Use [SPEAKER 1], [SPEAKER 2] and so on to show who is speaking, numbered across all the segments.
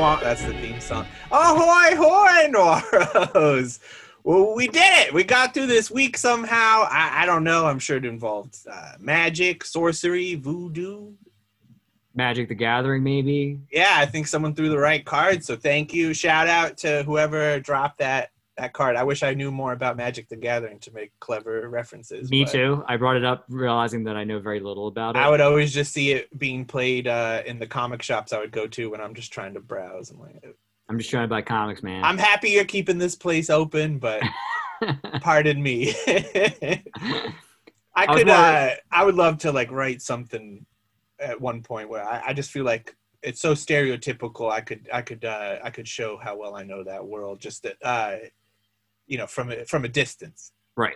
[SPEAKER 1] That's the theme song. Ahoy, hoy, Noros! Well, we did it. We got through this week somehow. I, I don't know. I'm sure it involved uh, magic, sorcery, voodoo.
[SPEAKER 2] Magic the Gathering, maybe.
[SPEAKER 1] Yeah, I think someone threw the right card. So thank you. Shout out to whoever dropped that that card. I wish I knew more about Magic the Gathering to make clever references.
[SPEAKER 2] Me
[SPEAKER 1] but
[SPEAKER 2] too. I brought it up realizing that I know very little about it.
[SPEAKER 1] I would always just see it being played uh, in the comic shops I would go to when I'm just trying to browse. I'm like,
[SPEAKER 2] I'm just trying to buy comics, man.
[SPEAKER 1] I'm happy you're keeping this place open, but pardon me. I
[SPEAKER 2] was
[SPEAKER 1] could,
[SPEAKER 2] more-
[SPEAKER 1] uh, I would love to like write something at one point where I, I just feel like it's so stereotypical. I could, I could, uh, I could show how well I know that world just that, uh, you know, from a, from a distance.
[SPEAKER 2] right.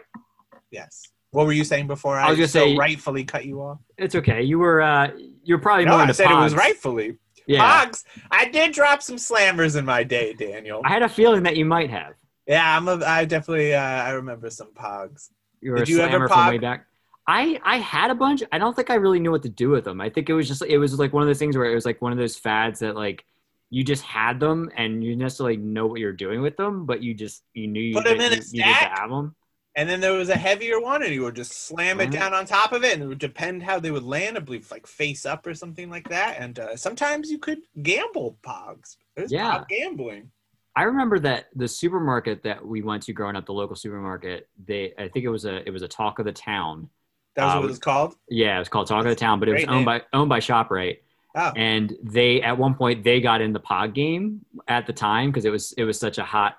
[SPEAKER 1] Yes. What were you saying before? I,
[SPEAKER 2] was gonna
[SPEAKER 1] so
[SPEAKER 2] say-
[SPEAKER 1] rightfully cut you off.
[SPEAKER 2] It's okay. You were uh you're probably
[SPEAKER 1] No,
[SPEAKER 2] more
[SPEAKER 1] I
[SPEAKER 2] into
[SPEAKER 1] said it was
[SPEAKER 2] Pogs.
[SPEAKER 1] rightfully.
[SPEAKER 2] Yeah.
[SPEAKER 1] Pogs. I did drop some slammers in my day, Daniel.
[SPEAKER 2] I had a feeling that you might have.
[SPEAKER 1] yeah, I'm. A, I definitely. Uh, I remember some pogs.
[SPEAKER 2] You were
[SPEAKER 1] Did
[SPEAKER 2] a
[SPEAKER 1] you ever
[SPEAKER 2] slammer from way
[SPEAKER 1] pog?
[SPEAKER 2] back. I I had a bunch. I don't think I really knew what to do with them. I think it was just it was like one of those things where it was like one of those fads that like you just had them and you didn't necessarily know what you're doing with them, but you just you knew you,
[SPEAKER 1] Put 'em
[SPEAKER 2] that
[SPEAKER 1] in a
[SPEAKER 2] you needed to
[SPEAKER 1] stack.
[SPEAKER 2] have them.
[SPEAKER 1] And then there was a heavier one, and you would just slam it
[SPEAKER 2] Right.
[SPEAKER 1] down on top of it, and it would depend how they would land. I believe like face up or something like that. And uh, sometimes you could gamble pogs. There's
[SPEAKER 2] Yeah.
[SPEAKER 1] pog gambling.
[SPEAKER 2] I remember that the supermarket that we went to growing up, the local supermarket, they I think it was a it was a talk of the town.
[SPEAKER 1] That was
[SPEAKER 2] Uh,
[SPEAKER 1] what it was called.
[SPEAKER 2] Yeah, it was called Talk of the Town, but it was
[SPEAKER 1] Great
[SPEAKER 2] owned
[SPEAKER 1] name.
[SPEAKER 2] by owned by Shoprite.
[SPEAKER 1] Oh.
[SPEAKER 2] And they at one point they got in the pod game at the time because it was it was such a hot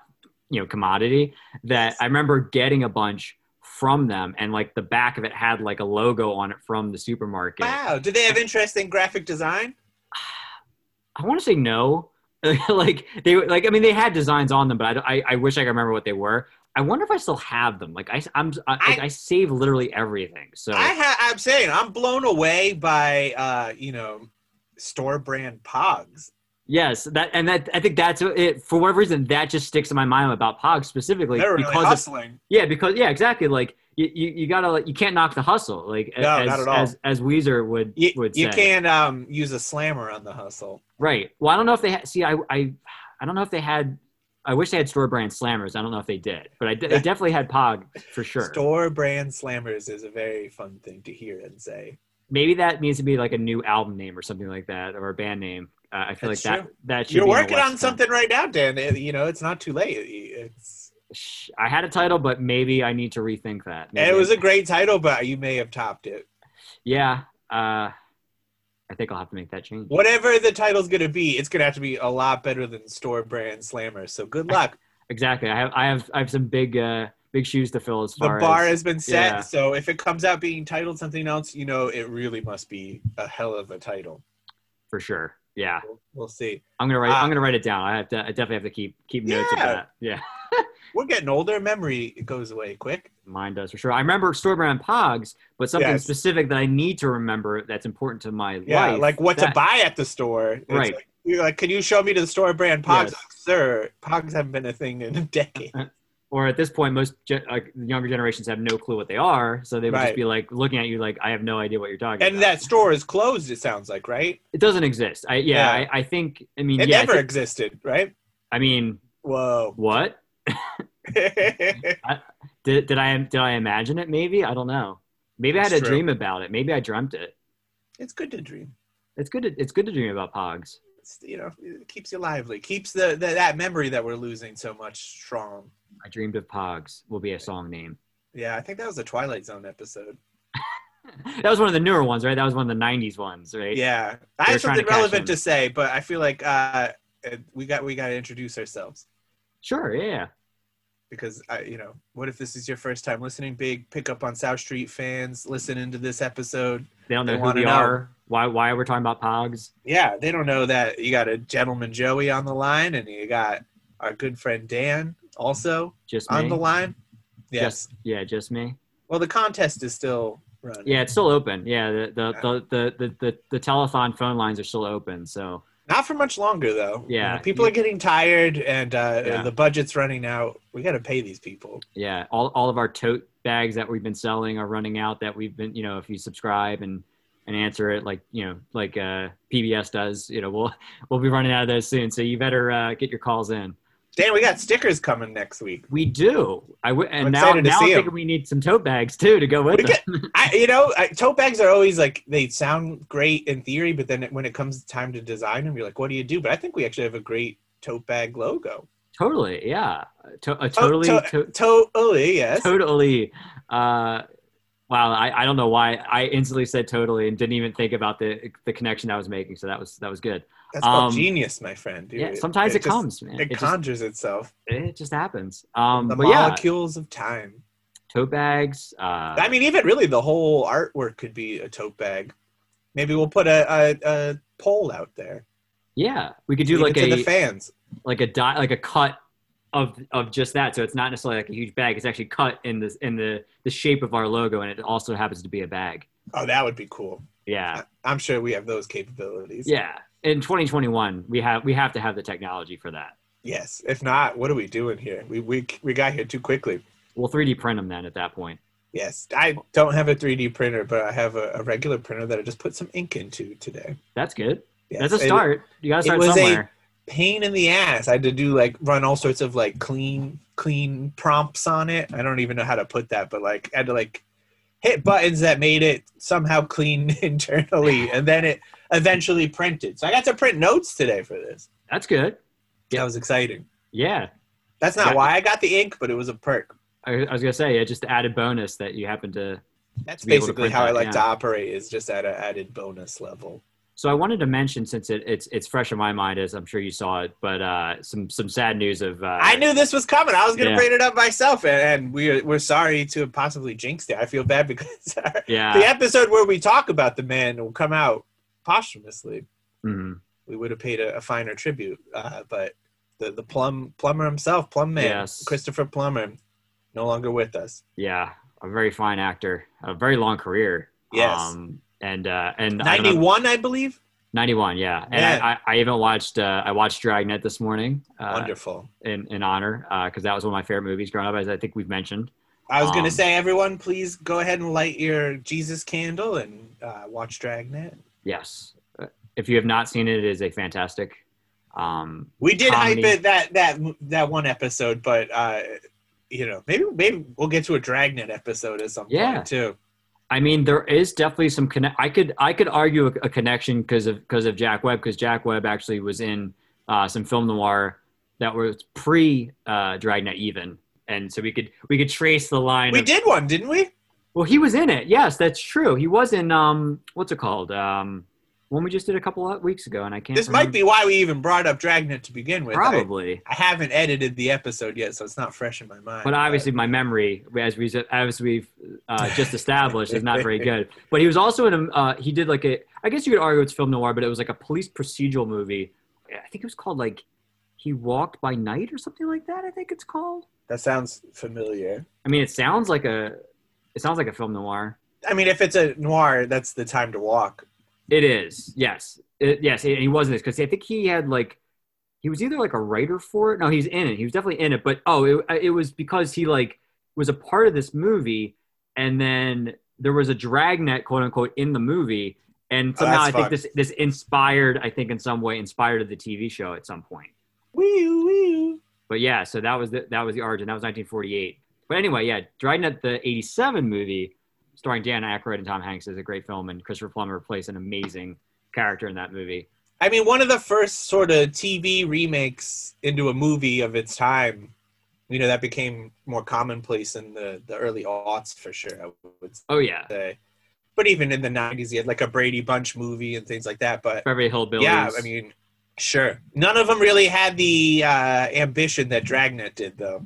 [SPEAKER 2] you know commodity that I remember getting a bunch from them and like the back of it had like a logo on it from the supermarket.
[SPEAKER 1] Wow. Did they have interesting graphic design?
[SPEAKER 2] I want to say no. like they like I mean they had designs on them, but I, don't- I I wish I could remember what they were. I wonder if I still have them. Like I I'm I, like, I save literally everything. So
[SPEAKER 1] I ha- I'm saying I'm blown away by uh, you know store brand pogs.
[SPEAKER 2] Yes, that and that I think that's it. For whatever reason, that just sticks in my mind about Pog specifically
[SPEAKER 1] They're really
[SPEAKER 2] because of-
[SPEAKER 1] hustling.
[SPEAKER 2] yeah, because yeah, exactly. Like you, you, you gotta like you can't knock the hustle. Like
[SPEAKER 1] No,
[SPEAKER 2] as,
[SPEAKER 1] not at all.
[SPEAKER 2] as as Weezer would
[SPEAKER 1] You,
[SPEAKER 2] would say.
[SPEAKER 1] you can't um, use a slammer on the hustle.
[SPEAKER 2] Right. Well, I don't know if they had. See, I I I don't know if they had. I wish they had store brand slammers. I don't know if they did, but I de- they definitely had Pog for sure.
[SPEAKER 1] Store brand slammers is a very fun thing to hear and say.
[SPEAKER 2] Maybe that needs to be like a new album name or something like that, or a band name. Uh, I feel
[SPEAKER 1] That's
[SPEAKER 2] like
[SPEAKER 1] true.
[SPEAKER 2] that that should
[SPEAKER 1] You're
[SPEAKER 2] be in the
[SPEAKER 1] working on
[SPEAKER 2] West End.
[SPEAKER 1] something right now, Dan. It- you know, it's not too late. It's
[SPEAKER 2] Sh- I had a title, but maybe I need to rethink that. Maybe
[SPEAKER 1] it
[SPEAKER 2] I
[SPEAKER 1] was a great title, but you may have topped it.
[SPEAKER 2] Yeah, uh, I think I'll have to make that change.
[SPEAKER 1] Whatever the title's gonna be, it's gonna have to be a lot better than store brand slammers. So good luck.
[SPEAKER 2] Exactly. I have I have I have some big uh, big shoes to fill as
[SPEAKER 1] The
[SPEAKER 2] far
[SPEAKER 1] bar
[SPEAKER 2] as
[SPEAKER 1] has been set.
[SPEAKER 2] yeah.
[SPEAKER 1] So if it comes out being titled something else, you know it really must be a hell of a title.
[SPEAKER 2] for sure. Yeah,
[SPEAKER 1] We'll, we'll see.
[SPEAKER 2] I'm gonna write.
[SPEAKER 1] Uh,
[SPEAKER 2] I'm gonna write it down. I have to. I definitely have to keep keep notes of
[SPEAKER 1] Yeah.
[SPEAKER 2] that. Yeah,
[SPEAKER 1] We're getting older. Memory goes away quick.
[SPEAKER 2] mine does for sure. I remember store brand Pogs, but something
[SPEAKER 1] Yes.
[SPEAKER 2] specific that I need to remember that's important to my
[SPEAKER 1] Yeah,
[SPEAKER 2] life.
[SPEAKER 1] like what to
[SPEAKER 2] that-
[SPEAKER 1] buy at the store. It's
[SPEAKER 2] Right.
[SPEAKER 1] Like, you're like, can you show me to the store brand Pogs?
[SPEAKER 2] Yes.
[SPEAKER 1] Like, Sir, Pogs haven't been a thing in a decade.
[SPEAKER 2] Or at this point, most ge- like younger generations have no clue what they are, so they would
[SPEAKER 1] Right.
[SPEAKER 2] just be like looking at you like, "I have no idea what you're talking
[SPEAKER 1] and
[SPEAKER 2] about."
[SPEAKER 1] that store is closed. It sounds like, right?
[SPEAKER 2] it doesn't exist. I yeah,
[SPEAKER 1] Yeah.
[SPEAKER 2] I, I think. I mean,
[SPEAKER 1] It
[SPEAKER 2] yeah, I
[SPEAKER 1] never
[SPEAKER 2] think-
[SPEAKER 1] existed, right?
[SPEAKER 2] I mean,
[SPEAKER 1] Whoa.
[SPEAKER 2] what?
[SPEAKER 1] yeah,
[SPEAKER 2] Did, did I did I imagine it? Maybe I don't know. Maybe I had
[SPEAKER 1] It's
[SPEAKER 2] a
[SPEAKER 1] true.
[SPEAKER 2] dream about it. Maybe I dreamt it.
[SPEAKER 1] it's good to dream.
[SPEAKER 2] It's good. To, it's good to dream about Pogs.
[SPEAKER 1] It's, you know, it keeps you lively. Keeps the, the that memory that we're losing so much strong.
[SPEAKER 2] I dreamed of Pogs will be a song name.
[SPEAKER 1] Yeah, I think that was a Twilight Zone episode.
[SPEAKER 2] That was one of the newer ones, right? That was one of the '90s ones, right?
[SPEAKER 1] Yeah, I
[SPEAKER 2] They were
[SPEAKER 1] have
[SPEAKER 2] trying to
[SPEAKER 1] something
[SPEAKER 2] catch
[SPEAKER 1] relevant
[SPEAKER 2] him.
[SPEAKER 1] to say, but I feel like uh, uh, we got we got to introduce ourselves.
[SPEAKER 2] Sure. Yeah.
[SPEAKER 1] because I, you know, what if this is your first time listening? Big pick up on South Street fans listening to this episode.
[SPEAKER 2] They don't know
[SPEAKER 1] They
[SPEAKER 2] who
[SPEAKER 1] wanna
[SPEAKER 2] we
[SPEAKER 1] know.
[SPEAKER 2] are. Why why we're talking about Pogs?
[SPEAKER 1] Yeah, they don't know that you got a gentleman Joey on the line, and you got our good friend Dan also
[SPEAKER 2] Just me.
[SPEAKER 1] on the line. Yes.
[SPEAKER 2] Just yeah, just me.
[SPEAKER 1] Well, the contest is still running.
[SPEAKER 2] Yeah, it's still open. Yeah, the the the the the, the, the telethon phone lines are still open. So
[SPEAKER 1] Not for much longer though. You
[SPEAKER 2] Yeah.
[SPEAKER 1] know, people are getting tired, and uh,
[SPEAKER 2] Yeah.
[SPEAKER 1] the budget's running out. We got to pay these people.
[SPEAKER 2] yeah all, all of our tote bags that we've been selling are running out that we've been you know if you subscribe and and answer it like you know like uh, PBS does. You know, we'll we'll be running out of those soon, so you better uh, get your calls in.
[SPEAKER 1] Dan, we got stickers coming next week.
[SPEAKER 2] We do. I w- and
[SPEAKER 1] I'm
[SPEAKER 2] now
[SPEAKER 1] excited to
[SPEAKER 2] now I'm
[SPEAKER 1] see 'em.
[SPEAKER 2] thinking we need some tote bags too to go with
[SPEAKER 1] We
[SPEAKER 2] them.
[SPEAKER 1] get- I, you know, I, tote bags are always like they sound great in theory, but then when it comes time to design them, you're like, what do you do? But I think we actually have a great tote bag logo.
[SPEAKER 2] totally, yeah. To- a totally,
[SPEAKER 1] Oh, to-
[SPEAKER 2] to-
[SPEAKER 1] Totally, oh, yes.
[SPEAKER 2] totally. Uh, wow, I, I don't know why I instantly said totally and didn't even think about the the connection I was making. So that was that was good.
[SPEAKER 1] That's called
[SPEAKER 2] um,
[SPEAKER 1] genius, my friend. dude.
[SPEAKER 2] yeah, sometimes it,
[SPEAKER 1] just-
[SPEAKER 2] comes, man.
[SPEAKER 1] It,
[SPEAKER 2] It, just,
[SPEAKER 1] conjures itself.
[SPEAKER 2] it just happens. Um,
[SPEAKER 1] The
[SPEAKER 2] but yeah,
[SPEAKER 1] molecules of time.
[SPEAKER 2] tote bags. Uh,
[SPEAKER 1] I mean, even really, the whole artwork could be a tote bag. Maybe we'll put a, a, a poll out there.
[SPEAKER 2] yeah, we could do
[SPEAKER 1] Leave
[SPEAKER 2] like
[SPEAKER 1] it to
[SPEAKER 2] a
[SPEAKER 1] the fans.
[SPEAKER 2] like a di- like a cut of of just that. So it's not necessarily like a huge bag. It's actually cut in this in the the shape of our logo, and it also happens to be a bag.
[SPEAKER 1] Oh, that would be cool.
[SPEAKER 2] Yeah,
[SPEAKER 1] I'm sure we have those capabilities.
[SPEAKER 2] yeah. In 2021, we have we have to have the technology for that.
[SPEAKER 1] Yes. If not, what are we doing here? We we we got here too quickly.
[SPEAKER 2] We'll 3D print them then at that point.
[SPEAKER 1] Yes. I don't have a 3D printer, but I have a, a regular printer that I just put some ink into today.
[SPEAKER 2] That's good.
[SPEAKER 1] Yes.
[SPEAKER 2] That's a
[SPEAKER 1] It-
[SPEAKER 2] start. you gotta
[SPEAKER 1] it
[SPEAKER 2] start
[SPEAKER 1] was a-
[SPEAKER 2] somewhere.
[SPEAKER 1] pain in the ass. I had to do like run all sorts of like clean clean prompts on it. I don't even know how to put that, but like I had to like hit buttons that made it somehow clean internally, and then it eventually printed. So I got to print notes today for this.
[SPEAKER 2] That's good.
[SPEAKER 1] That was exciting.
[SPEAKER 2] Yeah,
[SPEAKER 1] That's not
[SPEAKER 2] Yeah.
[SPEAKER 1] why I got the ink, but it was a perk.
[SPEAKER 2] I, I was gonna say yeah, just the added bonus that you happen to.
[SPEAKER 1] That's
[SPEAKER 2] To be able to
[SPEAKER 1] basically
[SPEAKER 2] print
[SPEAKER 1] how I
[SPEAKER 2] that,
[SPEAKER 1] like to
[SPEAKER 2] yeah.
[SPEAKER 1] operate is just at an added bonus level.
[SPEAKER 2] So I wanted to mention since it, it's it's fresh in my mind as I'm sure you saw it, but uh, some some sad news of uh,
[SPEAKER 1] I knew this was coming. I was going to
[SPEAKER 2] Yeah.
[SPEAKER 1] bring it up myself, and, and we're we're sorry to have possibly jinxed it. I feel bad because our,
[SPEAKER 2] yeah
[SPEAKER 1] the episode where we talk about the man will come out posthumously.
[SPEAKER 2] Mhm.
[SPEAKER 1] We would have paid a, a finer tribute, uh, but the the plum plumber himself, plum man,
[SPEAKER 2] Yes.
[SPEAKER 1] Christopher Plummer, no longer with us.
[SPEAKER 2] Yeah, a very fine actor, a very long career.
[SPEAKER 1] Yes.
[SPEAKER 2] Um, and uh, and I don't know-
[SPEAKER 1] Ninety one, I believe.
[SPEAKER 2] 91, yeah. And
[SPEAKER 1] Yeah.
[SPEAKER 2] I, I, I even watched uh, I watched Dragnet this morning uh,
[SPEAKER 1] Wonderful.
[SPEAKER 2] in in honor because that was one of my favorite movies growing up, as I think we've mentioned.
[SPEAKER 1] I was going
[SPEAKER 2] um,
[SPEAKER 1] to say, everyone, please go ahead and light your Jesus candle and uh, watch Dragnet.
[SPEAKER 2] Yes. Uh, If you have not seen it, it is a fantastic. Um,
[SPEAKER 1] We did
[SPEAKER 2] comedy.
[SPEAKER 1] hype it that that that one episode, but uh, you know, maybe maybe we'll get to a Dragnet episode at some
[SPEAKER 2] Yeah.
[SPEAKER 1] point too.
[SPEAKER 2] I mean, there is definitely some connect. I could I could argue a, a connection because of because of Jack Webb because Jack Webb actually was in uh, some film noir that was pre uh, Dragnet even, and so we could we could trace the line.
[SPEAKER 1] We
[SPEAKER 2] of-
[SPEAKER 1] did one, didn't we?
[SPEAKER 2] Well, he was in it. Yes, that's true. He was in um, what's it called? Um, one we just did a couple of weeks ago, and I can't.
[SPEAKER 1] This might be
[SPEAKER 2] remember-
[SPEAKER 1] why we even brought up Dragnet to begin with. I-
[SPEAKER 2] probably,
[SPEAKER 1] I, haven't edited the episode yet, so it's not fresh in my mind.
[SPEAKER 2] but obviously my memory, as we as we've uh, just established, is not very good. But he was also in a. Uh, he did like a. I guess you could argue it's film noir, but it was like a police procedural movie. I think it was called like he walked by night or something like that. I think it's called.
[SPEAKER 1] that sounds familiar.
[SPEAKER 2] I mean, it sounds like a. It sounds like a film noir.
[SPEAKER 1] I mean, if it's a noir, that's the time to walk.
[SPEAKER 2] It is. Yes. It, yes. And he was in this because I think he had like, he was either like a writer for it. No, he's in it. He was definitely in it. But oh, it, it was because he like was a part of this movie. And then there was a dragnet, quote unquote, in the movie. And
[SPEAKER 1] Oh, that's
[SPEAKER 2] somehow I think
[SPEAKER 1] fun.
[SPEAKER 2] this, this inspired, I think in some way, inspired the TV show at some point.
[SPEAKER 1] Wee wee.
[SPEAKER 2] But yeah, so that was the, that was the origin. That was 1948. But anyway, yeah, Dragnet, the 87 movie starring Dan Aykroyd and Tom Hanks is a great film, and Christopher Plummer plays an amazing character in that movie.
[SPEAKER 1] I mean, one of the first sort of TV remakes into a movie of its time. You know, that became more commonplace in the, the early aughts for sure, I would
[SPEAKER 2] Oh yeah,
[SPEAKER 1] say. But even in the 90s, you had like a Brady Bunch movie and things like that. But
[SPEAKER 2] Beverly Hillbillies.
[SPEAKER 1] yeah, I mean, sure. None of them really had the uh, ambition that Dragnet did, though.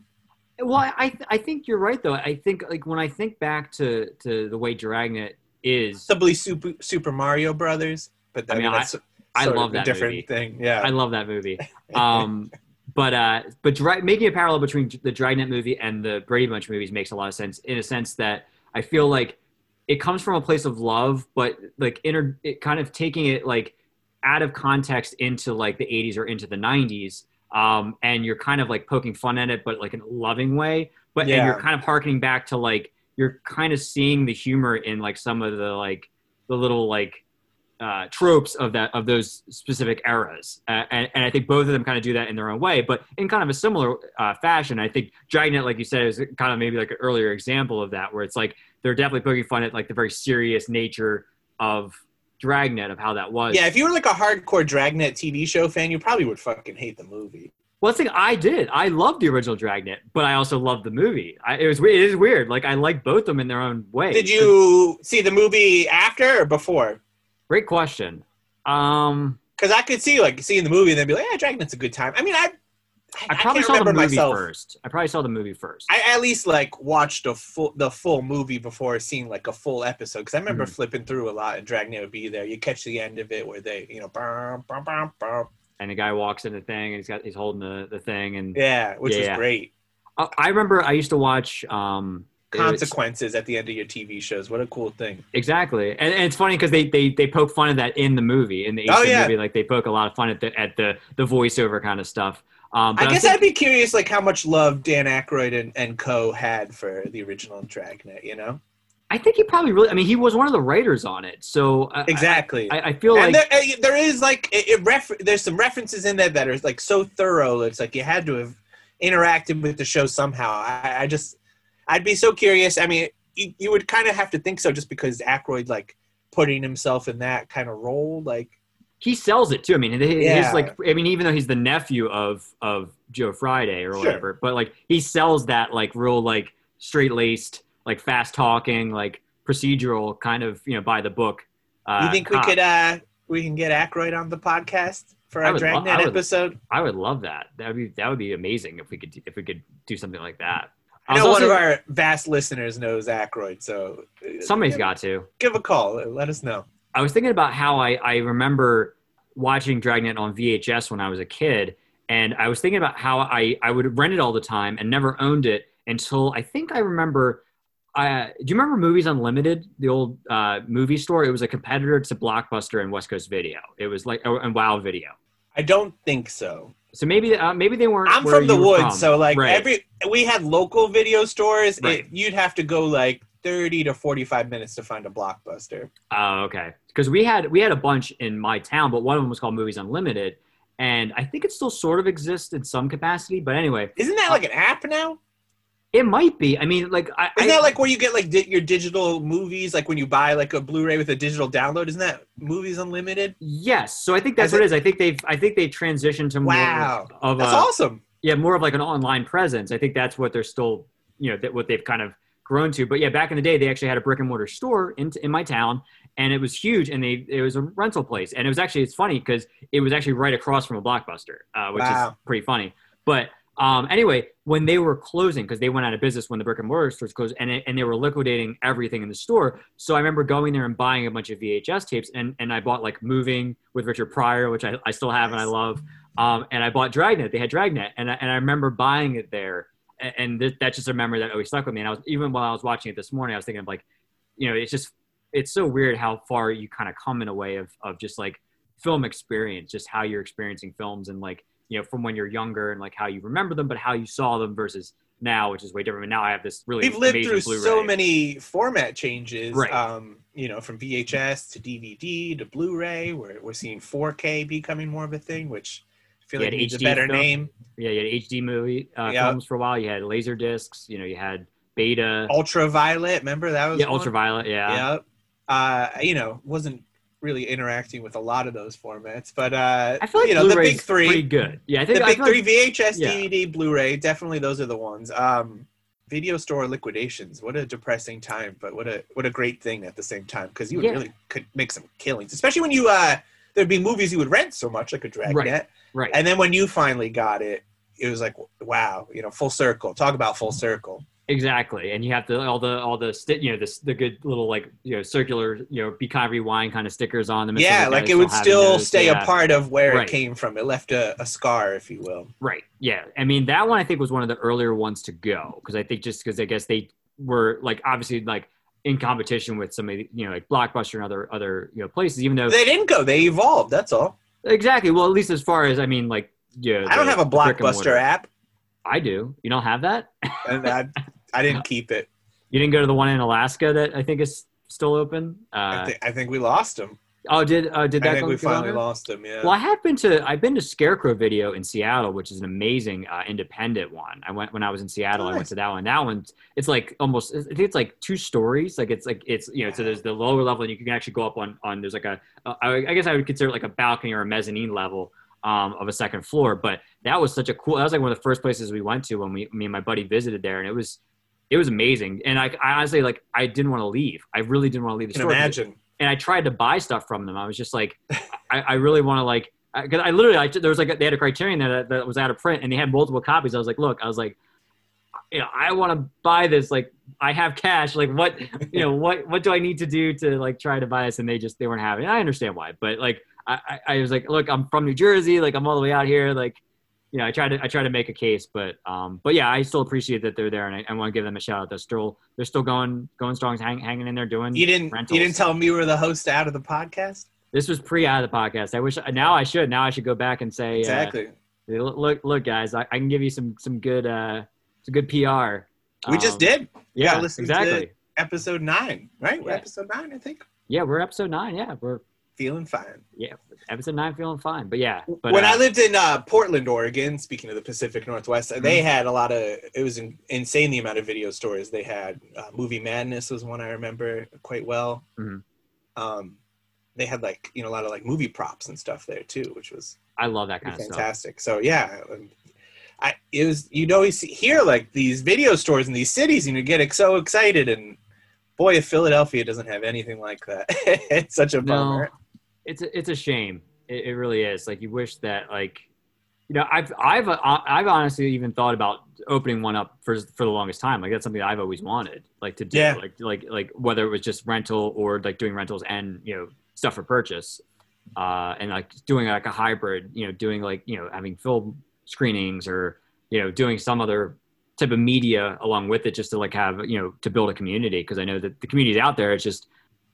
[SPEAKER 2] well, I I th- I think you're right though. I think like when I think back to to the way Dragnet is,
[SPEAKER 1] Possibly Super, Super Mario Brothers, but
[SPEAKER 2] I
[SPEAKER 1] I
[SPEAKER 2] mean,
[SPEAKER 1] mean,
[SPEAKER 2] I-
[SPEAKER 1] that's
[SPEAKER 2] I
[SPEAKER 1] sort
[SPEAKER 2] love
[SPEAKER 1] of a
[SPEAKER 2] that
[SPEAKER 1] different
[SPEAKER 2] movie.
[SPEAKER 1] thing. Yeah.
[SPEAKER 2] I love that movie. um, but uh, but dra- making a parallel between the Dragnet movie and the Brady Bunch movies makes a lot of sense in a sense that I feel like it comes from a place of love, but like inter- it kind of taking it like out of context into like the 80s or into the 90s, um, and you're kind of like poking fun at it, but like in a loving way. But and
[SPEAKER 1] Yeah.
[SPEAKER 2] you're kind of harkening back to like you're kind of seeing the humor in like some of the like the little like uh, tropes of that of those specific eras, uh, and, and I think both of them kind of do that in their own way, but in kind of a similar uh, fashion. I think Dragnet, like you said, is kind of maybe like an earlier example of that, where it's like they're definitely poking fun at like the very serious nature of Dragnet of how that was.
[SPEAKER 1] Yeah, if you were like a hardcore Dragnet TV show fan, you probably would fucking hate the movie.
[SPEAKER 2] Well, that's the thing I did. I loved the original Dragnet, but I also loved the movie. I, it was weird. It is weird. Like I like both of them in their own way.
[SPEAKER 1] Did you see the movie after or before?
[SPEAKER 2] Great question. Um,
[SPEAKER 1] Because I could see like seeing the movie and then be like, yeah, Dragnet's a good time. I mean, I I,
[SPEAKER 2] I probably
[SPEAKER 1] can't
[SPEAKER 2] saw the
[SPEAKER 1] remember
[SPEAKER 2] movie
[SPEAKER 1] myself.
[SPEAKER 2] first. I probably saw the movie first.
[SPEAKER 1] I at least like watched a full the full movie before seeing like a full episode because I remember
[SPEAKER 2] Mhm.
[SPEAKER 1] flipping through a lot and Dragnet would be there. You catch the end of it where they you know bum, bum, bum, bum.
[SPEAKER 2] and the guy walks in the thing, and he's got he's holding the, the thing, and
[SPEAKER 1] yeah, which
[SPEAKER 2] Yeah.
[SPEAKER 1] was great.
[SPEAKER 2] I, I remember I used to watch um, it was-
[SPEAKER 1] Consequences at the end of your TV shows. What a cool thing.
[SPEAKER 2] exactly, and, and it's funny because they, they they poke fun at that in the movie in the
[SPEAKER 1] Oh,
[SPEAKER 2] Eastern
[SPEAKER 1] yeah.
[SPEAKER 2] movie, like they poke a lot of fun at the at the the voiceover kind of stuff. Um, but
[SPEAKER 1] I
[SPEAKER 2] I'm
[SPEAKER 1] guess
[SPEAKER 2] thinking-
[SPEAKER 1] I'd be curious like how much love Dan Aykroyd and, and co had for the original Dragnet. You know
[SPEAKER 2] I think he probably really. I mean, he was one of the writers on it, so I-
[SPEAKER 1] exactly.
[SPEAKER 2] I, I feel like
[SPEAKER 1] and there, eh, there is like it, it ref, there's some references in there that are like so thorough. It's like you had to have interacted with the show somehow. I, I just I'd be so curious. I mean, you, you would kind of have to think so just because Aykroyd like putting himself in that kind of role. Like
[SPEAKER 2] he sells it too. I mean, his,
[SPEAKER 1] Yeah.
[SPEAKER 2] like, I mean, even though he's the nephew of of Joe Friday or
[SPEAKER 1] Sure.
[SPEAKER 2] whatever, but like he sells that like real like straight laced, like fast talking, like procedural kind of you know by the book. Uh,
[SPEAKER 1] you think we
[SPEAKER 2] cop.
[SPEAKER 1] could uh we can get Aykroyd on the podcast for
[SPEAKER 2] I
[SPEAKER 1] our
[SPEAKER 2] would lo-
[SPEAKER 1] Dragnet
[SPEAKER 2] I would-
[SPEAKER 1] episode?
[SPEAKER 2] I would love that. That would be that would be amazing if we could do- if we could do something like that.
[SPEAKER 1] I know
[SPEAKER 2] was
[SPEAKER 1] one
[SPEAKER 2] also-
[SPEAKER 1] of our vast listeners knows Aykroyd, so eh,
[SPEAKER 2] somebody's
[SPEAKER 1] give,
[SPEAKER 2] got to.
[SPEAKER 1] give a call. Let us know.
[SPEAKER 2] I was thinking about how I, I remember watching Dragnet on VHS when I was a kid. And I was thinking about how I, I would rent it all the time and never owned it until I think I remember. Uh, do you remember Movies Unlimited, the old uh, movie store? It was a competitor to Blockbuster and West Coast Video. It was like, oh, and Wow Video.
[SPEAKER 1] I don't think so.
[SPEAKER 2] So maybe uh, maybe they weren't.
[SPEAKER 1] I'm
[SPEAKER 2] where
[SPEAKER 1] from the
[SPEAKER 2] you were
[SPEAKER 1] woods,
[SPEAKER 2] from.
[SPEAKER 1] so like
[SPEAKER 2] Right.
[SPEAKER 1] every we had local video stores.
[SPEAKER 2] Right.
[SPEAKER 1] It, you'd have to go like 30 to 45 minutes to find a blockbuster.
[SPEAKER 2] Oh, okay. Because we had we had a bunch in my town, but one of them was called Movies Unlimited, and I think it still sort of exists in some capacity. But anyway,
[SPEAKER 1] Isn't that like an app now?
[SPEAKER 2] It might be. I mean, like I, I
[SPEAKER 1] Isn't that like where you get like di- your digital movies? Like when you buy like a Blu-ray with a digital download, isn't that Movies Unlimited?
[SPEAKER 2] yes. So I think
[SPEAKER 1] Is
[SPEAKER 2] that's what it is. I think they've I think they transitioned to more
[SPEAKER 1] Wow,
[SPEAKER 2] of a
[SPEAKER 1] that's awesome.
[SPEAKER 2] yeah more of like an online presence. I think that's what they're still you know that what they've kind of grown to. But yeah, back in the day, they actually had a brick and mortar store in in my town, and it was huge. And they it was a rental place, and it was actually it's funny because it was actually right across from a blockbuster, uh, which is
[SPEAKER 1] Wow.
[SPEAKER 2] pretty funny. But um, anyway, when they were closing, because they went out of business when the brick and mortar stores closed, and, it- and they were liquidating everything in the store. So I remember going there and buying a bunch of VHS tapes, and, and I bought like Moving with Richard Pryor, which I, I still have and I
[SPEAKER 1] Nice.
[SPEAKER 2] love. Um, and I bought Dragnet. They had Dragnet, and I, and I remember buying it there. a- And th- that's just a memory that always stuck with me. And I was even while I was watching it this morning, I was thinking of like, you know, it's just it's so weird how far you kind of come in a way of of just like film experience, just how you're experiencing films and like you know from when you're younger and like how you remember them, but how you saw them versus now, which is way different. And now I have this really
[SPEAKER 1] We've lived
[SPEAKER 2] amazing
[SPEAKER 1] through
[SPEAKER 2] Blu-ray.
[SPEAKER 1] so many format changes.
[SPEAKER 2] Right.
[SPEAKER 1] Um, you know, from VHS to DVD to Blu-ray. We're we're seeing 4K becoming more of a thing, which I feel
[SPEAKER 2] Yeah,
[SPEAKER 1] like
[SPEAKER 2] the
[SPEAKER 1] needs a
[SPEAKER 2] HD
[SPEAKER 1] better
[SPEAKER 2] stuff.
[SPEAKER 1] name.
[SPEAKER 2] Yeah, you had HD movie uh,
[SPEAKER 1] Yeah.
[SPEAKER 2] films for a while. You had laser discs. You know, you had Beta.
[SPEAKER 1] Ultraviolet, remember that was
[SPEAKER 2] yeah,
[SPEAKER 1] one?
[SPEAKER 2] ultraviolet. Yeah.
[SPEAKER 1] Yeah. Uh, you know, wasn't really interacting with a lot of those formats, but uh,
[SPEAKER 2] I feel like
[SPEAKER 1] you know,
[SPEAKER 2] Blu-ray's
[SPEAKER 1] the big three,
[SPEAKER 2] pretty good. Yeah, I think
[SPEAKER 1] the
[SPEAKER 2] I
[SPEAKER 1] big
[SPEAKER 2] feel like-
[SPEAKER 1] three VHS,
[SPEAKER 2] yeah.
[SPEAKER 1] DVD, Blu-ray, definitely those are the ones. Um, video store liquidations. What a depressing time, but what a what a great thing at the same time because you would
[SPEAKER 2] Yeah.
[SPEAKER 1] really could make some killings, especially when you uh, there'd be movies you would rent so much like a Dragnet,
[SPEAKER 2] right.
[SPEAKER 1] and then when you finally got it, it was like wow, you know, full circle. Talk about full circle.
[SPEAKER 2] Exactly, and you have the all the all the sti- you know the the good little like you know circular you know be kind rewind kind of stickers on them. and stuff
[SPEAKER 1] yeah,
[SPEAKER 2] that.
[SPEAKER 1] like
[SPEAKER 2] I
[SPEAKER 1] it would
[SPEAKER 2] have
[SPEAKER 1] still
[SPEAKER 2] those.
[SPEAKER 1] stay
[SPEAKER 2] Yeah.
[SPEAKER 1] a part of where
[SPEAKER 2] Right.
[SPEAKER 1] it came from. It left a, a scar, if you will.
[SPEAKER 2] Right. Yeah. I mean, that one I think was one of the earlier ones to go because I think just because I guess they were like obviously like in competition with some of the you know like Blockbuster and other other you know places, even though
[SPEAKER 1] They didn't go. They evolved. That's all.
[SPEAKER 2] exactly. Well, at least as far as I mean, like yeah.
[SPEAKER 1] I don't
[SPEAKER 2] the-
[SPEAKER 1] have a
[SPEAKER 2] the brick and mortar.
[SPEAKER 1] blockbuster app,
[SPEAKER 2] I do. You don't have that.
[SPEAKER 1] and I, I didn't keep it.
[SPEAKER 2] You didn't go to the one in Alaska that I think is still open?
[SPEAKER 1] I,
[SPEAKER 2] Uh,
[SPEAKER 1] thi- I think we lost him.
[SPEAKER 2] oh, did uh, did that
[SPEAKER 1] I think
[SPEAKER 2] go-
[SPEAKER 1] we
[SPEAKER 2] go on
[SPEAKER 1] finally
[SPEAKER 2] there?
[SPEAKER 1] lost him. Yeah.
[SPEAKER 2] Well, I have been to I've been to Scarecrow Video in Seattle, which is an amazing uh, independent one. I went when I was in Seattle. I went
[SPEAKER 1] Nice.
[SPEAKER 2] to that one. That one, it's like almost I think it's like two stories. Like it's like it's you know so there's the lower level and you can actually go up on on there's like a uh, I I guess I would consider it like a balcony or a mezzanine level um, of a second floor. But that was such a cool. That was like one of the first places we went to when we me and my buddy visited there, and it was it was amazing. And I, I honestly like I didn't want to leave. I really didn't want to leave
[SPEAKER 1] I
[SPEAKER 2] the
[SPEAKER 1] can
[SPEAKER 2] store. 'cause it-
[SPEAKER 1] imagine.
[SPEAKER 2] and I tried to buy stuff from them. I was just like, I, I really want to like, because I, literally, I, there was like, a, they had a criterion there that, that was out of print and they had multiple copies. I was like, look, I was like, you know, I want to buy this. Like I have cash. Like what, you know, what, what do I need to do to like try to buy this? And they just, they weren't having it. I understand why, but like, I, I, I was like, look, I'm from New Jersey. Like I'm all the way out here. Like, you know, I try to I try to make a case, but um, but yeah, I still appreciate that they're there, and I, I want to give them a shout out. They're still they're still going going strong, hang, hanging in there, doing.
[SPEAKER 1] You didn't.
[SPEAKER 2] rentals.
[SPEAKER 1] You didn't tell me you were the host out of the podcast.
[SPEAKER 2] This was pre out of the podcast. I wish now I should now I should go back and say uh,
[SPEAKER 1] Exactly.
[SPEAKER 2] look look guys I, I can give you some some good uh some good PR.
[SPEAKER 1] We just
[SPEAKER 2] Um,
[SPEAKER 1] did
[SPEAKER 2] Yeah,
[SPEAKER 1] gotta listen to-
[SPEAKER 2] exactly.
[SPEAKER 1] episode nine, right? We're
[SPEAKER 2] Yeah.
[SPEAKER 1] episode nine, I think.
[SPEAKER 2] Yeah, we're episode nine. Yeah, we're
[SPEAKER 1] Feeling fine.
[SPEAKER 2] yeah episode nine feeling fine. But yeah, but
[SPEAKER 1] when
[SPEAKER 2] uh,
[SPEAKER 1] I lived in uh, Portland, Oregon, speaking of the Pacific Northwest,
[SPEAKER 2] Mm-hmm.
[SPEAKER 1] they had a lot of. It was in, insane the amount of video stores they had. Uh, Movie Madness was one I remember quite well.
[SPEAKER 2] Mhm.
[SPEAKER 1] Um, they had like you know a lot of like movie props and stuff there too, which was
[SPEAKER 2] I love that kind of stuff.
[SPEAKER 1] fantastic. So yeah, um, I it was you'd always see, hear like these video stores in these cities, and you get ex- so excited. And boy, if Philadelphia doesn't have anything like that, it's such a
[SPEAKER 2] No,
[SPEAKER 1] bummer.
[SPEAKER 2] it's a, it's a shame. It, it really is. Like you wish that like you know I've I've uh, I've honestly even thought about opening one up for for the longest time. Like that's something I've always wanted like to do.
[SPEAKER 1] Yeah.
[SPEAKER 2] Like like like whether it was just rental or like doing rentals and you know stuff for purchase, uh, and like doing like a hybrid. You know, doing like you know having film screenings or you know doing some other type of media along with it just to like have you know to build a community because I know that the community's out there. It's just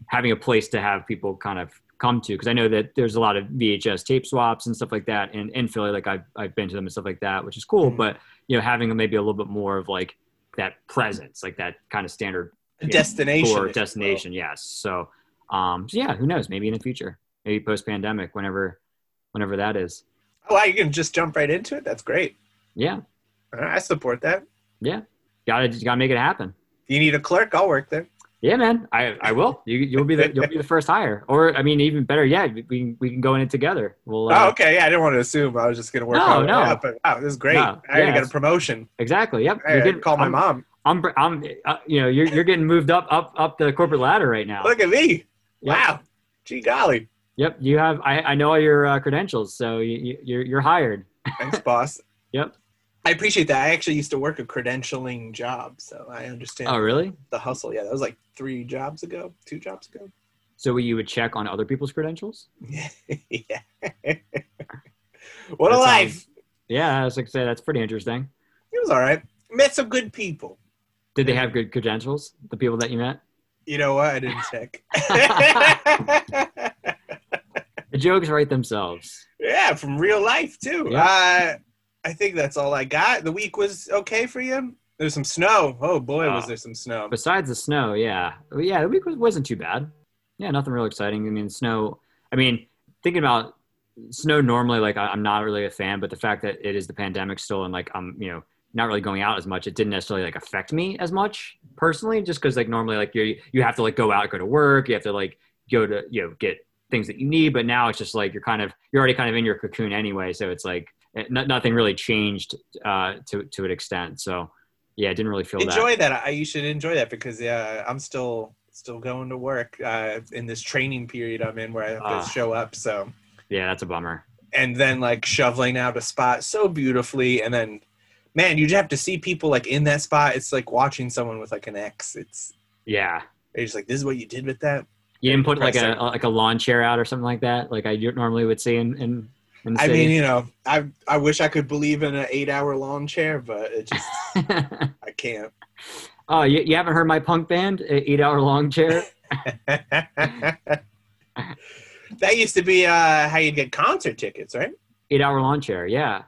[SPEAKER 2] having a place to have people kind of come to because I know that there's a lot of VHS tape swaps and stuff like that in, in Philly. Like I've, I've been to them and stuff like that, which is cool.
[SPEAKER 1] Mhm.
[SPEAKER 2] But you know, having maybe a little bit more of like that presence, like that kind of standard
[SPEAKER 1] A
[SPEAKER 2] Yeah.
[SPEAKER 1] destination. if you
[SPEAKER 2] for
[SPEAKER 1] will.
[SPEAKER 2] destination. Yes. So, um, so yeah, who knows? Maybe in the future, maybe post pandemic, whenever, whenever that is.
[SPEAKER 1] Oh, I can just jump right into it. That's great.
[SPEAKER 2] Yeah.
[SPEAKER 1] All right, I support that.
[SPEAKER 2] Gotta, just gotta make it happen.
[SPEAKER 1] If you need a clerk, I'll work there.
[SPEAKER 2] Yeah, man, I, I will. You, you'll be the, you'll be the first hire, or I mean, even better yet, we, can- we can go in it together. We'll, uh,
[SPEAKER 1] oh, okay. Yeah, I didn't want to assume. I was just going to work
[SPEAKER 2] No,
[SPEAKER 1] my way
[SPEAKER 2] no.
[SPEAKER 1] up. But, wow, this is great.
[SPEAKER 2] No,
[SPEAKER 1] I already
[SPEAKER 2] yeah.
[SPEAKER 1] got a promotion.
[SPEAKER 2] exactly. Yep.
[SPEAKER 1] I
[SPEAKER 2] You're
[SPEAKER 1] gotta
[SPEAKER 2] getting-
[SPEAKER 1] call my
[SPEAKER 2] I'm-
[SPEAKER 1] mom.
[SPEAKER 2] I'm, I'm, uh, you know, you're, you're getting moved up, up, up the corporate ladder right now.
[SPEAKER 1] Look at me.
[SPEAKER 2] Yep.
[SPEAKER 1] Wow. Gee golly.
[SPEAKER 2] Yep. You have, I, I know all your uh, credentials, so you, you, you're, you're hired.
[SPEAKER 1] Thanks, boss.
[SPEAKER 2] Yep.
[SPEAKER 1] I appreciate that. I actually used to work a credentialing job, so I understand
[SPEAKER 2] Oh, really?
[SPEAKER 1] the hustle. Yeah, that was like three jobs ago, two jobs ago.
[SPEAKER 2] So you would check on other people's credentials?
[SPEAKER 1] yeah. what a
[SPEAKER 2] That
[SPEAKER 1] life.
[SPEAKER 2] sounds- Yeah, I was like, say that's pretty interesting.
[SPEAKER 1] It was all right. Met some good people.
[SPEAKER 2] Did they have good credentials? The people that you met?
[SPEAKER 1] You know what? I didn't check.
[SPEAKER 2] The jokes write themselves.
[SPEAKER 1] yeah, from real life too. Uh, I think that's all I got. The week was okay for you. There's some snow. Oh boy, was
[SPEAKER 2] Uh,
[SPEAKER 1] there some snow.
[SPEAKER 2] Besides the snow, yeah, Well, yeah, the week was- wasn't too bad. Yeah, nothing real exciting. I mean, snow. I mean, thinking about snow normally, like I- I'm not really a fan, but the fact that it is the pandemic still, and like I'm, you know, not really going out as much, it didn't necessarily like affect me as much personally, just because like normally like you you have to like go out, go to work, you have to like go to you know get things that you need, but now it's just like you're kind of you're already kind of in your cocoon anyway, so it's like it, no, nothing really changed uh, to to an extent. So yeah, I didn't really feel that.
[SPEAKER 1] enjoy that. I, you should enjoy that because yeah, I'm still still going to work uh, in this training period I'm in where I have
[SPEAKER 2] Ah.
[SPEAKER 1] to show up. So
[SPEAKER 2] Yeah, that's a bummer.
[SPEAKER 1] and then like shoveling out a spot so beautifully, and then man, you just have to see people like in that spot. It's like watching someone with like an ex. It's
[SPEAKER 2] Yeah.
[SPEAKER 1] they're just like, this is what you did with that.
[SPEAKER 2] You didn't put like a
[SPEAKER 1] Impressive.
[SPEAKER 2] like a lawn chair out or something like that, like I u- normally would see in in, in the
[SPEAKER 1] I mean,
[SPEAKER 2] city.
[SPEAKER 1] you know, I I wish I could believe in an eight hour long chair, but it just I can't.
[SPEAKER 2] oh, you, you haven't heard my punk band, Uh, Eight Hour Long Chair?
[SPEAKER 1] that used to be uh, how you'd get concert tickets, right?
[SPEAKER 2] Eight Hour Lawn Chair, yeah,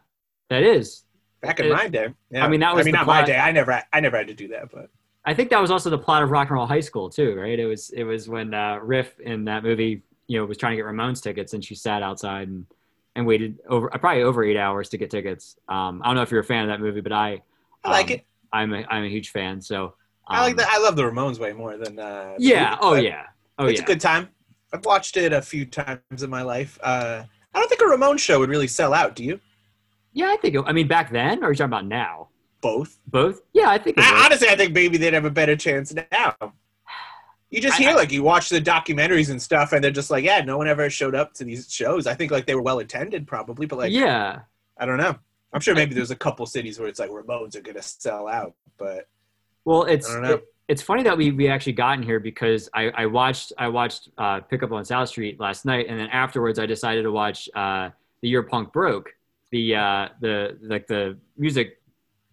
[SPEAKER 2] that is.
[SPEAKER 1] Back in
[SPEAKER 2] It-
[SPEAKER 1] my day. Yeah.
[SPEAKER 2] Uh, I mean, that
[SPEAKER 1] I
[SPEAKER 2] was
[SPEAKER 1] mean,
[SPEAKER 2] the
[SPEAKER 1] not my
[SPEAKER 2] plat-
[SPEAKER 1] day. I never I never had to do that, but
[SPEAKER 2] I think that was also the plot of Rock and Roll High School too, right? It was it was when uh, Riff in that movie, you know, was trying to get Ramones tickets, and she sat outside and, and waited over uh, probably over eight hours to get tickets. Um, I don't know if you're a fan of that movie, but I
[SPEAKER 1] I like
[SPEAKER 2] um,
[SPEAKER 1] it.
[SPEAKER 2] I'm a, I'm a huge fan. So um,
[SPEAKER 1] I like that. I love the Ramones way more than. Uh, the
[SPEAKER 2] Yeah.
[SPEAKER 1] movie,
[SPEAKER 2] Oh
[SPEAKER 1] but
[SPEAKER 2] yeah. Oh
[SPEAKER 1] it's
[SPEAKER 2] yeah.
[SPEAKER 1] a good time. I've watched it a few times in my life. Uh, I don't think a Ramones show would really sell out. Do you?
[SPEAKER 2] yeah, I think. It, I mean, back then, or are you talking about now?
[SPEAKER 1] Both.
[SPEAKER 2] Both. Yeah, I think. It
[SPEAKER 1] I,
[SPEAKER 2] was.
[SPEAKER 1] honestly, I think maybe they'd have a better chance now. You just
[SPEAKER 2] I-
[SPEAKER 1] hear
[SPEAKER 2] I-
[SPEAKER 1] like you watch the documentaries and stuff, and they're just like, yeah, no one ever showed up to these shows. I think like they were well attended, probably, but like
[SPEAKER 2] yeah.
[SPEAKER 1] I don't know. I'm sure maybe there's a couple cities where it's like Ramones are gonna sell out, but
[SPEAKER 2] Well, it's
[SPEAKER 1] I don't know.
[SPEAKER 2] it- it's funny that we we actually got in here because I I watched I watched uh, Pickup on South Street last night, and then afterwards I decided to watch uh, the year punk broke the uh, the like the music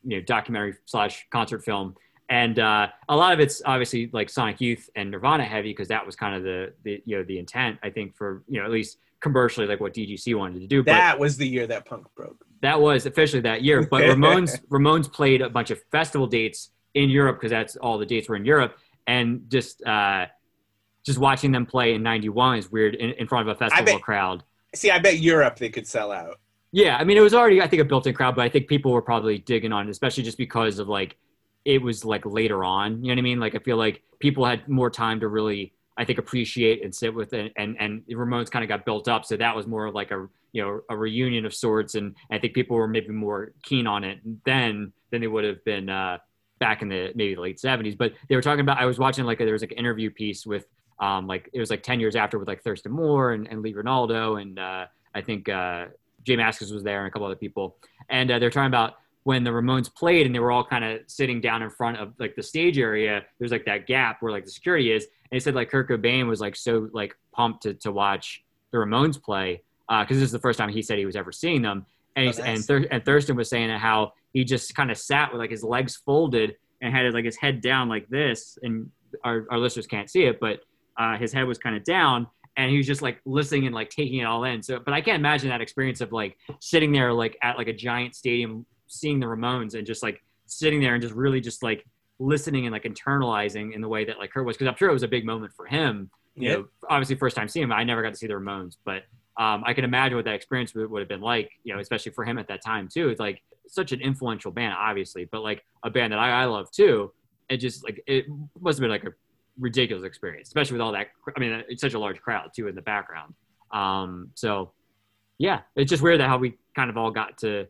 [SPEAKER 2] you know documentary slash concert film. And uh, a lot of it's obviously like Sonic Youth and Nirvana heavy because that was kind of the, the you know the intent I think for you know at least commercially like what DGC wanted to do. But
[SPEAKER 1] that was the year that punk broke.
[SPEAKER 2] that was officially that year. But Ramones Ramones played a bunch of festival dates in Europe because that's all the dates were in Europe, and just uh, just watching them play in '91 is weird in, in front of a festival
[SPEAKER 1] bet-
[SPEAKER 2] crowd.
[SPEAKER 1] See, I bet Europe they could sell out.
[SPEAKER 2] Yeah, I mean it was already I think a built-in crowd, but I think people were probably digging on it, especially just because of like it was like later on. You know what I mean? Like I feel like people had more time to really I think appreciate and sit with it, and and Ramones kind of got built up, so that was more of like a you know a reunion of sorts, and I think people were maybe more keen on it then than they would have been uh, back in the maybe the late seventies. But they were talking about I was watching like there was like an interview piece with um like it was like ten years after with like Thurston Moore and, and Lee Ronaldo and uh, I think uh, Jay Maskus was there and a couple other people, and uh, they're talking about when the Ramones played and they were all kind of sitting down in front of like the stage area, there's like that gap where like the security is. And he said like Kurt Cobain was like so like pumped to, to watch the Ramones play because this is the first time he said he was ever seeing them. And
[SPEAKER 1] Oh,
[SPEAKER 2] he's,
[SPEAKER 1] nice.
[SPEAKER 2] and, Thur- and Thurston was saying how he just kind of sat with like his legs folded and had like his head down like this. And our, our listeners can't see it, but uh, his head was kind of down and he was just like listening and like taking it all in. So, but I can't imagine that experience of like sitting there like at like a giant stadium seeing the Ramones and just like sitting there and just really just like listening and like internalizing in the way that like Kurt was because I'm sure it was a big moment for him. You know, obviously first time seeing him, I never got to see the Ramones, but um, I can imagine what that experience would, would have been like. You know, especially for him at that time too. It's like such an influential band, obviously, but like a band that I, I love too. It just like it must have been like a ridiculous experience, especially with all that. cr- I mean, it's such a large crowd too in the background. Um, so yeah, it's just weird that how we kind of all got to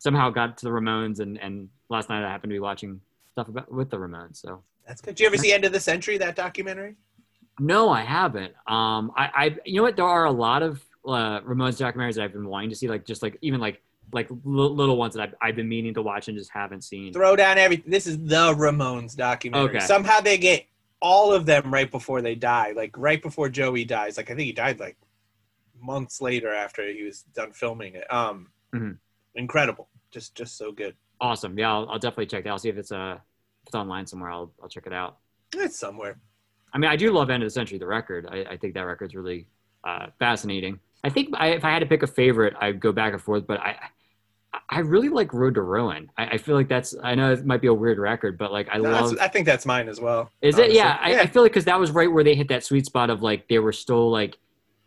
[SPEAKER 2] somehow got to the Ramones, and and last night I happened to be watching stuff about with the Ramones. So
[SPEAKER 1] That's good. Did you ever see End of the Century, that documentary?
[SPEAKER 2] no, I haven't. Um, I, I you know what? There are a lot of uh, Ramones documentaries that I've been wanting to see, like just like even like like li- little ones that I've, I've been meaning to watch and just haven't seen.
[SPEAKER 1] Throw down everything. This is the Ramones documentary.
[SPEAKER 2] Okay.
[SPEAKER 1] Somehow they get all of them right before they die, like right before Joey dies. Like I think he died like months later after he was done filming it. Um,
[SPEAKER 2] Mhm.
[SPEAKER 1] incredible. Just just so good.
[SPEAKER 2] Awesome. Yeah, I'll, I'll definitely check that. I'll see if it's uh if it's online somewhere. I'll I'll check it out.
[SPEAKER 1] It's somewhere.
[SPEAKER 2] I mean, I do love End of the Century, the record. I, I think that record's really uh, fascinating. I think I, if I had to pick a favorite, I'd go back and forth, but I, I really like Road to Ruin. I, I feel like that's, I know it might be a weird record, but like I
[SPEAKER 1] No, that's-
[SPEAKER 2] love.
[SPEAKER 1] I think that's mine as well.
[SPEAKER 2] Is it?
[SPEAKER 1] honestly.
[SPEAKER 2] Yeah, I, I feel like because that was right where they hit that sweet spot of like they were still like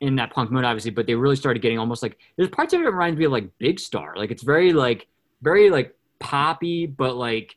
[SPEAKER 2] in that punk mode, obviously, but they really started getting almost like there's parts of it that reminds me of like Big Star. Like it's very like very like poppy, but like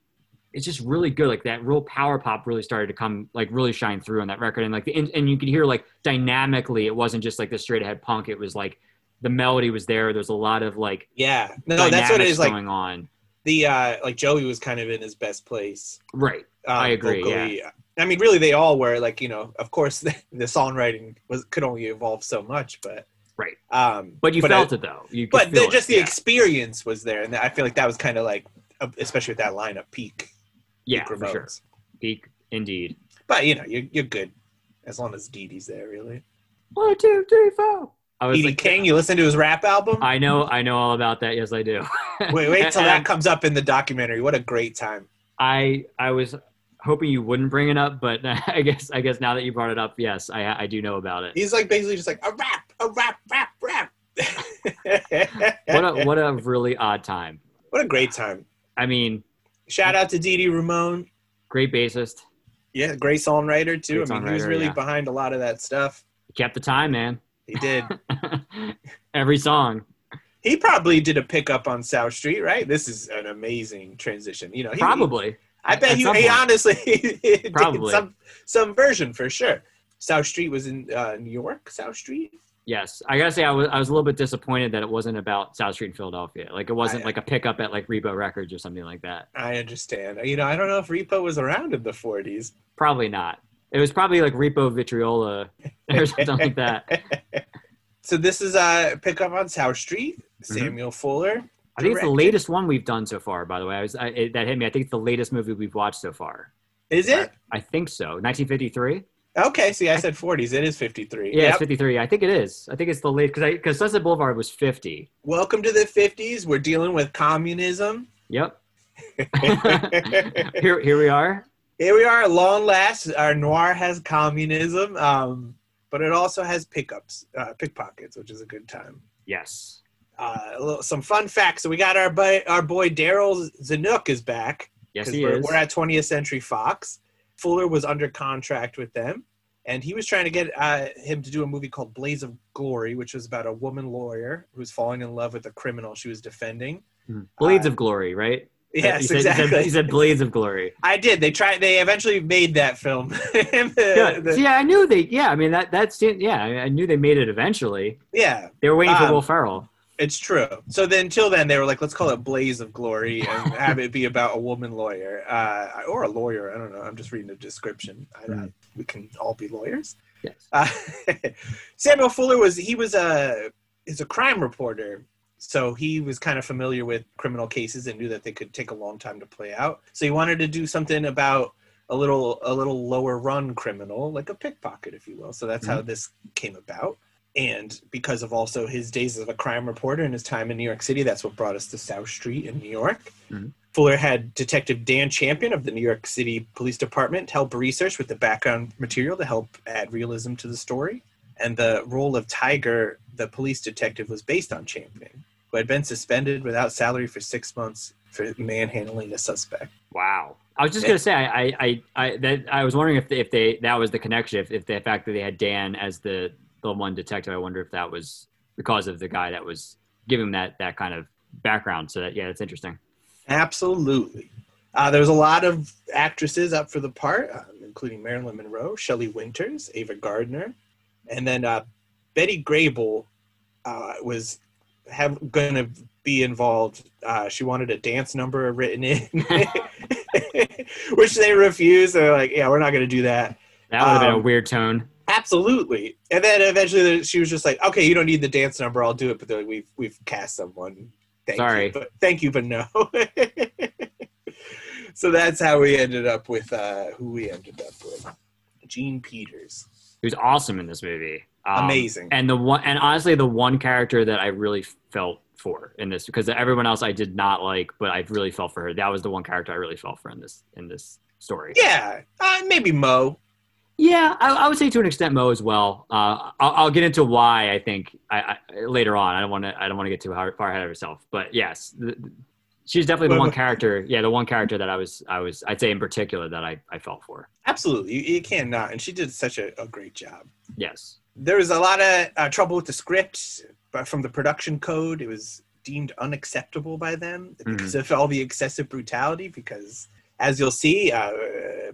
[SPEAKER 2] it's just really good. Like that real power pop really started to come like really shine through on that record, and like the and, and you could hear like dynamically, it wasn't just like the straight ahead punk. It was like the melody was there. There's a lot of like
[SPEAKER 1] yeah. No, that's what it
[SPEAKER 2] dynamics
[SPEAKER 1] is. Like
[SPEAKER 2] going on.
[SPEAKER 1] the uh, like Joey was kind of in his best place.
[SPEAKER 2] Right.
[SPEAKER 1] um,
[SPEAKER 2] I agree,
[SPEAKER 1] vocally. I mean, really, they all were like you know. Of course, the, the songwriting was could only evolve so much, but
[SPEAKER 2] Right.
[SPEAKER 1] Um,
[SPEAKER 2] But you
[SPEAKER 1] I-
[SPEAKER 2] felt it though. You could
[SPEAKER 1] but the,
[SPEAKER 2] feel it.
[SPEAKER 1] just the
[SPEAKER 2] Yeah.
[SPEAKER 1] experience was there, and I feel like that was kind of like, uh, especially with that lineup, peak.
[SPEAKER 2] yeah,
[SPEAKER 1] peak
[SPEAKER 2] for sure.
[SPEAKER 1] Ramones.
[SPEAKER 2] Peak indeed.
[SPEAKER 1] But you know, you're you're good as long as Dee Dee's there, really.
[SPEAKER 2] One, two, three, four. I was
[SPEAKER 1] Dee Dee
[SPEAKER 2] like,
[SPEAKER 1] King, you listen to his rap album.
[SPEAKER 2] I know, I know all about that. Yes, I do.
[SPEAKER 1] wait, wait till
[SPEAKER 2] And
[SPEAKER 1] that comes up in the documentary. What a great time!
[SPEAKER 2] I, I was hoping you wouldn't bring it up, but I guess, I guess now that you brought it up, yes, I, I do know about it.
[SPEAKER 1] He's like basically just like a rap, a rap, rap, rap.
[SPEAKER 2] What a, what a really odd time.
[SPEAKER 1] what a great time!
[SPEAKER 2] I mean,
[SPEAKER 1] Shout out to Dee Dee Ramone.
[SPEAKER 2] great bassist.
[SPEAKER 1] Yeah, great songwriter too.
[SPEAKER 2] Great
[SPEAKER 1] I mean, he was
[SPEAKER 2] songwriter,
[SPEAKER 1] really
[SPEAKER 2] yeah.
[SPEAKER 1] behind a lot of that stuff.
[SPEAKER 2] He kept the time, man.
[SPEAKER 1] He did.
[SPEAKER 2] Every song.
[SPEAKER 1] he probably did a pickup on South Street, right? This is an amazing transition. You know, he,
[SPEAKER 2] Probably.
[SPEAKER 1] I bet
[SPEAKER 2] at
[SPEAKER 1] he,
[SPEAKER 2] some
[SPEAKER 1] he
[SPEAKER 2] point.
[SPEAKER 1] honestly did
[SPEAKER 2] Probably.
[SPEAKER 1] some some version for sure. South Street was in uh, New York. South Street.
[SPEAKER 2] Yes. I gotta say I was I was a little bit disappointed that it wasn't about South Street in Philadelphia. Like it wasn't
[SPEAKER 1] I-
[SPEAKER 2] like a pickup at like Rebo Records or something like that.
[SPEAKER 1] I understand. You know, I don't know if Repo was around in the '40s.
[SPEAKER 2] Probably not. It was probably like Repo Vitriola or something like that.
[SPEAKER 1] So this is uh, pickup on South Street.
[SPEAKER 2] Mm-hmm.
[SPEAKER 1] Samuel Fuller.
[SPEAKER 2] I think it's the
[SPEAKER 1] Directed.
[SPEAKER 2] latest one we've done so far. By the way, I was I, it, that hit me. I think it's the latest movie we've watched so far.
[SPEAKER 1] Is it?
[SPEAKER 2] I think so. 1953.
[SPEAKER 1] Okay. See, I said 40s. It is 53.
[SPEAKER 2] Yeah,
[SPEAKER 1] Yep.
[SPEAKER 2] it's 53. I think it is. I think it's the late because I because Sunset Boulevard was 50.
[SPEAKER 1] Welcome to the 50s. We're dealing with communism.
[SPEAKER 2] Yep. here here we are.
[SPEAKER 1] Here we are, at long last. Our noir has communism, um, but it also has pickups, uh, pickpockets, which is a good time.
[SPEAKER 2] Yes.
[SPEAKER 1] Uh, a little, some fun facts. So we got our boy, our boy Daryl Zanuck is back.
[SPEAKER 2] Yes,
[SPEAKER 1] 'cause
[SPEAKER 2] he
[SPEAKER 1] we're,
[SPEAKER 2] is.
[SPEAKER 1] we're at 20th Century Fox. Fuller was under contract with them, and he was trying to get uh, him to do a movie called Blaze of Glory, which was about a woman lawyer who's falling in love with a criminal she was defending.
[SPEAKER 2] Mhm. Blades of Glory, right?
[SPEAKER 1] uh, Yes,
[SPEAKER 2] You said- you said-
[SPEAKER 1] exactly.
[SPEAKER 2] You said Blades of Glory.
[SPEAKER 1] I did. They tried. They eventually made that film. uh,
[SPEAKER 2] Yeah.
[SPEAKER 1] The- the-
[SPEAKER 2] See, I knew they. Yeah, I mean that that's yeah. I I knew they made it eventually.
[SPEAKER 1] yeah,
[SPEAKER 2] They were waiting for
[SPEAKER 1] Um,
[SPEAKER 2] Will Ferrell.
[SPEAKER 1] it's true. So then, until then, they were like, let's call it Blaze of Glory and have it be about a woman lawyer uh, or a lawyer. I don't know. I'm just reading the description. I, I,
[SPEAKER 2] Mm.
[SPEAKER 1] we can all be lawyers.
[SPEAKER 2] Yes.
[SPEAKER 1] Uh, Samuel Fuller was he was a is a crime reporter, so he was kind of familiar with criminal cases and knew that they could take a long time to play out. So he wanted to do something about a little a little lower run criminal, like a pickpocket, if you will. So that's how this came about. And because of also his days as a crime reporter and his time in New York City, that's what brought us to South Street in New York.
[SPEAKER 2] Mhm.
[SPEAKER 1] Fuller had Detective Dan Champion of the New York City Police Department help research with the background material to help add realism to the story. And the role of Tiger, the police detective, was based on Champion, who had been suspended without salary for six months for manhandling a suspect.
[SPEAKER 2] Wow. I was just
[SPEAKER 1] Yeah.
[SPEAKER 2] gonna say, I, I, I, I, that, I was wondering if they, if they that was the connection, if, if the fact that they had Dan as the the one detective, I wonder if that was because of the guy that was giving him that that kind of background. So that yeah, that's interesting.
[SPEAKER 1] Absolutely. Uh, there was a lot of actresses up for the part, um, including Marilyn Monroe, Shelley Winters, Ava Gardner, and then uh, Betty Grable uh, was have going to be involved. Uh, she wanted a dance number written in, which they refused. They're like, "Yeah, we're not going to do that."
[SPEAKER 2] That would have been a
[SPEAKER 1] Um,
[SPEAKER 2] weird tone.
[SPEAKER 1] Absolutely. And then eventually she was just like, "Okay, you don't need the dance number. I'll do it." But they're like, "We've we've cast someone. Thank
[SPEAKER 2] Sorry.
[SPEAKER 1] you, but thank you, but no." so that's how we ended up with uh, who we ended up with, Gene Peters.
[SPEAKER 2] He was awesome in this movie. Um,
[SPEAKER 1] Amazing.
[SPEAKER 2] And the one, and honestly, the one character that I really felt for in this, because everyone else I did not like, but I really felt for her. That was the one character I really felt for in this in this story.
[SPEAKER 1] Yeah, uh, maybe Mo.
[SPEAKER 2] Yeah, I, I would say to an extent Mo as well. Uh, I'll, I'll get into why I think I, I, later on. I don't want to. I don't want to get too hard, far ahead of herself. But yes, th th- she's definitely the
[SPEAKER 1] Wait,
[SPEAKER 2] one
[SPEAKER 1] wait.
[SPEAKER 2] character. Yeah, the one character that I was. I was. I'd say in particular that I, I felt for.
[SPEAKER 1] Absolutely, you, you cannot. And she did such a, a great job.
[SPEAKER 2] Yes.
[SPEAKER 1] There was a lot of uh, trouble with the script, but from the production code, it was deemed unacceptable by them because of all the excessive brutality. Because, as you'll see, uh,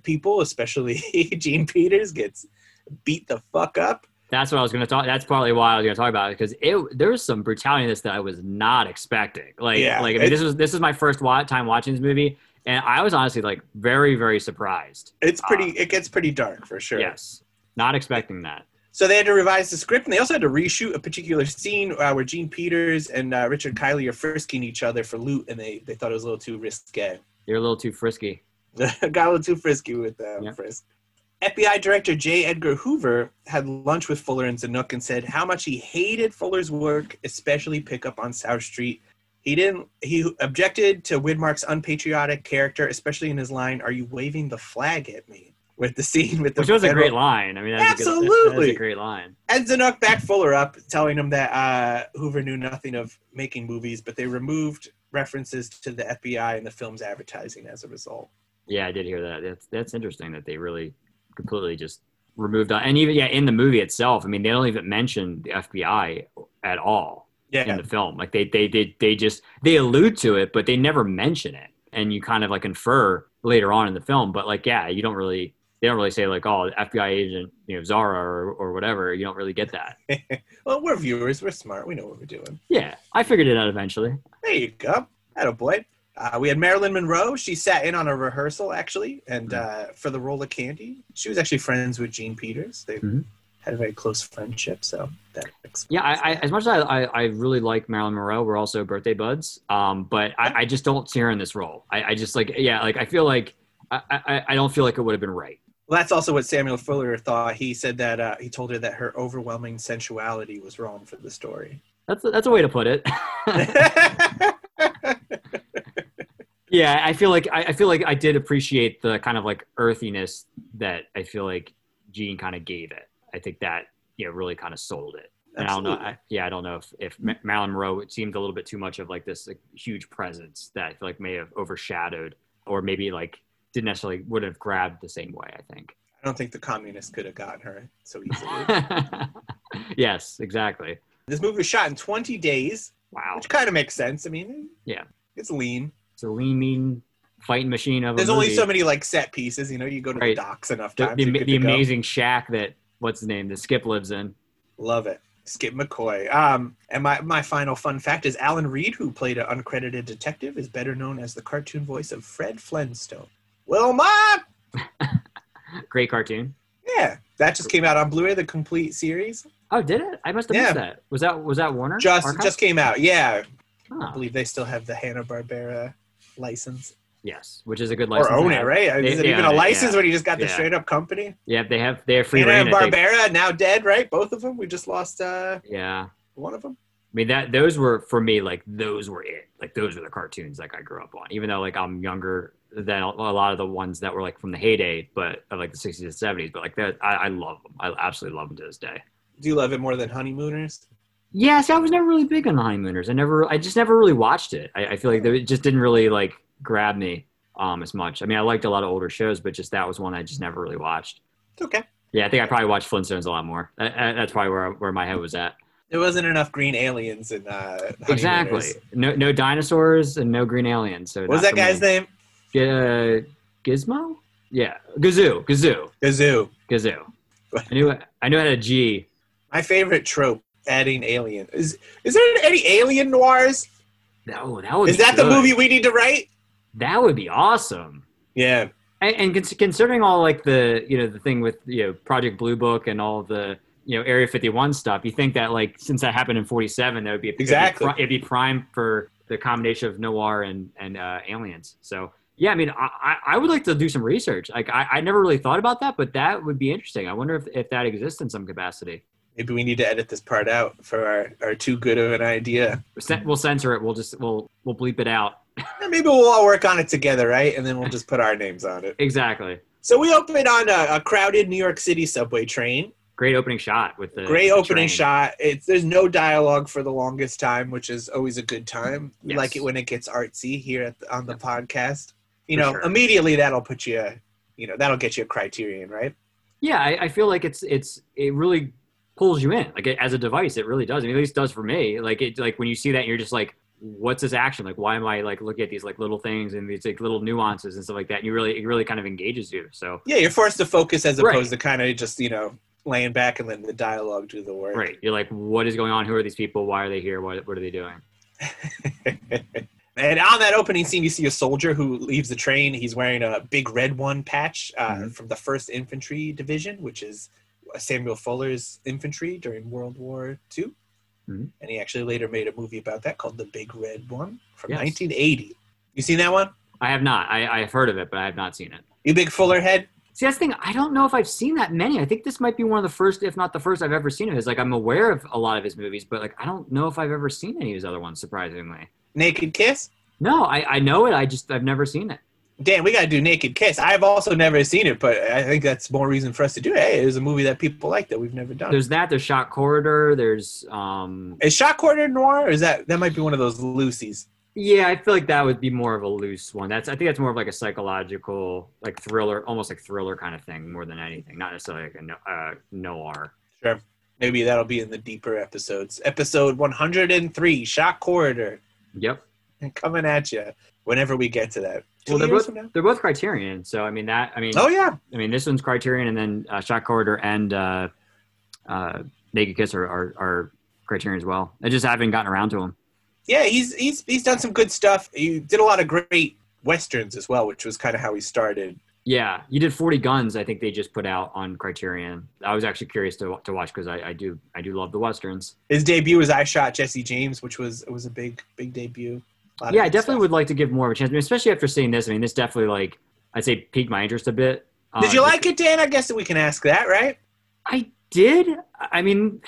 [SPEAKER 1] people, especially Gene Peters, gets beat the fuck up.
[SPEAKER 2] That's what I was going to talk. That's partly why I was going to talk about it because it there was some brutality in this that I was not expecting. Like,
[SPEAKER 1] Yeah,
[SPEAKER 2] like I mean, this was this is my first wa- time watching this movie, and I was honestly like very very surprised.
[SPEAKER 1] It's pretty.
[SPEAKER 2] Um,
[SPEAKER 1] it gets pretty dark for sure.
[SPEAKER 2] Yes, not expecting that.
[SPEAKER 1] So they had to revise the script, and they also had to reshoot a particular scene uh, where Gene Peters and uh, Richard Kiley are frisking each other for loot, and they, they thought it was a little too risque.
[SPEAKER 2] You're a little too frisky.
[SPEAKER 1] got a little too frisky with um,
[SPEAKER 2] Yeah.
[SPEAKER 1] frisk. FBI Director J. Edgar Hoover had lunch with Fuller and Zanuck and said how much he hated Fuller's work, especially pickup on South Street. He didn't. He objected to Widmark's unpatriotic character, especially in his line, "Are you waving the flag at me?" With the scene with the
[SPEAKER 2] Which was a
[SPEAKER 1] federal-
[SPEAKER 2] great line. I mean, that was a good- that- that was
[SPEAKER 1] Absolutely.
[SPEAKER 2] a great line.
[SPEAKER 1] Ed Zanuck backed Fuller up, telling him that uh, Hoover knew nothing of making movies, but they removed references to the FBI and the film's advertising as a result.
[SPEAKER 2] Yeah, I did hear that. That's that's interesting that they really completely just removed that. And even yeah, in the movie itself, I mean, they don't even mention the FBI at all
[SPEAKER 1] Yeah.
[SPEAKER 2] in the film. Like they they they they just they allude to it, but they never mention it. And you kind of like infer later on in the film, but like yeah, you don't really they don't really say like oh FBI agent you know Zara or, or whatever. You don't really get that.
[SPEAKER 1] well, we're viewers. We're smart. We know what we're doing.
[SPEAKER 2] Yeah, I figured it out eventually.
[SPEAKER 1] There you go. Attaboy. boy. Uh, we had Marilyn Monroe. She sat in on a rehearsal actually, and uh, for the role of Candy, she was actually friends with Gene Peters. They
[SPEAKER 2] Mhm.
[SPEAKER 1] had a very close friendship, so that explains.
[SPEAKER 2] Yeah, I, I,
[SPEAKER 1] that.
[SPEAKER 2] as much as I, I, I really like Marilyn Monroe, we're also birthday buds. Um, but I, I just don't see her in this role. I, I just like, yeah, like I feel like I, I, I don't feel like it would have been right.
[SPEAKER 1] Well, that's also what Samuel Fuller thought. He said that uh, he told her that her overwhelming sensuality was wrong for the story.
[SPEAKER 2] That's that's a way to put it. yeah, I feel like I, I feel like I did appreciate the kind of like earthiness that I feel like Gene kind of gave it. I think that you know really kind of sold it. And I don't know.
[SPEAKER 1] Absolutely.
[SPEAKER 2] I, yeah, I don't know if if Ma- Marilyn Monroe it seemed a little bit too much of like this like, huge presence that I feel like may have overshadowed, or maybe like didn't necessarily would have grabbed the same way. I
[SPEAKER 1] I don't think the communists could have gotten her so easily.
[SPEAKER 2] think. yes, exactly.
[SPEAKER 1] this movie was shot in 20 days,
[SPEAKER 2] Wow,
[SPEAKER 1] which kind of makes sense. I mean,
[SPEAKER 2] Yeah.
[SPEAKER 1] it's lean.
[SPEAKER 2] it's a lean, mean fighting machine of.
[SPEAKER 1] There's
[SPEAKER 2] a
[SPEAKER 1] only
[SPEAKER 2] movie.
[SPEAKER 1] so many like set pieces. You know, you go to the
[SPEAKER 2] Right.
[SPEAKER 1] docks enough
[SPEAKER 2] The,
[SPEAKER 1] times.
[SPEAKER 2] the,
[SPEAKER 1] you're
[SPEAKER 2] ama-
[SPEAKER 1] good
[SPEAKER 2] the
[SPEAKER 1] to go.
[SPEAKER 2] amazing shack that what's his name that Skip lives in.
[SPEAKER 1] Love it. Skip McCoy. Um, and my, my final fun fact is Alan Reed, who played an uncredited detective, is better known as the cartoon voice of Fred Flintstone. Wilma!
[SPEAKER 2] Great cartoon.
[SPEAKER 1] Yeah, that just came out on Blu-ray, the complete series.
[SPEAKER 2] Oh, did it? I must have
[SPEAKER 1] Yeah.
[SPEAKER 2] missed that. Was that was that Warner?
[SPEAKER 1] Just
[SPEAKER 2] Archive?
[SPEAKER 1] just came out. Yeah, I
[SPEAKER 2] Huh.
[SPEAKER 1] believe they still have the Hanna Barbera license,
[SPEAKER 2] yes, which is a good license.
[SPEAKER 1] or
[SPEAKER 2] to
[SPEAKER 1] own it,
[SPEAKER 2] have.
[SPEAKER 1] right? is it
[SPEAKER 2] they
[SPEAKER 1] even
[SPEAKER 2] own
[SPEAKER 1] a
[SPEAKER 2] it,
[SPEAKER 1] license
[SPEAKER 2] yeah.
[SPEAKER 1] when you just got the
[SPEAKER 2] Yeah.
[SPEAKER 1] straight up company?
[SPEAKER 2] Yeah, they have they have free
[SPEAKER 1] Hanna
[SPEAKER 2] reign.
[SPEAKER 1] and
[SPEAKER 2] I think.
[SPEAKER 1] Barbera now dead, right? Both of them. We just lost uh,
[SPEAKER 2] Yeah.
[SPEAKER 1] one of them.
[SPEAKER 2] I mean that those were for me like those were it like those were the cartoons like I grew up on even though like I'm younger than a a lot of the ones that were like from the heyday but of like the 60s and 70s but like that I, I love them I absolutely love them to this day
[SPEAKER 1] Do you love it more than Honeymooners?
[SPEAKER 2] yeah see I was never really big on the honeymooners I never I just never really watched it I, I feel like it just didn't really like grab me um as much I mean I liked a lot of older shows but just that was one I just never really watched
[SPEAKER 1] It's okay.
[SPEAKER 2] yeah I think I probably watched Flintstones a lot more I, I, that's probably where where my head was at
[SPEAKER 1] There wasn't enough green aliens in uh,
[SPEAKER 2] Exactly.
[SPEAKER 1] Honeymooners.
[SPEAKER 2] No, no dinosaurs and no green aliens. So
[SPEAKER 1] What was that
[SPEAKER 2] not
[SPEAKER 1] guy's
[SPEAKER 2] for me.
[SPEAKER 1] name?
[SPEAKER 2] G- uh, Gizmo? Yeah, Gazoo, Gazoo,
[SPEAKER 1] Gazoo.
[SPEAKER 2] Gazoo. I knew I knew it had a G.
[SPEAKER 1] My favorite trope: adding alien. Is is there any alien noirs?
[SPEAKER 2] Oh, that would.
[SPEAKER 1] Is
[SPEAKER 2] be
[SPEAKER 1] that the
[SPEAKER 2] good.
[SPEAKER 1] movie we need to write?
[SPEAKER 2] That would be awesome.
[SPEAKER 1] Yeah,
[SPEAKER 2] And, and cons- considering all like the you know the thing with you know Project Blue Book and all the you know Area 51 stuff, you think that like since that happened in 47, that would be
[SPEAKER 1] Exactly.
[SPEAKER 2] It'd be, pri- it'd be prime for the combination of noir and and uh, aliens. So yeah, I mean, I, I I would like to do some research. Like I, I never really thought about that, but that would be interesting. I wonder if if that exists in some capacity.
[SPEAKER 1] maybe we need to edit this part out for our, our too good of an idea.
[SPEAKER 2] We'll cen- We'll censor it. We'll just we'll we'll bleep it out.
[SPEAKER 1] Eh, Maybe we'll all work on it together, right? And then we'll just put our names on it.
[SPEAKER 2] Exactly.
[SPEAKER 1] So we opened on a, a crowded New York City subway train.
[SPEAKER 2] Great opening shot with the
[SPEAKER 1] Great
[SPEAKER 2] the
[SPEAKER 1] opening
[SPEAKER 2] train.
[SPEAKER 1] shot. It's there's no dialogue for the longest time, which is always a good time. We
[SPEAKER 2] Yes.
[SPEAKER 1] like it when it gets artsy here at the, on the podcast. You
[SPEAKER 2] For
[SPEAKER 1] know,
[SPEAKER 2] sure.
[SPEAKER 1] immediately that'll put you, a- you know, that'll get you a criterion, right?
[SPEAKER 2] Yeah, I, I feel like it's it's it really pulls you in. Like it, as a device, it really does. I mean, at least does for me. Like it like when you see that, you're just like, what's this action? Like why am I like looking at these like little things and these like little nuances and stuff like that? And you really it really kind of engages you. So
[SPEAKER 1] Yeah, you're forced to focus as
[SPEAKER 2] Right.
[SPEAKER 1] opposed to kind of just you know laying back and letting the dialogue do the work.
[SPEAKER 2] right, you're like, what is going on? Who are these people? Why are they here? What what are they doing?
[SPEAKER 1] and on that opening scene, you see a soldier who leaves the train. He's wearing a big red one patch uh,
[SPEAKER 2] Mhm.
[SPEAKER 1] from the First Infantry Division, which is Samuel Fuller's infantry during World War II.
[SPEAKER 2] Mhm.
[SPEAKER 1] And he actually later made a movie about that called The Big Red One from
[SPEAKER 2] Yes.
[SPEAKER 1] 1980. You seen that one?
[SPEAKER 2] I have not. I I've heard of it, but I have not seen it.
[SPEAKER 1] You big Fuller head?
[SPEAKER 2] See, that's the thing. I don't know if I've seen that many. I think this might be one of the first, if not the first, I've ever seen of his. Like, I'm aware of a lot of his movies, but like, I don't know if I've ever seen any of his other ones. Surprisingly,
[SPEAKER 1] Naked Kiss?
[SPEAKER 2] No, I, I know it. I just I've never seen it.
[SPEAKER 1] Damn, we gotta do Naked Kiss. I've also never seen it, but I think that's more reason for us to do it. Hey, there's a movie that people like that we've never done.
[SPEAKER 2] There's that. There's Shot Corridor. There's um.
[SPEAKER 1] is Shot Quarter Noir? Or is that that might be one of those Lucy's?
[SPEAKER 2] Yeah, I feel like that would be more of a loose one. That's I think that's more of like a psychological, like thriller, almost like thriller kind of thing, more than anything. Not necessarily like a no, uh, noir.
[SPEAKER 1] Sure. Maybe that'll be in the deeper episodes. Episode 103, Shock Corridor,
[SPEAKER 2] Yep.
[SPEAKER 1] coming at you whenever we get to that. Two
[SPEAKER 2] Well, they're
[SPEAKER 1] years
[SPEAKER 2] both
[SPEAKER 1] from now?
[SPEAKER 2] they're both Criterion, so I mean that I mean
[SPEAKER 1] Oh yeah,
[SPEAKER 2] I mean this one's Criterion, and then uh, Shot Corridor and uh, uh, Naked Kiss are, are are Criterion as well. I just haven't gotten around to them.
[SPEAKER 1] yeah. He's he's he's done some good stuff. He did a lot of great westerns as well, which was kind of how he started.
[SPEAKER 2] Yeah, you did Forty Guns. I think they just put out on Criterion. I was actually curious to to watch because I, I do I do love the westerns.
[SPEAKER 1] His debut was I Shot Jesse James, which was it was a big big debut. A lot of
[SPEAKER 2] Yeah, I
[SPEAKER 1] good
[SPEAKER 2] definitely
[SPEAKER 1] stuff.
[SPEAKER 2] would like to give more of a chance, I mean, especially after seeing this. I mean, this definitely like I'd say piqued my interest a bit.
[SPEAKER 1] Did
[SPEAKER 2] Uh,
[SPEAKER 1] you like it, Dan? I guess that we can ask that, right?
[SPEAKER 2] I did. I mean,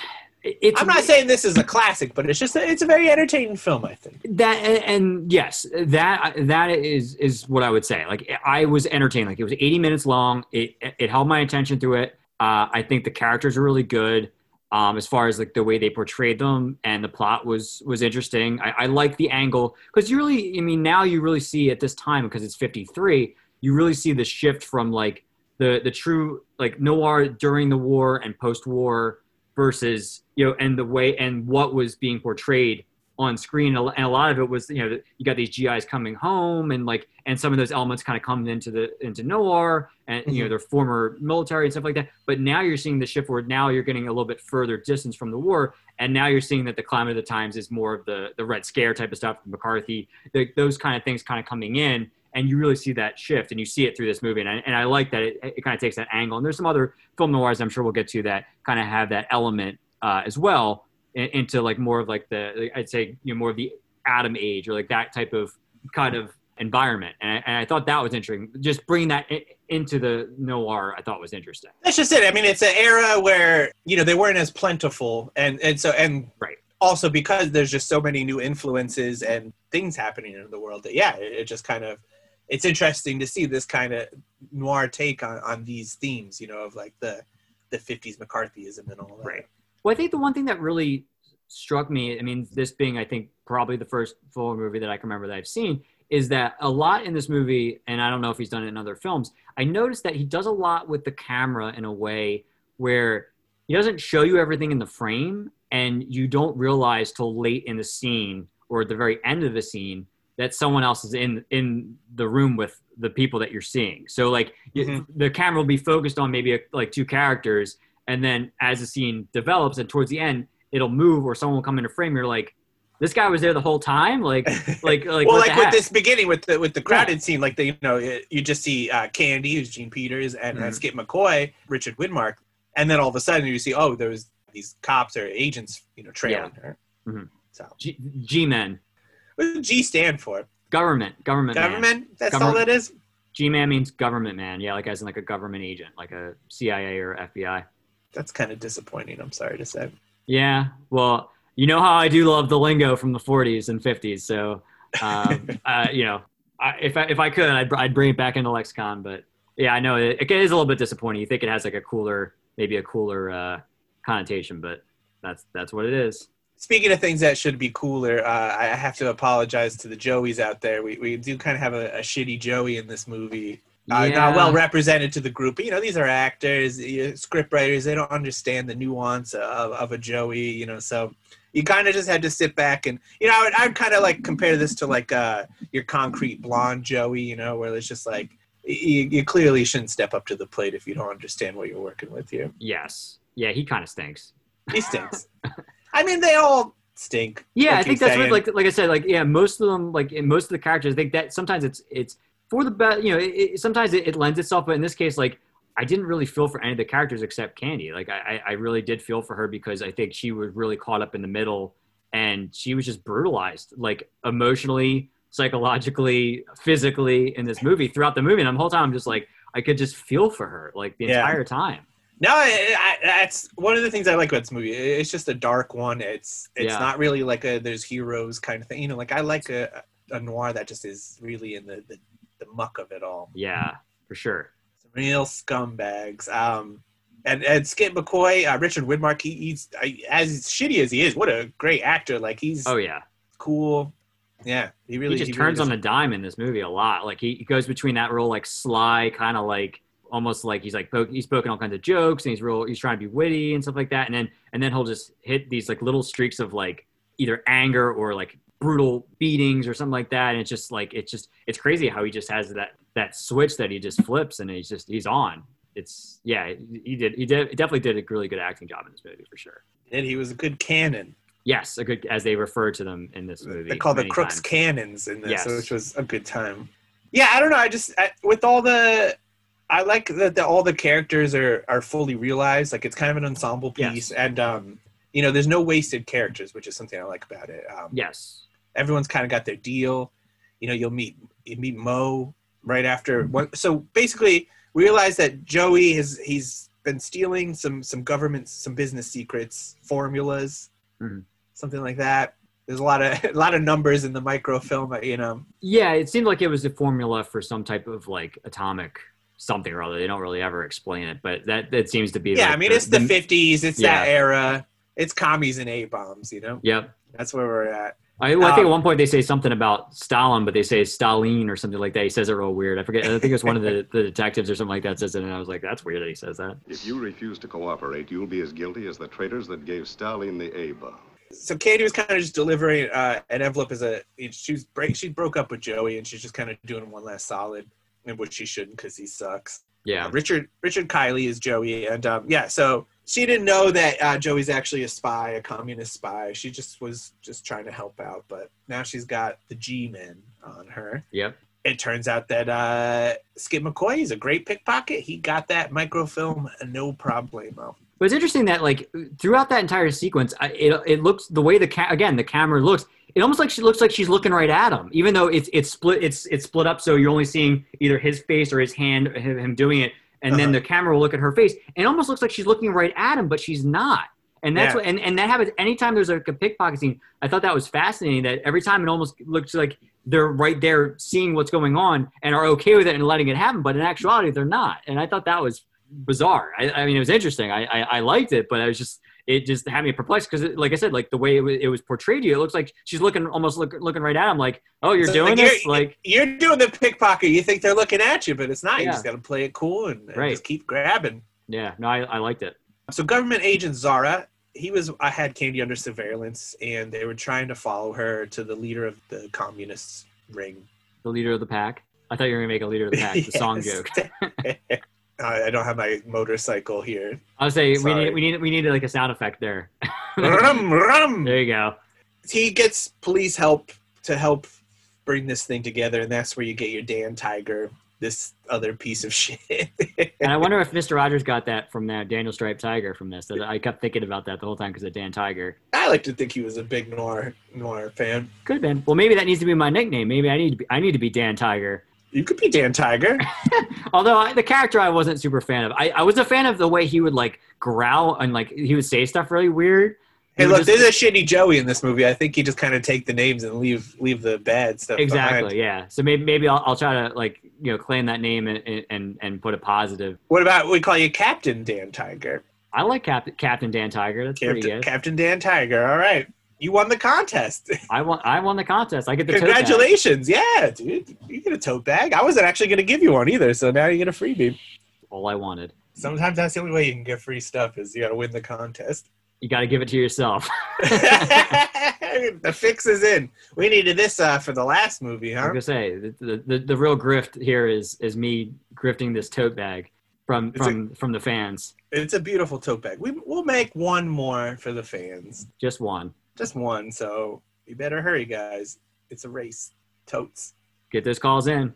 [SPEAKER 2] it- it's
[SPEAKER 1] I'm not saying this is a classic, but it's just a, it's a very entertaining film. I think.
[SPEAKER 2] that and- and yes that that is is what i would say like i was entertained like it was 80 minutes long it it held my attention through it uh i think the characters are really good um as far as like the way they portrayed them and the plot was was interesting i, I like the angle because you really i mean now you really see at this time because it's 53 you really see the shift from like the the true like noir during the war and post war versus you know and the way and what was being portrayed on screen and a- and a lot of it was you know you got these gis coming home and like and some of those elements kind of come into the into noir and you know their former military and stuff like that but now you're seeing the shift where now you're getting a little bit further distance from the war and now you're seeing that the climate of the times is more of the the red scare type of stuff mccarthy the, those kind of things kind of coming in and you really see that shift and you see it through this movie and i, and I like that it, it kind of takes that angle and there's some other film noirs i'm sure we'll get to that kind of have that element uh, as well in, into like more of like the like, i'd say you know more of the atom age or like that type of kind of environment and i, and I thought that was interesting just bringing that i into the noir i thought was interesting
[SPEAKER 1] That's just it. I mean, it's an era where you know they weren't as plentiful, and and so and
[SPEAKER 2] Right.
[SPEAKER 1] Also, because there's just so many new influences and things happening in the world that yeah, it, it just kind of it's interesting to see this kind of noir take on on these themes. You know, of like the the 50s McCarthyism and all that.
[SPEAKER 2] Right. Well, I think the one thing that really struck me, I mean, this being, I think, probably the first full movie that I can remember that I've seen, is that a lot in this movie, and I don't know if he's done it in other films, I noticed that he does a lot with the camera in a way where he doesn't show you everything in the frame, and you don't realize till late in the scene or at the very end of the scene that someone else is in in the room with the people that you're seeing. So like you-
[SPEAKER 1] Mhm.
[SPEAKER 2] the camera will be focused on maybe like two characters, and then as the scene develops and towards the end, it'll move or someone will come into frame. You're like, this guy was there the whole time. Like, like, like,
[SPEAKER 1] well,
[SPEAKER 2] what
[SPEAKER 1] like
[SPEAKER 2] the
[SPEAKER 1] with
[SPEAKER 2] heck?
[SPEAKER 1] this beginning with the with the crowded
[SPEAKER 2] Yeah.
[SPEAKER 1] scene, like the you know it- you just see uh, Candy, who's Gene Peters, and uh,
[SPEAKER 2] Mhm.
[SPEAKER 1] Skip McCoy, Richard Widmark, and then all of a sudden you see oh there was these cops or agents you know trailing her.
[SPEAKER 2] Mhm.
[SPEAKER 1] So
[SPEAKER 2] G- G-men,
[SPEAKER 1] what does G stand for?
[SPEAKER 2] government, government, Oh, man.
[SPEAKER 1] Government. That's all
[SPEAKER 2] Government.
[SPEAKER 1] that is.
[SPEAKER 2] G-man means government man. Yeah, like as in like a government agent, like a CIA or FBI.
[SPEAKER 1] That's kind of disappointing. I'm sorry to say.
[SPEAKER 2] Yeah. Well, you know how I do love the lingo from the 40s and 50s. So, um, uh, you know, I, if I, if I could, I'd, br- I'd bring it back into lexicon. But yeah, I know it, it is a little bit disappointing. You think it has like a cooler, maybe a cooler uh, connotation, but that's that's what it is.
[SPEAKER 1] Speaking of things that should be cooler, uh, I I have to apologize to the Joeys out there. We, we do kind of have a, a shitty Joey in this movie. uh, not well represented to the group. But, you know, these are actors, you know, script writers. They don't understand the nuance of, of a Joey. You know, so you kind of just had to sit back and you know, I would, I would kind of like compare this to like uh, your concrete blonde Joey. You know, where it's just like y- you, you clearly shouldn't step up to the plate if you don't understand what you're working with here.
[SPEAKER 2] Yes. Yeah, he kind of stinks.
[SPEAKER 1] He stinks. I mean, they all stink.
[SPEAKER 2] Yeah, I
[SPEAKER 1] Like
[SPEAKER 2] think
[SPEAKER 1] you're
[SPEAKER 2] that's what,
[SPEAKER 1] saying.
[SPEAKER 2] like like I said, like yeah, most of them, like in most of the characters, I think that sometimes it's it's for the best. You know, it, it, sometimes it, it lends itself, but in this case, like I didn't really feel for any of the characters except Candy. Like I I I really did feel for her because I think she was really caught up in the middle, and she was just brutalized, like emotionally, psychologically, physically in this movie throughout the movie. And the whole time, I'm just like I could just feel for her, like the
[SPEAKER 1] Yeah.
[SPEAKER 2] entire time.
[SPEAKER 1] No, I, I, that's one of the things I like about this movie. It- It's just a dark one. It's it's
[SPEAKER 2] Yeah.
[SPEAKER 1] not really like a there's heroes kind of thing. You know, like I like a, a noir that just is really in the, the the muck of it all.
[SPEAKER 2] Yeah, for sure.
[SPEAKER 1] Some real scumbags. Um, and and Skip McCoy, uh, Richard Widmark. He, he's I, as shitty as he is. What a great actor! Like he's
[SPEAKER 2] Oh yeah.
[SPEAKER 1] cool. Yeah, he really
[SPEAKER 2] he Oh. just
[SPEAKER 1] he really
[SPEAKER 2] turns on a dime in this movie a lot. Like he, he goes between that real like sly kind of like almost like he's like poke, he's poking all kinds of jokes and he's real he's trying to be witty and stuff like that. And then and then he'll just hit these like little streaks of like either anger or like brutal beatings or something like that. And it's just like it's just it's crazy how he just has that that switch that he just flips and he's just he's on. It's yeah he did he did he definitely did a really good acting job in this movie for sure.
[SPEAKER 1] did. He was a good canon.
[SPEAKER 2] Yes, a good as they refer to them in this movie.
[SPEAKER 1] They call the
[SPEAKER 2] many
[SPEAKER 1] crooks
[SPEAKER 2] times.
[SPEAKER 1] cannons in this,
[SPEAKER 2] Yes.
[SPEAKER 1] which was a good time. Yeah, I don't know. I just I, with all the, I like that the, all the characters are are fully realized. Like it's kind of an ensemble
[SPEAKER 2] Yes.
[SPEAKER 1] piece, and um, you know, there's no wasted characters, which is something I like about it. Um,
[SPEAKER 2] Yes.
[SPEAKER 1] everyone's kind of got their deal. You know, you'll meet you meet Mo right after. One, so basically, we realize that Joey has he's been stealing some some government some business secrets formulas,
[SPEAKER 2] Mhm.
[SPEAKER 1] something like that. There's a lot of a lot of numbers in the microfilm. You know,
[SPEAKER 2] Yeah, it seemed like it was a formula for some type of like atomic something or other. They don't really ever explain it, but that that seems to be.
[SPEAKER 1] yeah.
[SPEAKER 2] like,
[SPEAKER 1] I mean, it's the 50s. It's that
[SPEAKER 2] Yeah.
[SPEAKER 1] era. It's commies and a bombs. You know,
[SPEAKER 2] Yep.
[SPEAKER 1] that's where we're at.
[SPEAKER 2] I, well, I
[SPEAKER 1] Um,
[SPEAKER 2] think at one point they say something about Stalin, but they say Stalin or something like that. He says it real weird. I forget. I think it was one of the, the detectives or something like that says it, and I was like, "That's weird that he says that."
[SPEAKER 3] If you refuse to cooperate, you'll be as guilty as the traitors that gave Stalin the A bomb.
[SPEAKER 1] so Katie was kind of just delivering uh, an envelope as a she was break she broke up with Joey and she's just kind of doing one last solid and which she shouldn't because he sucks. Uh,
[SPEAKER 2] Yeah.
[SPEAKER 1] Richard Richard Kiley is Joey and um, yeah, so she didn't know that uh, Joey's actually a spy, a communist spy. She just was just trying to help out, but now she's got the G men on her.
[SPEAKER 2] Yep.
[SPEAKER 1] It turns out that uh, Skip McCoy is a great pickpocket. He got that microfilm uh, no problemo.
[SPEAKER 2] But it's interesting that like throughout that entire sequence, I, it it looks the way the ca- again the camera looks. It almost like she looks like she's looking right at him, even though it's it's split it's it's split up, so you're only seeing either his face or his hand him, him doing it, and then
[SPEAKER 1] Uh-huh.
[SPEAKER 2] the camera will look at her face. And it almost looks like she's looking right at him, but she's not. And that's
[SPEAKER 1] Yeah.
[SPEAKER 2] what and, and that happens anytime there's like a pickpocket scene. I thought that was fascinating. That every time it almost looks like they're right there seeing what's going on and are okay with it and letting it happen, but in actuality they're not. And I thought that was bizarre. I, I mean, it was interesting. I, I, I liked it, but I was just it just had me perplexed because, like I said, like the way it, wa- it was portrayed to you, it looks like she's looking almost look, looking right at him, like, oh, you're
[SPEAKER 1] So,
[SPEAKER 2] doing
[SPEAKER 1] like,
[SPEAKER 2] this,
[SPEAKER 1] you're-
[SPEAKER 2] like,
[SPEAKER 1] you're doing the pickpocket. You think they're looking at you, but it's not. You
[SPEAKER 2] Yeah.
[SPEAKER 1] just got to play it cool and, and
[SPEAKER 2] Right.
[SPEAKER 1] just keep grabbing.
[SPEAKER 2] yeah, no, I, I liked it.
[SPEAKER 1] So, government agent Zara, he was. I had Candy under surveillance, and they were trying to follow her to the leader of the communists ring.
[SPEAKER 2] The leader of the pack. I thought you were gonna make a leader of the pack, the song
[SPEAKER 1] Yes.
[SPEAKER 2] joke.
[SPEAKER 1] I I don't have my motorcycle here.
[SPEAKER 2] I was saying we
[SPEAKER 1] Sorry.
[SPEAKER 2] need we need we needed like a sound effect there.
[SPEAKER 1] rum, rum.
[SPEAKER 2] there you go.
[SPEAKER 1] He gets police help to help bring this thing together, and that's where you get your Dan Tiger, this other piece of shit.
[SPEAKER 2] And I wonder if Mr. Rogers got that from that Daniel Stripe Tiger from this. I kept thinking about that the whole time because of Dan Tiger.
[SPEAKER 1] I like to think he was a big noir noir fan.
[SPEAKER 2] Could have been. Well, maybe that needs to be my nickname. Maybe I need to be, I need to be Dan Tiger.
[SPEAKER 1] You could be Dan Tiger.
[SPEAKER 2] Although I, the character I wasn't super fan of, I, I was a fan of the way he would like growl and like he would say stuff really weird. He
[SPEAKER 1] Hey,
[SPEAKER 2] would
[SPEAKER 1] look,
[SPEAKER 2] just-
[SPEAKER 1] there's a shitty Joey in this movie. I think he just kind of take the names and leave leave the bad stuff
[SPEAKER 2] exactly,
[SPEAKER 1] behind.
[SPEAKER 2] yeah. So maybe maybe I'll, I'll try to like you know claim that name and and and put a positive.
[SPEAKER 1] What about we call you Captain Dan Tiger?
[SPEAKER 2] I like Cap- Captain Dan Tiger. That's pretty
[SPEAKER 1] Captain,
[SPEAKER 2] good.
[SPEAKER 1] Captain Dan Tiger. All right, you won the contest.
[SPEAKER 2] I won. I won the contest. I get the tote bag.
[SPEAKER 1] Congratulations! Yeah, dude, you get a tote bag. I wasn't actually gonna give you one either, so now you get a freebie.
[SPEAKER 2] All I wanted.
[SPEAKER 1] Sometimes that's the only way you can get free stuff is you gotta win the contest.
[SPEAKER 2] You got to give it to yourself.
[SPEAKER 1] the fix is in. We needed this uh, for the last movie,
[SPEAKER 2] I was
[SPEAKER 1] huh?
[SPEAKER 2] gonna say the, the, the, the real grift here is is me grifting this tote bag from
[SPEAKER 1] It's a-
[SPEAKER 2] from from the fans.
[SPEAKER 1] It's a beautiful tote bag. We, we'll make one more for the fans.
[SPEAKER 2] Just one.
[SPEAKER 1] just one so you better hurry guys it's a race totes
[SPEAKER 2] Get those calls in.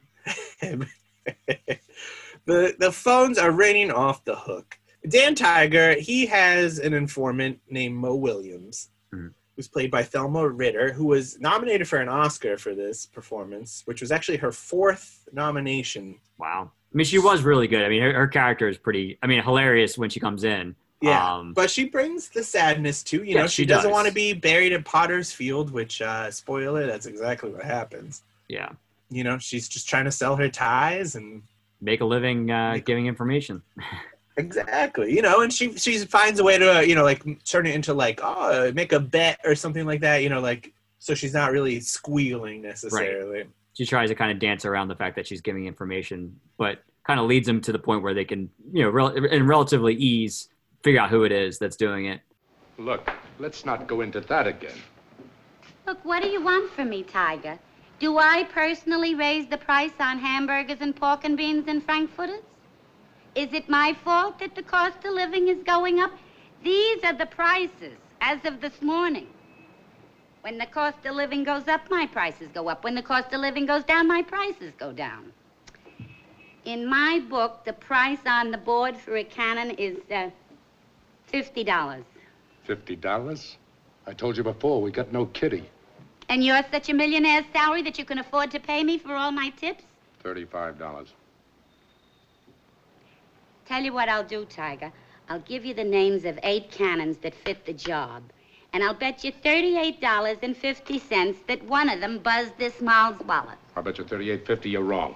[SPEAKER 1] the the phones are ringing off the hook dan tiger he has an informant named mo williams
[SPEAKER 2] Mhm.
[SPEAKER 1] who's played by thelma ritter who was nominated for an oscar for this performance which was actually her fourth nomination
[SPEAKER 2] Wow. I mean, she was really good. I mean, her, her character is pretty. I mean, hilarious when she comes in.
[SPEAKER 1] yeah
[SPEAKER 2] Um,
[SPEAKER 1] but she brings the sadness too you
[SPEAKER 2] Yeah,
[SPEAKER 1] know
[SPEAKER 2] she
[SPEAKER 1] she, doesn't
[SPEAKER 2] does.
[SPEAKER 1] want to be buried in potter's field which uh spoiler that's exactly what happens
[SPEAKER 2] yeah.
[SPEAKER 1] you know she's just trying to sell her ties and
[SPEAKER 2] Make a living uh,
[SPEAKER 1] Make-
[SPEAKER 2] giving information.
[SPEAKER 1] Exactly, you know, and she she finds a way to uh, you know like turn it into like oh make a bet or something like that. You know, like so she's not really squealing necessarily.
[SPEAKER 2] she tries to kind of dance around the fact that she's giving information, but kind of leads them to the point where they can, you know, rel- in relatively ease, figure out who it is that's doing it.
[SPEAKER 3] Look, let's not go into that again.
[SPEAKER 4] Look, what do you want from me, Tiger? Do I personally raise the price on hamburgers and pork and beans and frankfurters? Is it my fault that the cost of living is going up? These are the prices as of this morning. When the cost of living goes up, my prices go up. When the cost of living goes down, my prices go down. In my book, the price on the board for a cannon is uh, $50.
[SPEAKER 3] Fifty dollars? I told you before, we got no kitty.
[SPEAKER 4] And you're such a millionaire's salary that you can afford to pay me for all my tips?
[SPEAKER 3] Thirty-five dollars.
[SPEAKER 4] Tell you what I'll do, Tiger. I'll give you the names of eight cannons that fit the job. And I'll bet you $38.50 that one of them buzzed this Miles' wallet.
[SPEAKER 3] I bet you thirty-eight fifty you're wrong.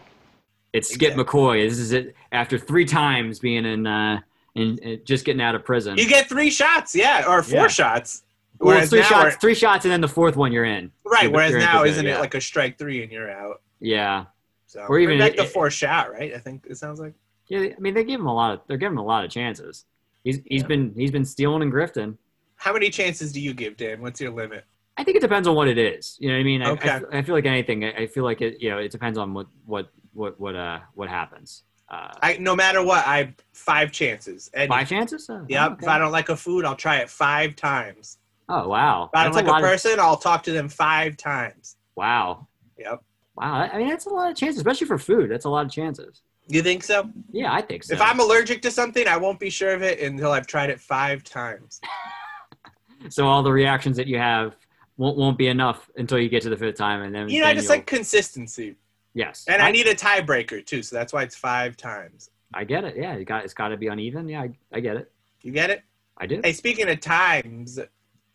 [SPEAKER 2] It's Skip
[SPEAKER 1] Exactly.
[SPEAKER 2] McCoy. This is it after three times being in, uh, in, in- just getting out of prison.
[SPEAKER 1] You get three shots, yeah, or four
[SPEAKER 2] Yeah.
[SPEAKER 1] shots.
[SPEAKER 2] Well,
[SPEAKER 1] Whereas
[SPEAKER 2] three
[SPEAKER 1] now
[SPEAKER 2] shots,
[SPEAKER 1] we're-
[SPEAKER 2] three shots, and then the fourth one you're in.
[SPEAKER 1] right.
[SPEAKER 2] You're-
[SPEAKER 1] Whereas
[SPEAKER 2] you're in
[SPEAKER 1] now,
[SPEAKER 2] prison,
[SPEAKER 1] isn't
[SPEAKER 2] yeah.
[SPEAKER 1] it like a strike three and you're out?
[SPEAKER 2] Yeah,
[SPEAKER 1] So
[SPEAKER 2] Or even-
[SPEAKER 1] bring back the
[SPEAKER 2] it-
[SPEAKER 1] fourth shot, right? I think it sounds like.
[SPEAKER 2] yeah. I mean, they give him a lot of. They're giving him a lot of chances. He's he's
[SPEAKER 1] Yeah.
[SPEAKER 2] been he's been stealing and grifting.
[SPEAKER 1] How many chances do you give, Dan? What's your limit?
[SPEAKER 2] I think it depends on what it is. You know what I mean? I, I
[SPEAKER 1] Okay.
[SPEAKER 2] f- I, feel like anything. I, I feel like it. You know, it depends on what what what what uh what happens. Uh,
[SPEAKER 1] I no matter what, I five chances. And
[SPEAKER 2] five chances. Uh,
[SPEAKER 1] Yep.
[SPEAKER 2] okay.
[SPEAKER 1] If I don't like a food, I'll try it five times.
[SPEAKER 2] Oh wow.
[SPEAKER 1] If I don't
[SPEAKER 2] That's
[SPEAKER 1] like
[SPEAKER 2] a
[SPEAKER 1] a,
[SPEAKER 2] lot of-
[SPEAKER 1] person, I'll talk to them five times.
[SPEAKER 2] wow.
[SPEAKER 1] Yep.
[SPEAKER 2] Wow. I I mean, that's a lot of chances, especially for food. That's a lot of chances.
[SPEAKER 1] You think so?
[SPEAKER 2] Yeah, I think so.
[SPEAKER 1] If I'm allergic to something, I won't be sure of it until I've tried it five times.
[SPEAKER 2] so all the reactions that you have won't won't be enough until you get to the fifth time, and then
[SPEAKER 1] You know, I
[SPEAKER 2] then
[SPEAKER 1] just
[SPEAKER 2] you'll-
[SPEAKER 1] like consistency,
[SPEAKER 2] yes.
[SPEAKER 1] and I need a tiebreaker too, so that's why it's five times.
[SPEAKER 2] I get it. Yeah, you got it's got to be uneven. Yeah, I, I get it.
[SPEAKER 1] You get it?
[SPEAKER 2] I do.
[SPEAKER 1] Hey, speaking of times,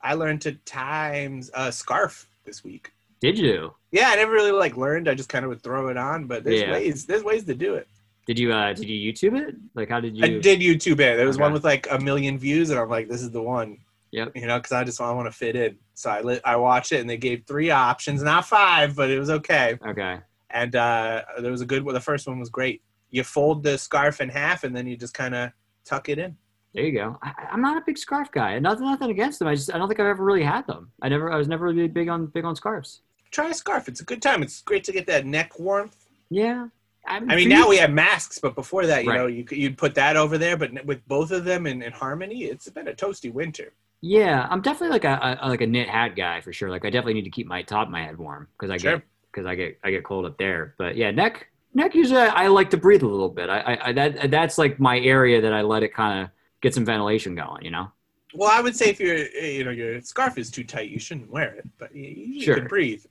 [SPEAKER 1] I learned to times a scarf this week.
[SPEAKER 2] Did you?
[SPEAKER 1] Yeah, I never really like learned. I just kind of would throw it on, but there's
[SPEAKER 2] Yeah.
[SPEAKER 1] ways. There's ways to do it.
[SPEAKER 2] Did you? uh Did you YouTube it? Like, how did you?
[SPEAKER 1] I did YouTube it. There was one
[SPEAKER 2] Okay.
[SPEAKER 1] with like a million views, and I'm like, this is the one.
[SPEAKER 2] Yep.
[SPEAKER 1] You know, because I just I want to fit in. So I li- I watched it, and they gave three options, not five, but it was okay.
[SPEAKER 2] Okay.
[SPEAKER 1] And uh, there was a good one. The first one was great. You fold the scarf in half, and then you just kind of tuck it in.
[SPEAKER 2] There you go. I, I- I'm not a big scarf guy. and Nothing, nothing against them. I just, I don't think I've ever really had them. I never, I was never really big on, big on scarves.
[SPEAKER 1] Try a scarf. It's a good time. It's great to get that neck warmth.
[SPEAKER 2] Yeah.
[SPEAKER 1] I mean, now we have masks, but before that, you
[SPEAKER 2] Right.
[SPEAKER 1] know, you, could- you'd put that over there. But n- with both of them in, in harmony, it's been a toasty winter.
[SPEAKER 2] Yeah, I'm definitely like a, a like a knit hat guy for sure. Like, I definitely need to keep my top of my head warm because I
[SPEAKER 1] Sure.
[SPEAKER 2] get, because I get, I get cold up there. But yeah, neck, neck. Usually, I like to breathe a little bit. I, I, I that, that's like my area that I let it kind of get some ventilation going. You know.
[SPEAKER 1] Well, I would say if your you know your scarf is too tight, you shouldn't wear it. But you, you
[SPEAKER 2] Sure.
[SPEAKER 1] can breathe.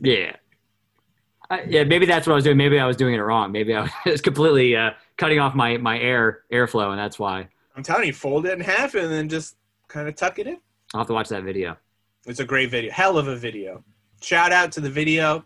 [SPEAKER 2] Yeah. I, yeah, maybe that's what I was doing. Maybe I was doing it wrong. Maybe I was completely uh, cutting off my my air airflow, and that's why
[SPEAKER 1] I'm telling you, fold it in half and then just kind of tuck it in.
[SPEAKER 2] I'll have to watch that video.
[SPEAKER 1] It's a great video, hell of a video. Shout out to the video.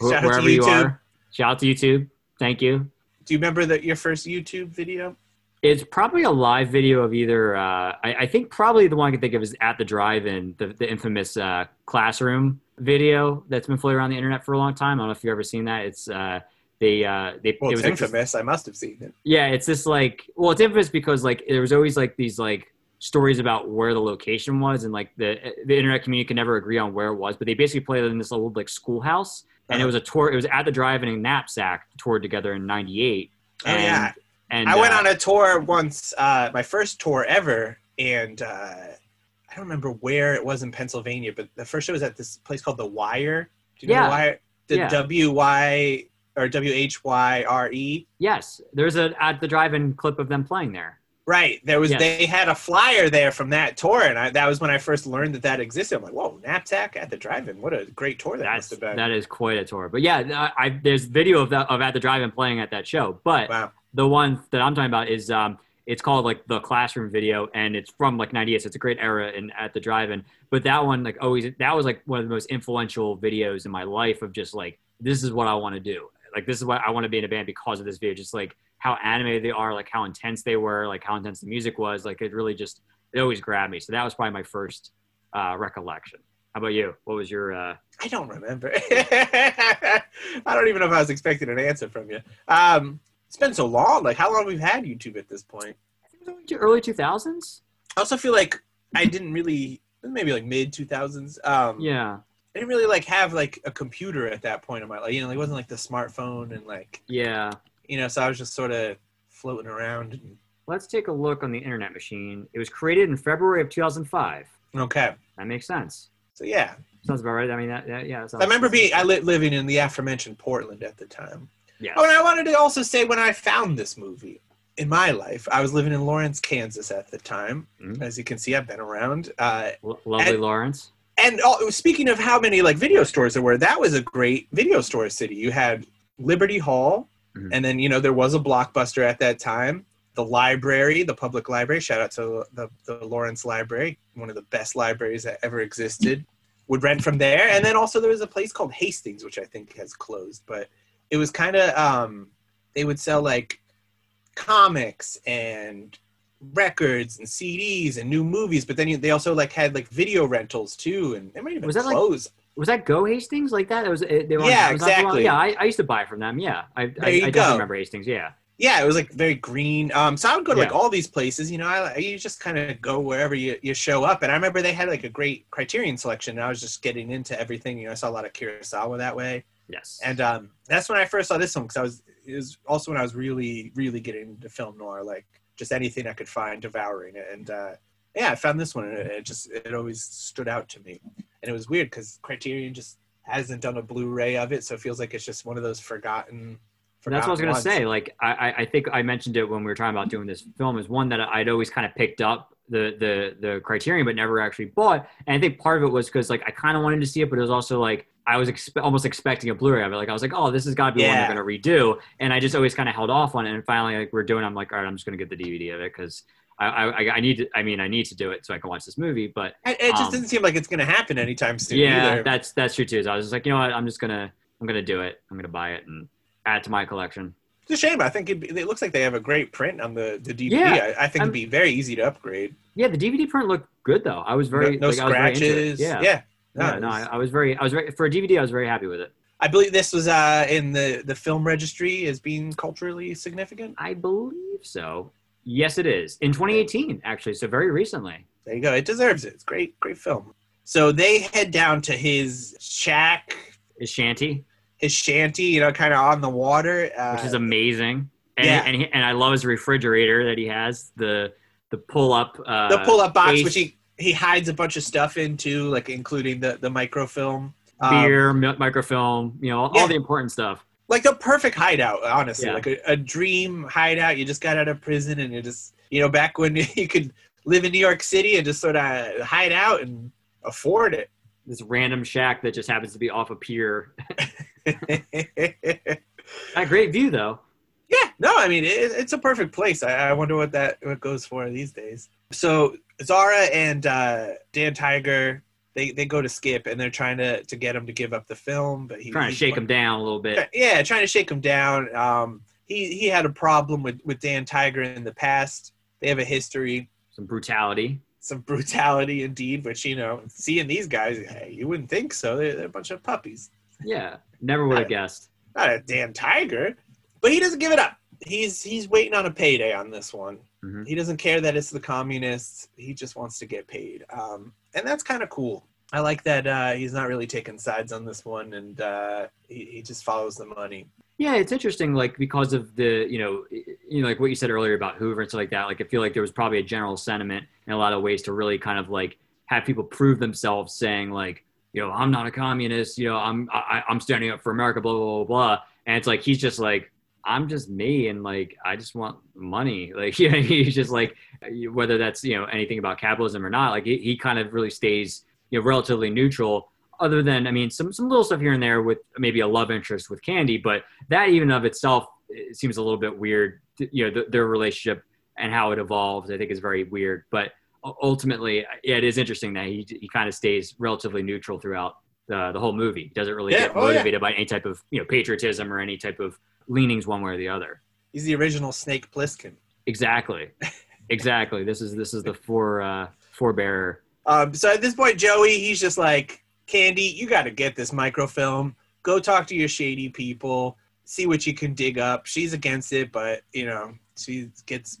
[SPEAKER 2] Wh-
[SPEAKER 1] Shout out to
[SPEAKER 2] wherever
[SPEAKER 1] YouTube.
[SPEAKER 2] you are, shout out to YouTube. Thank you.
[SPEAKER 1] Do you remember that your first YouTube video?
[SPEAKER 2] It's probably a live video of either. Uh, I, I think probably the one I can think of is at the drive-in, the, the infamous uh, classroom video that's been floating around the internet for a long time. I don't know if you've ever seen that. It's uh, they uh, they
[SPEAKER 1] Well,
[SPEAKER 2] it
[SPEAKER 1] it's
[SPEAKER 2] was like this-
[SPEAKER 1] infamous. I must have seen it.
[SPEAKER 2] Yeah, it's this like well, it's infamous because like there was always like these like stories about where the location was, and like the the internet community could never agree on where it was. But they basically played it in this old like schoolhouse, and it
[SPEAKER 1] Uh-huh.
[SPEAKER 2] was a tour. It was at the drive-in and knapsack toured together in '98.
[SPEAKER 1] Oh yeah,
[SPEAKER 2] and
[SPEAKER 1] I went
[SPEAKER 2] uh,
[SPEAKER 1] on a tour once, uh, my first tour ever, and uh, I don't remember where it was in Pennsylvania, but the first show was at this place called The Wire. Do you know
[SPEAKER 2] Yeah.
[SPEAKER 1] The Wire? The
[SPEAKER 2] Yeah.
[SPEAKER 1] W Y or W H Y R E.
[SPEAKER 2] Yes, there's a at the drive-in clip of them playing there.
[SPEAKER 1] Right. There was
[SPEAKER 2] Yes.
[SPEAKER 1] they had a flyer there from that tour, and I, that was when I first learned that that existed. I'm like, whoa, knapsack at the drive-in. What a great tour that must
[SPEAKER 2] That's
[SPEAKER 1] have been.
[SPEAKER 2] that is quite a tour. But yeah, I, I there's video of that of at the drive-in playing at that show. But
[SPEAKER 1] wow.
[SPEAKER 2] the one that I'm talking about is um, it's called like the classroom video, and it's from like '98. So it's a great era in at the drive-in. But that one, like always, that was like one of the most influential videos in my life of just like this is what I want to do. Like this is what I want to be in a band because of this video. Just like how animated they are, like how intense they were, like how intense the music was. Like it really just it always grabbed me. So that was probably my first uh, recollection. How about you? What was your? Uh,
[SPEAKER 1] I don't remember. I don't even know if I was expecting an answer from you. Um, it's been so long. Like how long we've had YouTube at this point?
[SPEAKER 2] early two thousands.
[SPEAKER 1] I also feel like I didn't really maybe like mid two thousands. Um,
[SPEAKER 2] Yeah,
[SPEAKER 1] I didn't really like have like a computer at that point in my life. You know, it wasn't like the smartphone and like
[SPEAKER 2] yeah.
[SPEAKER 1] you know. So I was just sort of floating around. And,
[SPEAKER 2] Let's take a look on the Internet Machine. It was created in February of two thousand five.
[SPEAKER 1] okay,
[SPEAKER 2] That makes sense.
[SPEAKER 1] so yeah,
[SPEAKER 2] Sounds about right. I mean, that, that yeah. That sounds,
[SPEAKER 1] I remember being I li- living in the aforementioned Portland at the time.
[SPEAKER 2] Yeah.
[SPEAKER 1] Oh, and I wanted to also say when I found this movie in my life, I was living in Lawrence, Kansas at the time.
[SPEAKER 2] Mhm.
[SPEAKER 1] As you can see, I've been around. Uh,
[SPEAKER 2] Lo- lovely
[SPEAKER 1] and-
[SPEAKER 2] Lawrence.
[SPEAKER 1] and all, speaking of how many like video stores there were, that was a great video store city. You had Liberty Hall,
[SPEAKER 2] Mhm.
[SPEAKER 1] and then you know there was a blockbuster at that time. The library, the public library. Shout out to the, the Lawrence Library, one of the best libraries that ever existed. Would rent from there, and then also there was a place called Hastings, which I think has closed, but it was kind of um, they would sell like comics and records and CDs and new movies, but then you, they also like had like video rentals too, and they might even
[SPEAKER 2] Was that, like,
[SPEAKER 1] close.
[SPEAKER 2] Was that Go Hastings like that? It was. It, they were on-
[SPEAKER 1] Yeah,
[SPEAKER 2] it was not the wrong-
[SPEAKER 1] exactly.
[SPEAKER 2] Yeah, I, I used to buy from them. Yeah, I I,
[SPEAKER 1] you
[SPEAKER 2] I
[SPEAKER 1] go.
[SPEAKER 2] don't remember Hastings. Yeah.
[SPEAKER 1] yeah, it was like very green. Um, so I would go to like
[SPEAKER 2] Yeah.
[SPEAKER 1] all these places, you know. I, I you just kind of go wherever you, you show up, and I remember they had like a great Criterion selection, and I was just getting into everything. You know, I saw a lot of Kurosawa that way,
[SPEAKER 2] Yes.
[SPEAKER 1] and um, that's when I first saw this one because I was it was also when I was really really getting into film noir, like just anything I could find, devouring it, and uh, yeah, I found this one, and it, it just it always stood out to me, and it was weird because Criterion just hasn't done a Blu-ray of it, so it feels like it's just one of those forgotten.
[SPEAKER 2] That's what I was
[SPEAKER 1] forgotten
[SPEAKER 2] gonna
[SPEAKER 1] ones.
[SPEAKER 2] say. Like I, I- I think I mentioned it when we were talking about doing this film is one that I'd always kind of picked up the the the criterion but never actually bought. And I think part of it was because like I kind of wanted to see it, but it was also like I was expe- almost expecting a Blu-ray of it. Like I was like, oh, this has got to be
[SPEAKER 1] Yeah.
[SPEAKER 2] one they're gonna redo. And I just always kind of held off on it. And finally, like we're doing, I'm like, all right, I'm just gonna get the DVD of it because I, I I need to. I mean, I need to do it so I can watch this movie. But
[SPEAKER 1] It, it just
[SPEAKER 2] Um,
[SPEAKER 1] doesn't seem like it's going to happen anytime soon
[SPEAKER 2] yeah,
[SPEAKER 1] either.
[SPEAKER 2] that's that's true too. So I was just like, you know what, I'm just gonna I'm gonna do it. I'm gonna buy it and add it to my collection.
[SPEAKER 1] it's a shame. I think it'd be, it looks like they have a great print on the, the DVD.
[SPEAKER 2] Yeah,
[SPEAKER 1] I, I think it'd
[SPEAKER 2] I'm-
[SPEAKER 1] be very easy to upgrade.
[SPEAKER 2] Yeah, the DVD print looked good though. I was
[SPEAKER 1] No,
[SPEAKER 2] very
[SPEAKER 1] no
[SPEAKER 2] like, I was very into it.
[SPEAKER 1] scratches.
[SPEAKER 2] yeah,
[SPEAKER 1] yeah.
[SPEAKER 2] yeah. No, I, I was very, I was very for a DVD. I was very happy with it.
[SPEAKER 1] I believe this was uh, in the, the film registry as being culturally significant.
[SPEAKER 2] I believe so. Yes, it is in 2018 actually. So very recently.
[SPEAKER 1] There you go. It deserves it. It's great, great film. So they head down to his shack,
[SPEAKER 2] Is Shanty,
[SPEAKER 1] his shanty, you know, kind of on the water. Uh,
[SPEAKER 2] which is amazing, and
[SPEAKER 1] yeah.
[SPEAKER 2] and, he, and I love his refrigerator that he has the the pull up uh,
[SPEAKER 1] the pull-up box,
[SPEAKER 2] Ace-
[SPEAKER 1] which he, he hides a bunch of stuff into, like including the, the microfilm. Um,
[SPEAKER 2] beer mi- microfilm, you know, all,
[SPEAKER 1] yeah.
[SPEAKER 2] the important stuff.
[SPEAKER 1] like the perfect hideout honestly
[SPEAKER 2] Yeah.
[SPEAKER 1] like a, a dream hideout you just got out of prison and you just you know back when you could live in new york city and just sort of hide out and afford it
[SPEAKER 2] This random shack that just happens to be off a pier. That great view though.
[SPEAKER 1] yeah no i mean it, it's a perfect place I, I wonder what that what goes for these days so zara and uh, dan tiger they, they go to skip and they're trying to, to get him to give up the film but he,
[SPEAKER 2] Trying to
[SPEAKER 1] he's-
[SPEAKER 2] shake him down a little bit.
[SPEAKER 1] Try- yeah, trying to shake him down. Um, he he had a problem with with Dan Tiger in the past. They have a history,
[SPEAKER 2] Some brutality.
[SPEAKER 1] some brutality indeed. Which you know, seeing these guys, hey, you wouldn't think so. They're, they're a bunch of puppies.
[SPEAKER 2] Yeah, never would have guessed.
[SPEAKER 1] Not a Dan Tiger, but he doesn't give it up. He's he's waiting on a payday on this one.
[SPEAKER 2] Mhm.
[SPEAKER 1] He doesn't care that it's the communists. He just wants to get paid, um, and that's kind of cool. I like that uh, he's not really taking sides on this one, and uh, he, he just follows the money.
[SPEAKER 2] Yeah, it's interesting, like because of the you know, y- you know, like what you said earlier about Hoover and stuff like that. Like I feel like there was probably a general sentiment in a lot of ways to really kind of like have people prove themselves, saying like, you know, I'm not a communist. You know, I'm I, I'm standing up for America. Blah blah blah blah. And it's like he's just like. I'm just me, and like I just want money. Like you know, he's just like whether that's you know anything about capitalism or not. Like he, he kind of really stays you know relatively neutral, other than I mean some some little stuff here and there with maybe a love interest with Candy, but that even of itself it seems a little bit weird. You know, th- their relationship and how it evolves, I think, is very weird. But u- ultimately, yeah, it is interesting that he he kind of stays relatively neutral throughout the the whole movie. He doesn't really
[SPEAKER 1] Yeah,
[SPEAKER 2] get
[SPEAKER 1] oh, yeah.
[SPEAKER 2] motivated by any type of you know patriotism or any type of leanings one way or the other.
[SPEAKER 1] He's the original Snake Plissken.
[SPEAKER 2] Exactly, exactly. This is this is the for uh, forebearer.
[SPEAKER 1] Um, so at this point, Joey, he's just like, Candy, you got to get this microfilm. Go talk to your shady people. See what you can dig up. She's against it, but you know she gets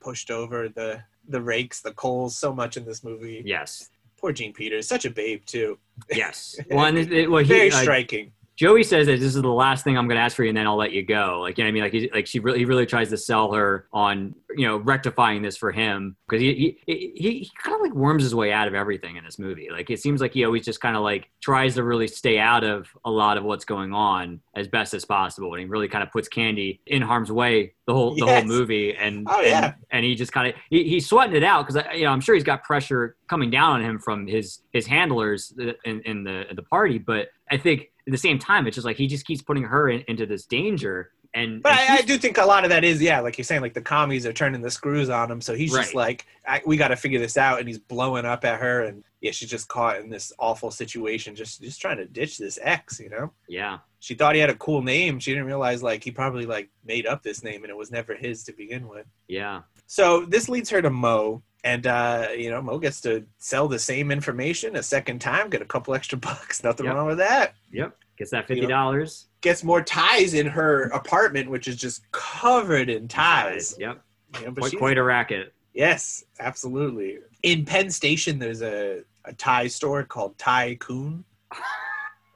[SPEAKER 1] pushed over the the rakes, the coals, so much in this movie.
[SPEAKER 2] Yes.
[SPEAKER 1] Poor Gene Peters, such a babe too.
[SPEAKER 2] Yes. Well, and it, it- well,
[SPEAKER 1] Very
[SPEAKER 2] he, uh,
[SPEAKER 1] striking.
[SPEAKER 2] Joey says that this is the last thing I'm going to ask for you, and then I'll let you go. Like, you know what I mean? Like, he's, like she really, he really tries to sell her on, you know, rectifying this for him because he, he, he, he kind of like worms his way out of everything in this movie. Like, it seems like he always just kind of like tries to really stay out of a lot of what's going on as best as possible, and he really kind of puts Candy in harm's way the whole the
[SPEAKER 1] Yes.
[SPEAKER 2] whole movie. And
[SPEAKER 1] Oh, yeah.
[SPEAKER 2] and, and he just kind of he, he's sweating it out because you know I'm sure he's got pressure coming down on him from his his handlers in, in the at the party, but I think at the same time it's just like he just keeps putting her in, into this danger, and,
[SPEAKER 1] But
[SPEAKER 2] and
[SPEAKER 1] I, I
[SPEAKER 2] she's-
[SPEAKER 1] do think a lot of that is, yeah, like you're saying, like the commies are turning the screws on him. So he's just
[SPEAKER 2] Right.
[SPEAKER 1] like, I, we got to figure this out. And he's blowing up at her. And yeah, she's just caught in this awful situation, just just trying to ditch this ex, you know?
[SPEAKER 2] yeah,
[SPEAKER 1] She thought he had a cool name. She didn't realize, like, he probably, like, made up this name and it was never his to begin with.
[SPEAKER 2] yeah,
[SPEAKER 1] So this leads her to Mo. And, uh, you know, Mo gets to sell the same information a second time, get a couple extra bucks. Nothing
[SPEAKER 2] Yep.
[SPEAKER 1] wrong with that.
[SPEAKER 2] yep, gets that
[SPEAKER 1] You know-
[SPEAKER 2] fifty dollars.
[SPEAKER 1] Gets more ties in her apartment, which is just covered in ties.
[SPEAKER 2] Yep,
[SPEAKER 1] You know, but
[SPEAKER 2] quite,
[SPEAKER 1] she's-
[SPEAKER 2] quite a racket.
[SPEAKER 1] Yes, absolutely. In Penn Station, there's a, a Thai store called Thai Coon.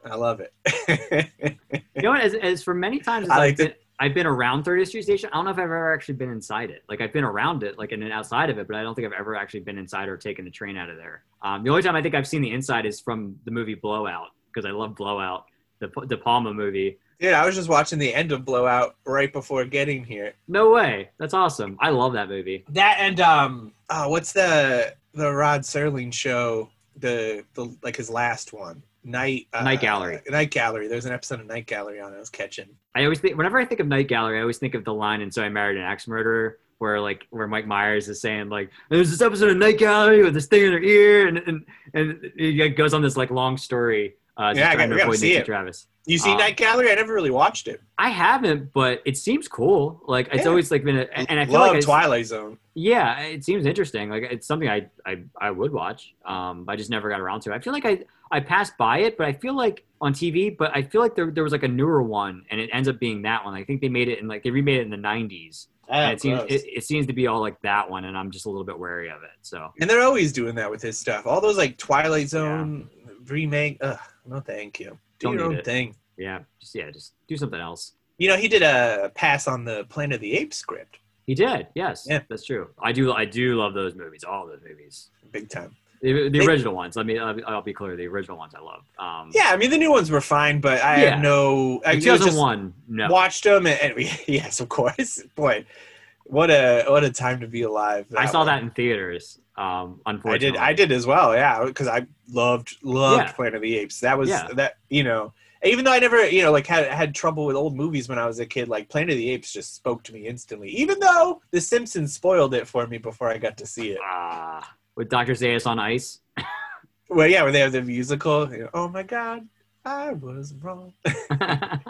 [SPEAKER 1] I love it.
[SPEAKER 2] You know what? As, as for many times as
[SPEAKER 1] I like
[SPEAKER 2] I've, been, I've been around 30th Street Station, I don't know if I've ever actually been inside it. Like I've been around it, like in and outside of it, but I don't think I've ever actually been inside or taken the train out of there. Um, the only time I think I've seen the inside is from the movie Blowout because I love Blowout, the P- De Palma movie.
[SPEAKER 1] Dude, I was just watching the end of Blowout right before getting here.
[SPEAKER 2] No way, that's awesome. I love that movie.
[SPEAKER 1] That and um, oh, what's the the Rod Serling show? The the like his last one, Night uh,
[SPEAKER 2] Night Gallery.
[SPEAKER 1] Night Gallery. There's an episode of Night Gallery on. I was catching.
[SPEAKER 2] I always think whenever I think of Night Gallery, I always think of the line in So I Married an Axe Murderer. Where like where Mike Myers is saying like there's this episode of Night Gallery with this thing in her ear and and, and he goes on this like long story. Uh,
[SPEAKER 1] Yeah, I
[SPEAKER 2] just trying
[SPEAKER 1] gotta-
[SPEAKER 2] to
[SPEAKER 1] we gotta
[SPEAKER 2] avoid
[SPEAKER 1] see
[SPEAKER 2] Nancy
[SPEAKER 1] it.
[SPEAKER 2] Travis.
[SPEAKER 1] You see
[SPEAKER 2] Ah.
[SPEAKER 1] Night Gallery? I never really watched it.
[SPEAKER 2] I haven't, but it seems cool. Like it's
[SPEAKER 1] Yeah.
[SPEAKER 2] always like been, a, and and I feel
[SPEAKER 1] Love
[SPEAKER 2] like I-
[SPEAKER 1] Twilight Zone.
[SPEAKER 2] yeah, it seems interesting. Like it's something I, I I would watch. Um, I just never got around to. it. I feel like I I passed by it, but I feel like on TV, but I feel like there there was like a newer one, and it ends up being that one. I think they made it in like they remade it in the '90s,
[SPEAKER 1] Ah,
[SPEAKER 2] and it seems
[SPEAKER 1] gross.
[SPEAKER 2] it, it seems to be all like that one, and I'm just a little bit wary of it. So
[SPEAKER 1] And they're always doing that with his stuff. All those like Twilight Zone remake. Ugh, no, thank you. Do
[SPEAKER 2] Don't
[SPEAKER 1] your
[SPEAKER 2] need
[SPEAKER 1] own
[SPEAKER 2] it.
[SPEAKER 1] thing.
[SPEAKER 2] yeah, just yeah, just do something else.
[SPEAKER 1] You know, he did a pass on the Planet of the Apes script,
[SPEAKER 2] He did, yes,
[SPEAKER 1] Yeah.
[SPEAKER 2] that's true. I do I do love those movies, all those movies.
[SPEAKER 1] big time.
[SPEAKER 2] The, the
[SPEAKER 1] They-
[SPEAKER 2] original ones. I mean, I'll be, I'll be clear. The original ones I love. Um,
[SPEAKER 1] Yeah, I mean the new ones were fine, but I
[SPEAKER 2] Yeah.
[SPEAKER 1] have no. I mean, it
[SPEAKER 2] Like
[SPEAKER 1] was just
[SPEAKER 2] 2001. No.
[SPEAKER 1] watched them, and, and we, yes, of course. Boy, what a what a time to be alive.
[SPEAKER 2] I saw
[SPEAKER 1] one.
[SPEAKER 2] that in theaters. Um,
[SPEAKER 1] I
[SPEAKER 2] unfortunately,
[SPEAKER 1] did. I did as well. Yeah, because I loved loved
[SPEAKER 2] Yeah.
[SPEAKER 1] Planet of the Apes. That was
[SPEAKER 2] Yeah.
[SPEAKER 1] that. You know, even though I never, you know, like had had trouble with old movies when I was a kid, like Planet of the Apes just spoke to me instantly. Even though The Simpsons spoiled it for me before I got to see it.
[SPEAKER 2] Ah, with Doctor Zayas on ice.
[SPEAKER 1] Well, yeah, where they have the musical. You know, oh my God, I was wrong.
[SPEAKER 2] See,
[SPEAKER 1] See, I,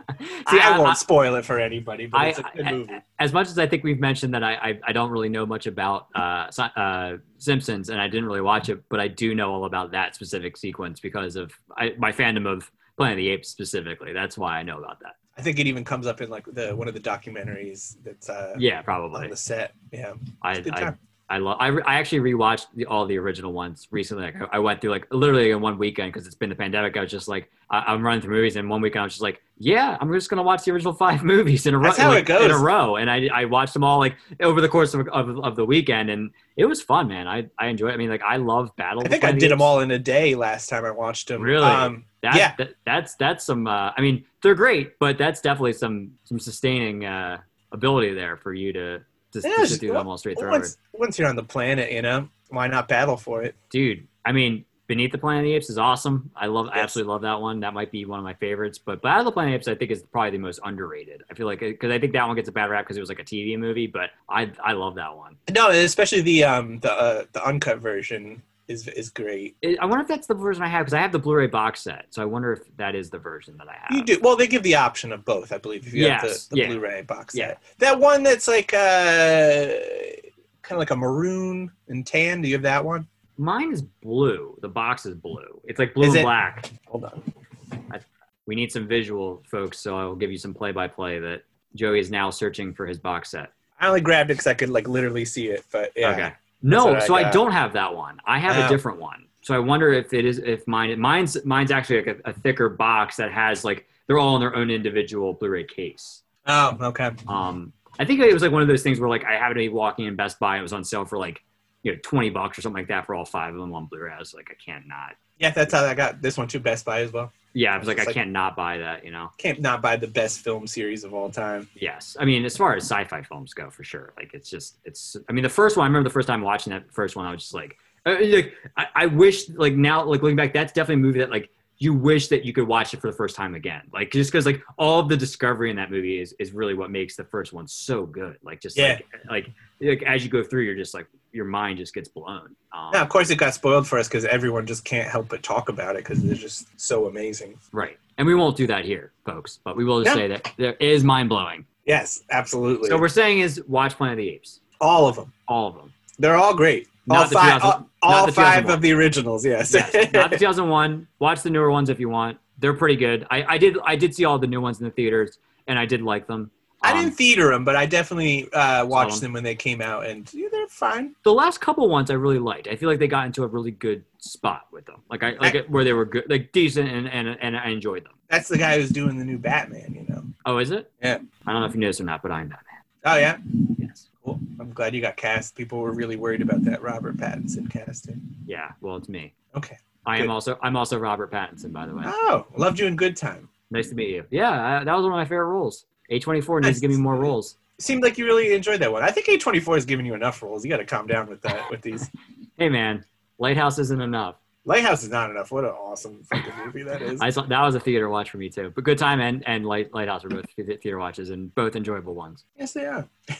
[SPEAKER 2] I-
[SPEAKER 1] won't
[SPEAKER 2] I-
[SPEAKER 1] spoil it for anybody, but
[SPEAKER 2] I-
[SPEAKER 1] it's a good
[SPEAKER 2] I-
[SPEAKER 1] movie.
[SPEAKER 2] as much as I think we've mentioned that I, I, I don't really know much about uh, Si- uh, Simpsons and I didn't really watch it, but I do know all about that specific sequence because of I, my fandom of Planet of the Apes specifically. That's why I know about that.
[SPEAKER 1] I think it even comes up in like the one of the documentaries that's uh,
[SPEAKER 2] Yeah,
[SPEAKER 1] on
[SPEAKER 2] probably.
[SPEAKER 1] the set. Yeah,
[SPEAKER 2] I,
[SPEAKER 1] good
[SPEAKER 2] I
[SPEAKER 1] time.
[SPEAKER 2] I love. I, re- I actually rewatched the, all the original ones recently. Like, I went through like literally in one weekend because it's been the pandemic. I was just like, I, I'm running through movies, and one weekend I was just like, yeah, I'm just gonna watch the original five movies in a row.
[SPEAKER 1] That's how
[SPEAKER 2] like,
[SPEAKER 1] it goes.
[SPEAKER 2] In a row, and I, I watched them all like over the course of, of, of the weekend, and it was fun, man. I I enjoyed. It. I mean, like I love battle.
[SPEAKER 1] I
[SPEAKER 2] of the
[SPEAKER 1] think I
[SPEAKER 2] Planet
[SPEAKER 1] did them
[SPEAKER 2] Apes.
[SPEAKER 1] all in a day last time I watched them.
[SPEAKER 2] Really?
[SPEAKER 1] Um,
[SPEAKER 2] That,
[SPEAKER 1] yeah.
[SPEAKER 2] that- that's that's some. Uh, I mean, they're great, but that's definitely some some sustaining uh, ability there for you to to,
[SPEAKER 1] Yeah,
[SPEAKER 2] to
[SPEAKER 1] just-
[SPEAKER 2] sit through them all straight
[SPEAKER 1] Well,
[SPEAKER 2] through.
[SPEAKER 1] once once you're on the planet, you know, why not battle for it?
[SPEAKER 2] dude i mean beneath the planet of the apes is awesome i love i
[SPEAKER 1] Yes.
[SPEAKER 2] absolutely love that one that might be one of my favorites but battle of the planet of the apes i think is probably the most underrated i feel like because i think that one gets a bad rap because it was like a tv movie but i i love that one
[SPEAKER 1] No, especially the um the uh, the uncut version is is great.
[SPEAKER 2] It- i wonder if that's the version i have because i have the blu-ray box set so i wonder if that is the version that i have
[SPEAKER 1] You do well. They give the option of both, I believe. If you have
[SPEAKER 2] Yes,
[SPEAKER 1] the, the
[SPEAKER 2] yeah.
[SPEAKER 1] Blu-ray box
[SPEAKER 2] Yeah.
[SPEAKER 1] set, that one that's like uh kind of like a maroon and tan. Do you have that one?
[SPEAKER 2] Mine is blue. The box is blue. It's like blue
[SPEAKER 1] Is
[SPEAKER 2] and
[SPEAKER 1] it-
[SPEAKER 2] black.
[SPEAKER 5] Hold on.
[SPEAKER 2] We need some visual, folks. So I will give you some play-by-play that Joey is now searching for his box set.
[SPEAKER 1] I only grabbed it because I could like literally see it, but yeah.
[SPEAKER 2] Okay. No,
[SPEAKER 1] what I
[SPEAKER 2] so I
[SPEAKER 1] got.
[SPEAKER 2] don't have that one. I have
[SPEAKER 1] Oh.
[SPEAKER 2] a different one. So I wonder if it is if mine mine's mine's actually like a, a thicker box that has like they're all in their own individual Blu-ray case.
[SPEAKER 1] Oh, okay.
[SPEAKER 2] Um, I think it was like one of those things where like I happened to be walking in Best Buy and it was on sale for like you know twenty bucks or something like that for all five of them on Blu-ray. I was like, I can't not.
[SPEAKER 1] Yeah, that's how I got this one too. Best Buy as well.
[SPEAKER 2] Yeah, I was like,
[SPEAKER 1] It's
[SPEAKER 2] I
[SPEAKER 1] like-
[SPEAKER 2] can't not buy that. You know.
[SPEAKER 1] Can't not buy the best film series of all time.
[SPEAKER 2] Yes, I mean as far as sci-fi films go, for sure. Like it's just it's. I mean the first one. I remember the first time watching that first one. I was just like, uh, like I, I wish like now like looking back, that's definitely a movie that like you wish that you could watch it for the first time again. Like just because like all of the discovery in that movie is is really what makes the first one so good. Like just
[SPEAKER 1] Yeah.
[SPEAKER 2] like, like like as you go through, you're just like your mind just gets blown. Um,
[SPEAKER 1] Now, of course, it got spoiled for us because everyone just can't help but talk about it because they're just so amazing.
[SPEAKER 2] Right, and we won't do that here, folks. But we will just
[SPEAKER 1] No.
[SPEAKER 2] say that there is mind blowing.
[SPEAKER 1] Yes, absolutely.
[SPEAKER 2] So we're saying is watch Planet of the Apes,
[SPEAKER 1] all of them.
[SPEAKER 2] all of them.
[SPEAKER 1] They're all great.
[SPEAKER 2] Not
[SPEAKER 1] all
[SPEAKER 2] the
[SPEAKER 1] five.
[SPEAKER 2] 2000
[SPEAKER 1] All, all
[SPEAKER 2] the
[SPEAKER 1] five
[SPEAKER 2] 2001.
[SPEAKER 1] of the originals. Yes.
[SPEAKER 2] yes, not the 2001. Watch the newer ones if you want. They're pretty good. I, I did I did see all the new ones in the theaters, and I did like them.
[SPEAKER 1] I
[SPEAKER 2] Um,
[SPEAKER 1] didn't theater them, but I definitely uh, watched
[SPEAKER 2] Saw 'em.
[SPEAKER 1] them when they came out, and yeah, they're fine.
[SPEAKER 2] the last couple ones I really liked. I feel like they got into a really good spot with them, like I like where they were good, like decent, and and, and I enjoyed them.
[SPEAKER 1] That's the guy who's doing the new Batman. You know.
[SPEAKER 2] Oh, is it?
[SPEAKER 1] Yeah.
[SPEAKER 2] I don't know if you noticed or not, but I'm Batman.
[SPEAKER 1] Oh yeah.
[SPEAKER 2] Yes.
[SPEAKER 1] Cool. I'm glad you got cast. People were really worried about that Robert Pattinson casting.
[SPEAKER 2] Yeah. Well, it's me.
[SPEAKER 1] Okay.
[SPEAKER 2] I am
[SPEAKER 1] Good.
[SPEAKER 2] also I'm also Robert Pattinson, by the way.
[SPEAKER 1] Oh, loved you in Good Time.
[SPEAKER 2] Nice to meet you. Yeah, I, that was one of my favorite roles. A24 needs
[SPEAKER 1] Nice.
[SPEAKER 2] to give me more roles.
[SPEAKER 1] Seemed like you really enjoyed that one. I think A24 has given you enough roles. You got to calm down with that. With these,
[SPEAKER 2] Hey, man, Lighthouse isn't enough.
[SPEAKER 1] Lighthouse is not enough. What an awesome fucking movie that is.
[SPEAKER 2] I saw that was a theater watch for me too. But Good Time and and Light, Lighthouse were both the- theater watches and both enjoyable ones.
[SPEAKER 1] Yes, they are.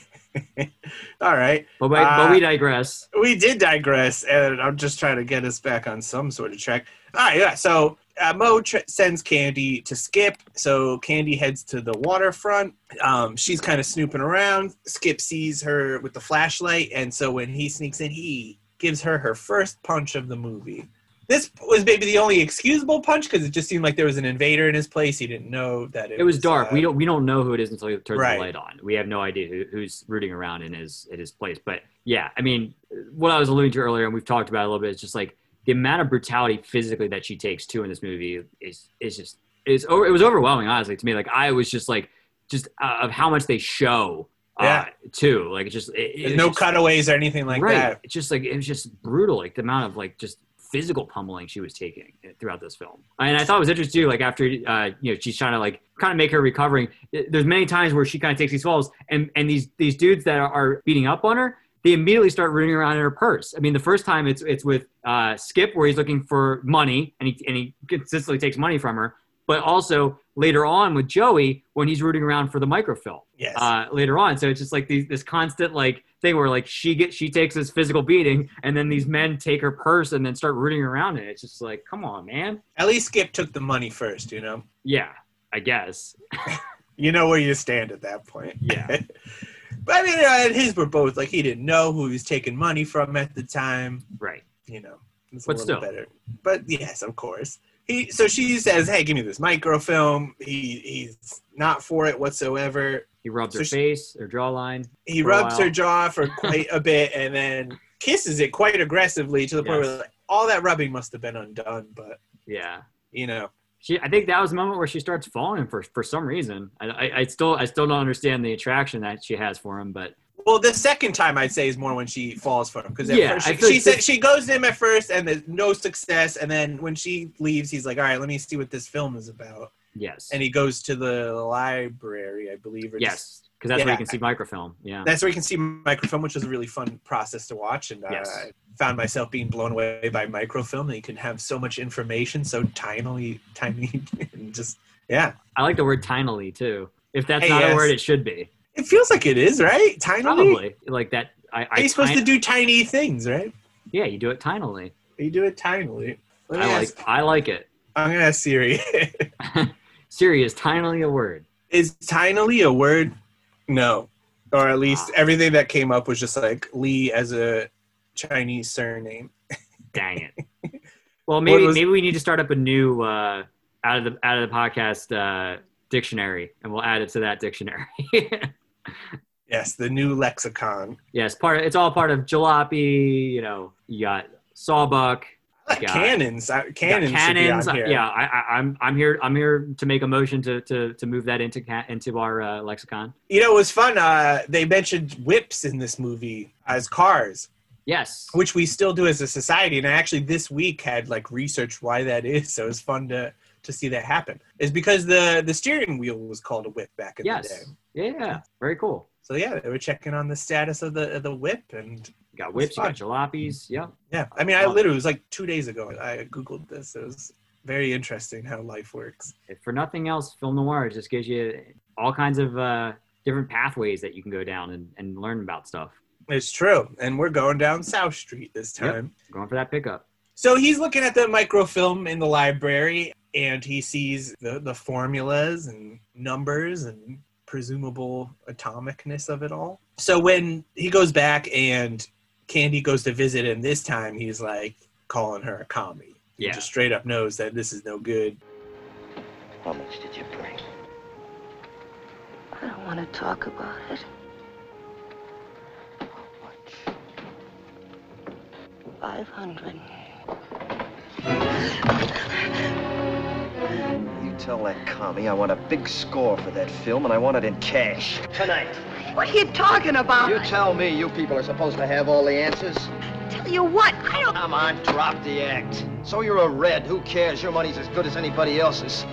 [SPEAKER 1] All right,
[SPEAKER 2] But we, but
[SPEAKER 1] Ah.
[SPEAKER 2] we digress.
[SPEAKER 1] we did digress, and I'm just trying to get us back on some sort of track. All right, yeah. So uh, Mo tr- sends Candy to Skip, so Candy heads to the waterfront. Um, she's kind of snooping around. Skip sees her with the flashlight, and so when he sneaks in, he gives her her first punch of the movie. This was maybe the only excusable punch because it just seemed like there was an invader in his place. He didn't know that it,
[SPEAKER 2] It was dark.
[SPEAKER 1] uh,
[SPEAKER 2] we don't we don't know who it is until he turns
[SPEAKER 1] Right.
[SPEAKER 2] the light on. We have no idea who, who's rooting around in his in his place. But yeah, I mean, what I was alluding to earlier, and we've talked about it a little bit, is just like the amount of brutality physically that she takes too in this movie is is just is over. It was overwhelming, honestly, to me. Like I was just like just uh, of how much they show. Uh,
[SPEAKER 1] Yeah.
[SPEAKER 2] Too like it just it, it
[SPEAKER 1] There's
[SPEAKER 2] was
[SPEAKER 1] no
[SPEAKER 2] just-
[SPEAKER 1] cutaways or anything like
[SPEAKER 2] right.
[SPEAKER 1] that.
[SPEAKER 2] It's just like it was just brutal, like the amount of like just physical pummeling she was taking eh, throughout this film. And I thought it was interesting too, like after uh, you know she's trying to like kind of make her recovering. eh, There's many times where she kind of takes these falls, and and these these dudes that are beating up on her. They immediately start rooting around in her purse. I mean, the first time it's it's with uh, Skip, where he's looking for money, and he and he consistently takes money from her. But also later on with Joey, when he's rooting around for the microfilm
[SPEAKER 1] Yes.
[SPEAKER 2] uh, later on. So it's just like these, this constant like thing where like she gets she takes this physical beating, and then these men take her purse and then start rooting around in it. It's just like, come on, man.
[SPEAKER 1] At least Skip took the money first, you know?
[SPEAKER 2] Yeah, I guess.
[SPEAKER 1] You know where you stand at that point.
[SPEAKER 2] Yeah,
[SPEAKER 1] But I mean, you know, and his were both like he didn't know who he was taking money from at the time,
[SPEAKER 2] right.
[SPEAKER 1] you know. It's a
[SPEAKER 2] But
[SPEAKER 1] little
[SPEAKER 2] still.
[SPEAKER 1] better. But yes, of course. He so she says, Hey, give me this microfilm. He he's not for it whatsoever.
[SPEAKER 2] He rubbed
[SPEAKER 1] So
[SPEAKER 2] her
[SPEAKER 1] she-
[SPEAKER 2] face, her jawline.
[SPEAKER 1] He
[SPEAKER 2] For a
[SPEAKER 1] rubs her
[SPEAKER 2] while.
[SPEAKER 1] jaw for quite a bit and then kisses it quite aggressively to the point where
[SPEAKER 2] Yes.
[SPEAKER 1] like, all that rubbing must have been undone, but
[SPEAKER 2] Yeah.
[SPEAKER 1] you know.
[SPEAKER 2] She, I think that was the moment where she starts falling for for some reason. I, I, I still I still don't understand the attraction that she has for him, but
[SPEAKER 1] Well, the second time I'd say is more when she falls for him because
[SPEAKER 2] Yeah,
[SPEAKER 1] first she,
[SPEAKER 2] I feel
[SPEAKER 1] she
[SPEAKER 2] like
[SPEAKER 1] said
[SPEAKER 2] this-
[SPEAKER 1] she goes to him at first and there's no success, and then when she leaves, he's like, "All right, let me see what this film is about,"
[SPEAKER 2] yes,
[SPEAKER 1] and he goes to the library, I believe. Or just-
[SPEAKER 2] yes, because that's where
[SPEAKER 1] Yeah.
[SPEAKER 2] you can see microfilm. Yeah,
[SPEAKER 1] that's where you can see microfilm, which was a really fun process to watch, and uh,
[SPEAKER 2] Yes.
[SPEAKER 1] I found myself being blown away by microfilm that you can have so much information so timely, tiny, and just yeah.
[SPEAKER 2] I like the word tinily too. If that's
[SPEAKER 1] Hey,
[SPEAKER 2] not
[SPEAKER 1] yes.
[SPEAKER 2] a word, it should be
[SPEAKER 1] It feels like it is right, tiny.
[SPEAKER 2] probably like that. I, I
[SPEAKER 1] Are you supposed
[SPEAKER 2] tin-
[SPEAKER 1] to do tiny things, right?
[SPEAKER 2] Yeah, you do it tinily.
[SPEAKER 1] You do it timely. Let me
[SPEAKER 2] I
[SPEAKER 1] ask
[SPEAKER 2] like I like it.
[SPEAKER 1] I'm gonna ask Siri.
[SPEAKER 2] Siri is tinily a word.
[SPEAKER 1] is tinily a word? No, or at least
[SPEAKER 2] Ah.
[SPEAKER 1] everything that came up was just like Lee as a Chinese surname.
[SPEAKER 2] Dang it. Well, maybe
[SPEAKER 1] was-
[SPEAKER 2] maybe we need to start up a new uh, out of the out of the podcast uh, dictionary, and we'll add it to that dictionary.
[SPEAKER 1] Yes, the new lexicon.
[SPEAKER 2] yes, part of, it's all part of jalopy. You know, you got sawbuck.
[SPEAKER 1] I like
[SPEAKER 2] Yeah.
[SPEAKER 1] cannons. I,
[SPEAKER 2] you got
[SPEAKER 1] cannons,
[SPEAKER 2] cannons. uh,
[SPEAKER 1] should be on here.
[SPEAKER 2] Yeah, I, I, I'm I'm here I'm here to make a motion to to, to move that into ca- into our uh, lexicon.
[SPEAKER 1] You know, it was fun. Uh, they mentioned whips in this movie as cars,
[SPEAKER 2] Yes.
[SPEAKER 1] which we still do as a society. And I actually this week had like researched why that is. So it's fun to to see that happen. It's because the the steering wheel was called a whip back in the day.
[SPEAKER 2] Yes. Yeah. Very cool.
[SPEAKER 1] So yeah, they were checking on the status of the of the whip and
[SPEAKER 2] You got whips. You got jalopies. Yep.
[SPEAKER 1] yeah. I mean, I
[SPEAKER 2] Wow.
[SPEAKER 1] literally it was like two days ago. I googled this. It was very interesting how life works.
[SPEAKER 2] if for nothing else, film noir just gives you all kinds of uh, different pathways that you can go down and, and learn about stuff.
[SPEAKER 1] It's true. And we're going down South Street this
[SPEAKER 2] Yep.
[SPEAKER 1] time.
[SPEAKER 2] Going for that pickup.
[SPEAKER 1] So he's looking at the microfilm in the library and he sees the, the formulas and numbers and presumable atomicness of it all. So when he goes back and Candy goes to visit him this time, he's like calling her a commie. He
[SPEAKER 2] Yeah.
[SPEAKER 1] just straight up knows that this is no good.
[SPEAKER 5] How much did you bring? I don't want to talk about it. How much? Five hundred.
[SPEAKER 6] You tell that commie I want a big score for that film, and I want it in cash. Tonight.
[SPEAKER 5] What are you talking about?
[SPEAKER 6] You tell me you people are supposed to have all the answers.
[SPEAKER 5] tell you what, I don't.
[SPEAKER 6] Come on, drop the act. So you're a red. Who cares? Your money's as good as anybody else's.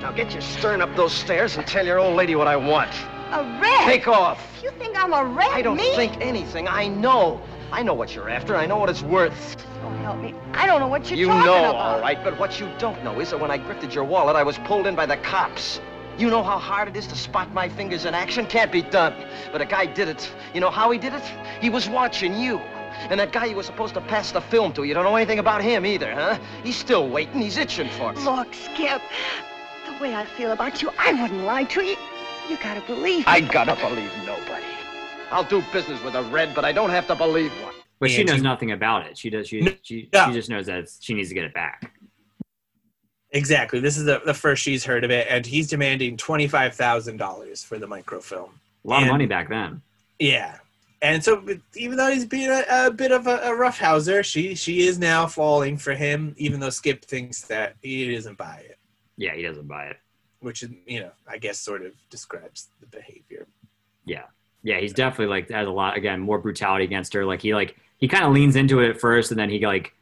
[SPEAKER 6] Now get your stern up those stairs and tell your old lady what I want.
[SPEAKER 5] A red.
[SPEAKER 6] Take off.
[SPEAKER 5] You think I'm a red?
[SPEAKER 6] I don't
[SPEAKER 5] me?
[SPEAKER 6] think anything. I know. I know what you're after. I know what it's worth.
[SPEAKER 5] Oh, help me. I don't know what you're
[SPEAKER 6] you
[SPEAKER 5] talking
[SPEAKER 6] know,
[SPEAKER 5] about.
[SPEAKER 6] all right, but what you don't know is that when I grifted your wallet, I was pulled in by the cops. You know how hard it is to spot my fingers in action? Can't be done. But a guy did it. You know how he did it? He was watching you. And that guy you were supposed to pass the film to, you don't know anything about him either, huh? He's still waiting. He's itching for it.
[SPEAKER 5] Look, Skip. The way I feel about you, I wouldn't lie to you. You gotta believe.
[SPEAKER 6] I gotta believe nobody. I'll do business with a red, but I don't have to believe one.
[SPEAKER 2] But she
[SPEAKER 1] And
[SPEAKER 2] knows
[SPEAKER 1] you-
[SPEAKER 2] nothing about it. She does. She
[SPEAKER 1] No.
[SPEAKER 2] she, she just knows that it's- she needs to get it back.
[SPEAKER 1] Exactly. This is the, the first she's heard of it. And he's demanding $25,000 for the microfilm.
[SPEAKER 2] A lot
[SPEAKER 1] And-
[SPEAKER 2] of money back then.
[SPEAKER 1] Yeah. And so, but even though he's being a, a bit of a, a roughhouser, she she is now falling for him. Even though Skip thinks that he doesn't buy it,
[SPEAKER 2] Yeah, he doesn't buy it.
[SPEAKER 1] which is you know I guess sort of describes the behavior.
[SPEAKER 2] Yeah, he's definitely like has a lot again more brutality against her. Like he like he kind of leans into it at first, and then he like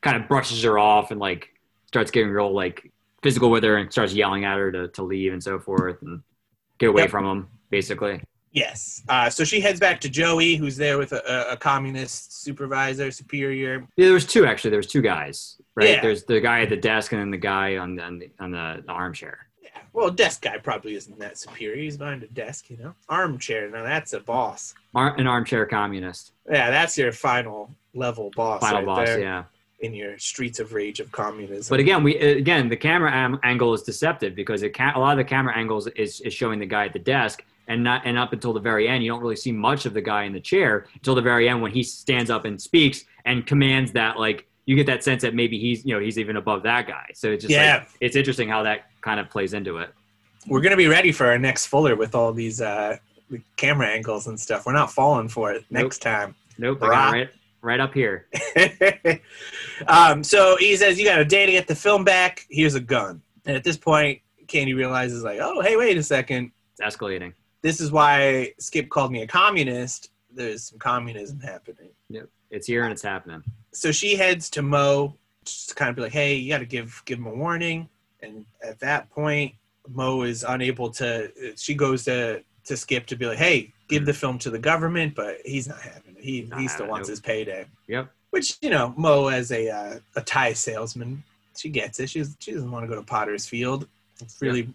[SPEAKER 2] kind of brushes her off and like starts getting real like physical with her and starts yelling at her to to leave and so forth and get away
[SPEAKER 1] Yep.
[SPEAKER 2] from him basically.
[SPEAKER 1] Yes. Uh, so she heads back to Joey, who's there with a, a- a communist supervisor superior.
[SPEAKER 2] Yeah, there was two actually. There was two guys, right?
[SPEAKER 1] Yeah.
[SPEAKER 2] There's the guy at the desk and then the guy on the on the, on the, the armchair.
[SPEAKER 1] Yeah. Well, desk guy probably isn't that superior. He's behind a desk, you know. Armchair. Now that's a boss.
[SPEAKER 2] Ar- an armchair communist,
[SPEAKER 1] Yeah, that's your final level boss.
[SPEAKER 2] final
[SPEAKER 1] right
[SPEAKER 2] boss.
[SPEAKER 1] there
[SPEAKER 2] Yeah,
[SPEAKER 1] In your streets of rage of communism.
[SPEAKER 2] but again, we uh, again the camera am- angle is deceptive because it ca- a lot of the camera angles is, is showing the guy at the desk and not and up until the very end you don't really see much of the guy in the chair until the very end when he stands up and speaks and commands that like you get that sense that maybe he's you know he's even above that guy. So it's just
[SPEAKER 1] Yeah.
[SPEAKER 2] like, it's interesting how that kind of plays into it.
[SPEAKER 1] we're gonna be ready for our next Fuller with all these uh, the camera angles and stuff. We're not falling for it
[SPEAKER 2] Nope.
[SPEAKER 1] next time.
[SPEAKER 2] Nope, I got
[SPEAKER 1] Bruh.
[SPEAKER 2] it right right up here.
[SPEAKER 1] um, so he says, "You got a day to get the film back. Here's a gun." And at this point, Candy realizes, like, "Oh, hey, wait a second.
[SPEAKER 2] It's escalating.
[SPEAKER 1] This is why Skip called me a communist. There's some communism happening."
[SPEAKER 2] It's here and it's happening.
[SPEAKER 1] So she heads to Mo, just to kind of be like, "Hey, you got to give give him a warning." And at that point, Mo is unable to. She goes to to Skip to be like, "Hey, give the film to the government," but he's not having it. He
[SPEAKER 2] Not
[SPEAKER 1] he still
[SPEAKER 2] having it,
[SPEAKER 1] wants
[SPEAKER 2] nope.
[SPEAKER 1] his payday.
[SPEAKER 2] Yep.
[SPEAKER 1] Which you know, Mo as a uh, a tie salesman, she gets it. She's, she doesn't want to go to Potter's Field. It's really,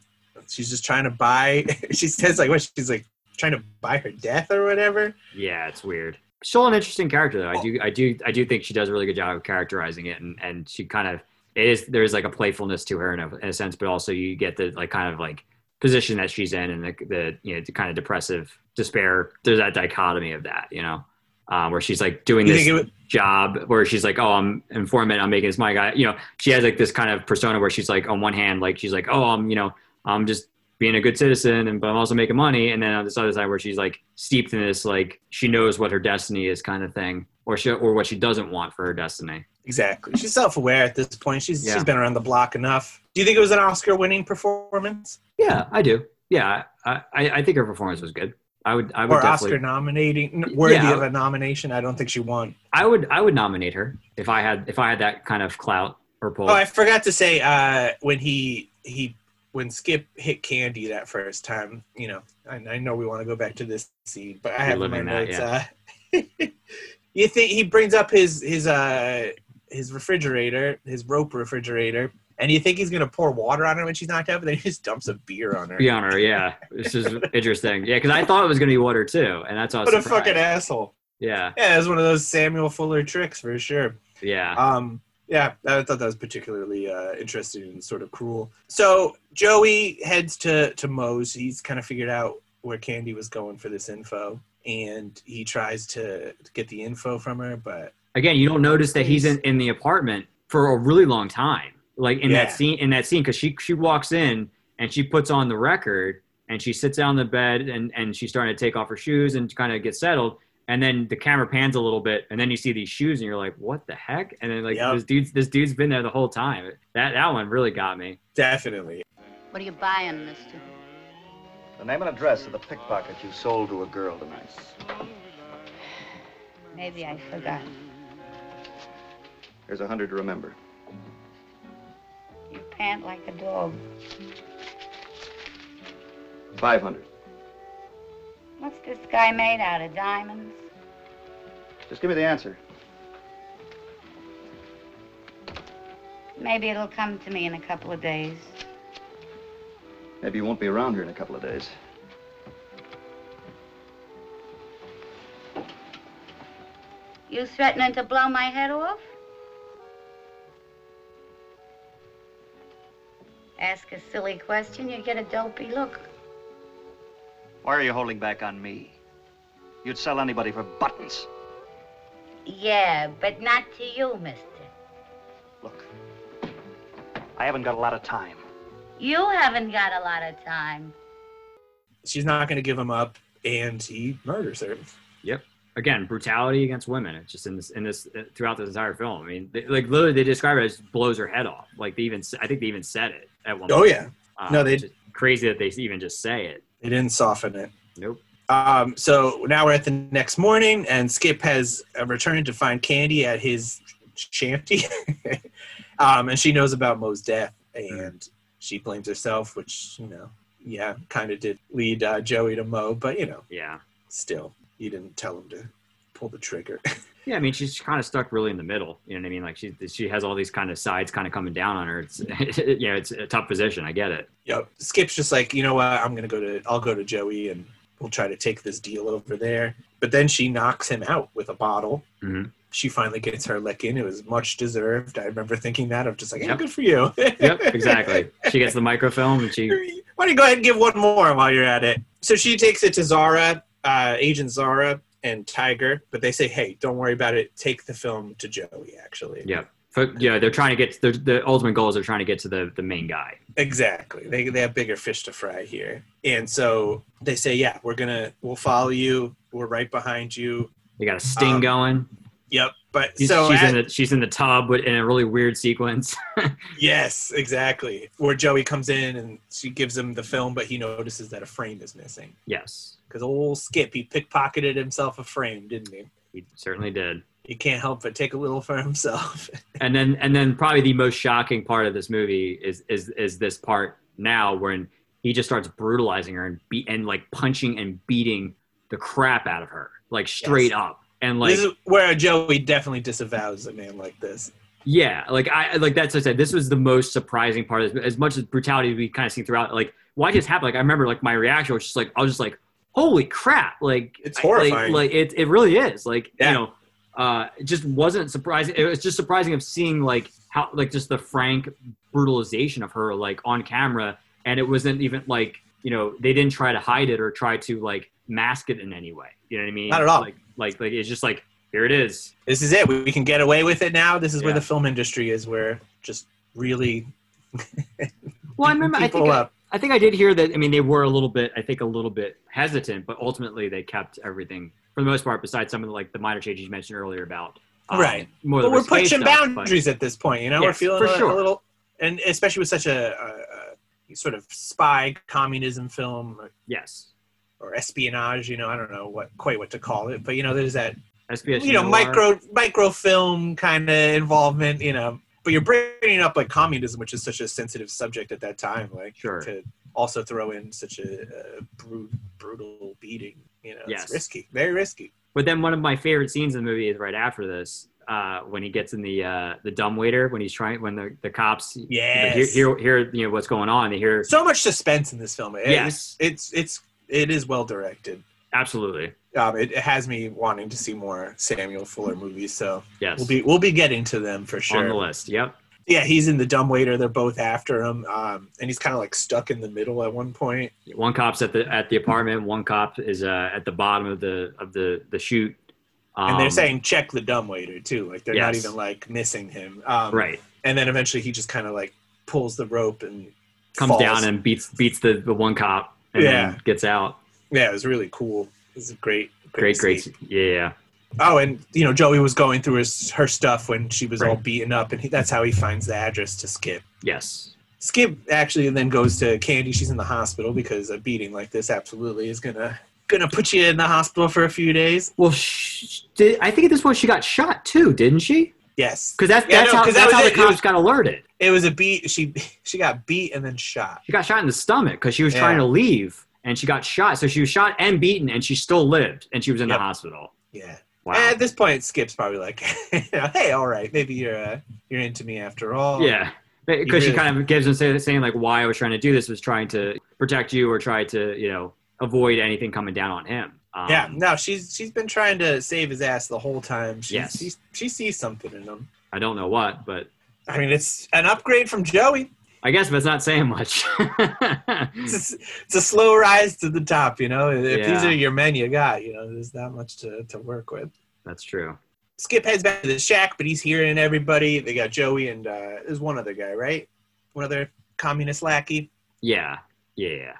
[SPEAKER 1] she's just trying to buy. she says like, what? She's like trying to buy her death or whatever.
[SPEAKER 2] Yeah, it's weird. Still an interesting character though. I do I do I do think she does a really good job of characterizing it and, and she kind of it is there is like a playfulness to her in a, in a sense, but also you get the like kind of like position that she's in and the, the you know the kind of depressive despair. There's that dichotomy of that, you know. um, where she's like doing
[SPEAKER 1] You
[SPEAKER 2] this
[SPEAKER 1] think it would-
[SPEAKER 2] job where she's like, "Oh, I'm informant. I'm making this money." I, you know, she has like this kind of persona where she's like, on one hand, like she's like, "Oh, I'm you know, I'm just being a good citizen, and but I'm also making money." And then on this other side, where she's like steeped in this like she knows what her destiny is kind of thing, or she or what she doesn't want for her destiny.
[SPEAKER 1] Exactly. She's self-aware at this point. She's
[SPEAKER 2] Yeah.
[SPEAKER 1] she's been around the block enough. Do you think it was an Oscar-winning performance
[SPEAKER 2] Yeah, I do. Yeah, I I, I think her performance was good. I would I would
[SPEAKER 1] or
[SPEAKER 2] definitely
[SPEAKER 1] Oscar-nominating worthy
[SPEAKER 2] Yeah.
[SPEAKER 1] of a nomination? I don't think she won.
[SPEAKER 2] I would I would nominate her if I had if I had that kind of clout or pull.
[SPEAKER 1] Oh, I forgot to say uh, when he he when Skip hit Candy that first time. You know, I, I know we want to go back to this scene, but I have in my
[SPEAKER 2] Reliving that,
[SPEAKER 1] notes. Uh, you think he brings up his his uh, his refrigerator, his rope refrigerator, and you think he's gonna pour water on her when she's knocked out, but then he just dumps a beer on her.
[SPEAKER 2] Be on her, yeah. This is interesting, yeah, because I thought it was gonna be water too, and that's why I was
[SPEAKER 1] What a
[SPEAKER 2] surprised.
[SPEAKER 1] fucking asshole!
[SPEAKER 2] yeah,
[SPEAKER 1] Yeah, that's one of those Samuel Fuller tricks for sure.
[SPEAKER 2] yeah.
[SPEAKER 1] Um, yeah, I thought that was particularly uh, interesting and sort of cruel. So Joey heads to to Moe's. He's kind of figured out where Candy was going for this info, and he tries to, to get the info from her. But
[SPEAKER 2] Again, you don't notice that he's in, in the apartment for a really long time, like in
[SPEAKER 1] Yeah.
[SPEAKER 2] that scene in that scene, because she she walks in and she puts on the record and she sits down on the bed and and she's starting to take off her shoes and kind of get settled. And then the camera pans a little bit, and then you see these shoes, and you're like, "What the heck?" And then like
[SPEAKER 1] Yep.
[SPEAKER 2] this dude's this dude's been there the whole time. That that one really got me.
[SPEAKER 1] definitely,
[SPEAKER 4] What are you buying, mister?
[SPEAKER 6] The name and address of the pickpocket you sold to a girl tonight.
[SPEAKER 4] Maybe I forgot.
[SPEAKER 3] Here's a hundred to remember.
[SPEAKER 4] You pant like a dog.
[SPEAKER 3] Five hundred.
[SPEAKER 4] What's this guy made out of? Diamonds?
[SPEAKER 3] Just give me the answer.
[SPEAKER 4] Maybe it'll come to me in a couple of days.
[SPEAKER 3] Maybe you won't be around here in a couple of days.
[SPEAKER 4] You threatening to blow my head off? Ask a silly question, you get a dopey look.
[SPEAKER 6] Why are you holding back on me? You'd sell anybody for buttons.
[SPEAKER 4] Yeah, but not to you, mister.
[SPEAKER 6] Look, I haven't got a lot of time.
[SPEAKER 4] You haven't got a lot of time.
[SPEAKER 1] she's not going to give him up, and he murders her.
[SPEAKER 2] again brutality against women it's just in this in this uh, throughout this entire film i mean they, like literally they describe it as blows her head off like they even i think they even said it at one
[SPEAKER 1] Oh yeah,
[SPEAKER 2] Uh,
[SPEAKER 1] no, they-
[SPEAKER 2] it's just crazy that they even just say it
[SPEAKER 1] they didn't soften it.
[SPEAKER 2] nope
[SPEAKER 1] Um, so now we're at the next morning, and Skip has uh, returned to find Candy at his shanty, um, and she knows about Moe's death, and she blames herself, which you know, yeah, kind of did lead uh, Joey to Moe, but you know,
[SPEAKER 2] yeah
[SPEAKER 1] still, you didn't tell him to pull the trigger.
[SPEAKER 2] yeah i mean she's kind of stuck really in the middle you know what i mean like she she has all these kind of sides kind of coming down on her it's you know it's a tough position i get it
[SPEAKER 1] yep. Skip's just like, you know what, I'm gonna go to, I'll go to Joey, and we'll try to take this deal over there. But then she knocks him out with a bottle.
[SPEAKER 2] Mhm.
[SPEAKER 1] She finally gets her lick in. It was much deserved. I remember thinking that. I'm just like, hey,
[SPEAKER 2] Yep.
[SPEAKER 1] good for you.
[SPEAKER 2] yep exactly she gets the microfilm and she
[SPEAKER 1] Why don't you go ahead and give one more while you're at it? So she takes it to Zara, uh, Agent Zara, and Tiger, but they say, hey, don't worry about it. Take the film to Joey, actually.
[SPEAKER 2] yeah Fo- yeah they're trying to get the, the ultimate goal is they're trying to get to the the main guy
[SPEAKER 1] Exactly. They, they have bigger fish to fry here. And so they say, yeah, we're going to, we'll follow you. We're right behind you.
[SPEAKER 2] they got a sting
[SPEAKER 1] Um,
[SPEAKER 2] going
[SPEAKER 1] Yep. But
[SPEAKER 2] She's,
[SPEAKER 1] so,
[SPEAKER 2] she's
[SPEAKER 1] at-
[SPEAKER 2] in the she's in the tub with- in a really weird sequence.
[SPEAKER 1] yes, exactly. Where Joey comes in and she gives him the film, but he notices that a frame is missing.
[SPEAKER 2] yes,
[SPEAKER 1] Because old Skip, he pickpocketed himself a frame, didn't he?
[SPEAKER 2] he certainly did.
[SPEAKER 1] He can't help but take a little for himself.
[SPEAKER 2] And then and then probably the most shocking part of this movie is is is this part now when he just starts brutalizing her and beat and like punching and beating the crap out of her like straight up and like
[SPEAKER 1] this is where Joey definitely disavows a man like this.
[SPEAKER 2] Yeah, like I like that's what I said. This was the most surprising part. As, as much as brutality we kind of see throughout, like why just happened? Like I remember, like my reaction was just like I was just like, "Holy crap!" Like
[SPEAKER 1] It's
[SPEAKER 2] I-
[SPEAKER 1] horrifying.
[SPEAKER 2] Like, like it, it really is. Like
[SPEAKER 1] Yeah.
[SPEAKER 2] you know, uh, it just wasn't surprising. It was just surprising of seeing like how like just the frank brutalization of her like on camera, and it wasn't even like you know they didn't try to hide it or try to like mask it in any way. You know what I mean?
[SPEAKER 1] Not at all.
[SPEAKER 2] Like, Like like it's just like here it is.
[SPEAKER 1] This is it. We, we can get away with it now. This is where
[SPEAKER 2] Yeah.
[SPEAKER 1] the film industry is. We're just really
[SPEAKER 2] Well, I
[SPEAKER 1] beating
[SPEAKER 2] remember I
[SPEAKER 1] people
[SPEAKER 2] think I,
[SPEAKER 1] up.
[SPEAKER 2] I think I did hear that. I mean, they were a little bit I think a little bit hesitant, but ultimately they kept everything for the most part. Besides some of the, like the minor changes you mentioned earlier about um,
[SPEAKER 1] Right.
[SPEAKER 2] more
[SPEAKER 1] but
[SPEAKER 2] of the
[SPEAKER 1] we're
[SPEAKER 2] risque
[SPEAKER 1] pushing
[SPEAKER 2] stuff, but-
[SPEAKER 1] boundaries at this point. You know, we're
[SPEAKER 2] Yes,
[SPEAKER 1] feeling
[SPEAKER 2] for
[SPEAKER 1] a, a
[SPEAKER 2] sure.
[SPEAKER 1] little, and especially with such a, a, a sort of spy communism film or,
[SPEAKER 2] yes,
[SPEAKER 1] or espionage. You know, I don't know what quite what to call it, but you know, there's that
[SPEAKER 2] SBS.
[SPEAKER 1] you know
[SPEAKER 2] noir.
[SPEAKER 1] micro microfilm kind of involvement. You know, but you're bringing up like communism, which is such a sensitive subject at that time. Like
[SPEAKER 2] Sure.
[SPEAKER 1] to also throw in such a, a bru- brutal beating. You know,
[SPEAKER 2] Yes.
[SPEAKER 1] it's risky, very risky.
[SPEAKER 2] But then one of my favorite scenes in the movie is right after this, uh, when he gets in the uh, the dumb waiter when he's trying when the, the cops you know,
[SPEAKER 1] Yes.
[SPEAKER 2] hear, hear hear you know what's going on. They hear
[SPEAKER 1] So much suspense in this film. It-
[SPEAKER 2] Yes.
[SPEAKER 1] it's it's it is well directed.
[SPEAKER 2] absolutely
[SPEAKER 1] um, it, it has me wanting to see more Samuel Fuller movies. So
[SPEAKER 2] yes
[SPEAKER 1] we'll be we'll be getting to them for
[SPEAKER 2] on the
[SPEAKER 1] sure.
[SPEAKER 2] list. Yep.
[SPEAKER 1] Yeah, he's in the dumb waiter. They're both after him, um, and he's kind of like stuck in the middle at one point.
[SPEAKER 2] One cop's at the at the apartment. One cop is uh, at the bottom of the of the the chute. Um,
[SPEAKER 1] And they're saying check the dumb waiter too. Like they're not
[SPEAKER 2] Yes.
[SPEAKER 1] even like missing him. Um,
[SPEAKER 2] right
[SPEAKER 1] And then eventually he just kind of like pulls the rope and
[SPEAKER 2] comes
[SPEAKER 1] falls.
[SPEAKER 2] down and beats beats the, the one cop and then
[SPEAKER 1] Yeah.
[SPEAKER 2] gets out.
[SPEAKER 1] yeah, it was really cool. It was a great,
[SPEAKER 2] Great
[SPEAKER 1] to
[SPEAKER 2] great
[SPEAKER 1] see.
[SPEAKER 2] s- yeah.
[SPEAKER 1] Oh, and you know Joey was going through his her stuff when she was all
[SPEAKER 2] Right.
[SPEAKER 1] beaten up, and he, that's how he finds the address to Skip.
[SPEAKER 2] Yes.
[SPEAKER 1] Skip actually then goes to Candy. She's in the hospital because a beating like this absolutely is gonna gonna put you in the hospital for a few days.
[SPEAKER 2] Well, sh- did, I think at this point she got shot too, didn't she?
[SPEAKER 1] Yes,
[SPEAKER 2] Because that's
[SPEAKER 1] Yeah,
[SPEAKER 2] that's
[SPEAKER 1] no,
[SPEAKER 2] how
[SPEAKER 1] 'cause that was
[SPEAKER 2] that's how
[SPEAKER 1] it.
[SPEAKER 2] the
[SPEAKER 1] It
[SPEAKER 2] cops
[SPEAKER 1] was-
[SPEAKER 2] got alerted.
[SPEAKER 1] it was a beat. She she got beat and then shot.
[SPEAKER 2] She got shot in the stomach because she was
[SPEAKER 1] Yeah.
[SPEAKER 2] trying to leave and she got shot. So she was shot and beaten and she still lived and she was in
[SPEAKER 1] Yep.
[SPEAKER 2] the hospital.
[SPEAKER 1] Yeah.
[SPEAKER 2] Wow.
[SPEAKER 1] And at this point, Skip's probably like, "Hey, all right, maybe you're uh, you're into me after all."
[SPEAKER 2] yeah. Because she
[SPEAKER 1] really-
[SPEAKER 2] kind of gives him say, saying like why I was trying to do this was trying to protect you or try to you know avoid anything coming down on him. Um,
[SPEAKER 1] Yeah. No, she's she's been trying to save his ass the whole time. She,
[SPEAKER 2] Yes.
[SPEAKER 1] she she sees something in him.
[SPEAKER 2] I don't know what, but
[SPEAKER 1] I mean, it's an upgrade from Joey.
[SPEAKER 2] I guess that's not saying much. Mm.
[SPEAKER 1] it's, a- it's a slow rise to the top, you know. If these
[SPEAKER 2] Yeah.
[SPEAKER 1] are your men you got, you know, there's not much to, to work with.
[SPEAKER 2] that's true.
[SPEAKER 1] Skip heads back to the shack, but he's hearing everybody. They got Joey and uh, there's one other guy, right? One other communist lackey.
[SPEAKER 2] Yeah. Yeah. yeah.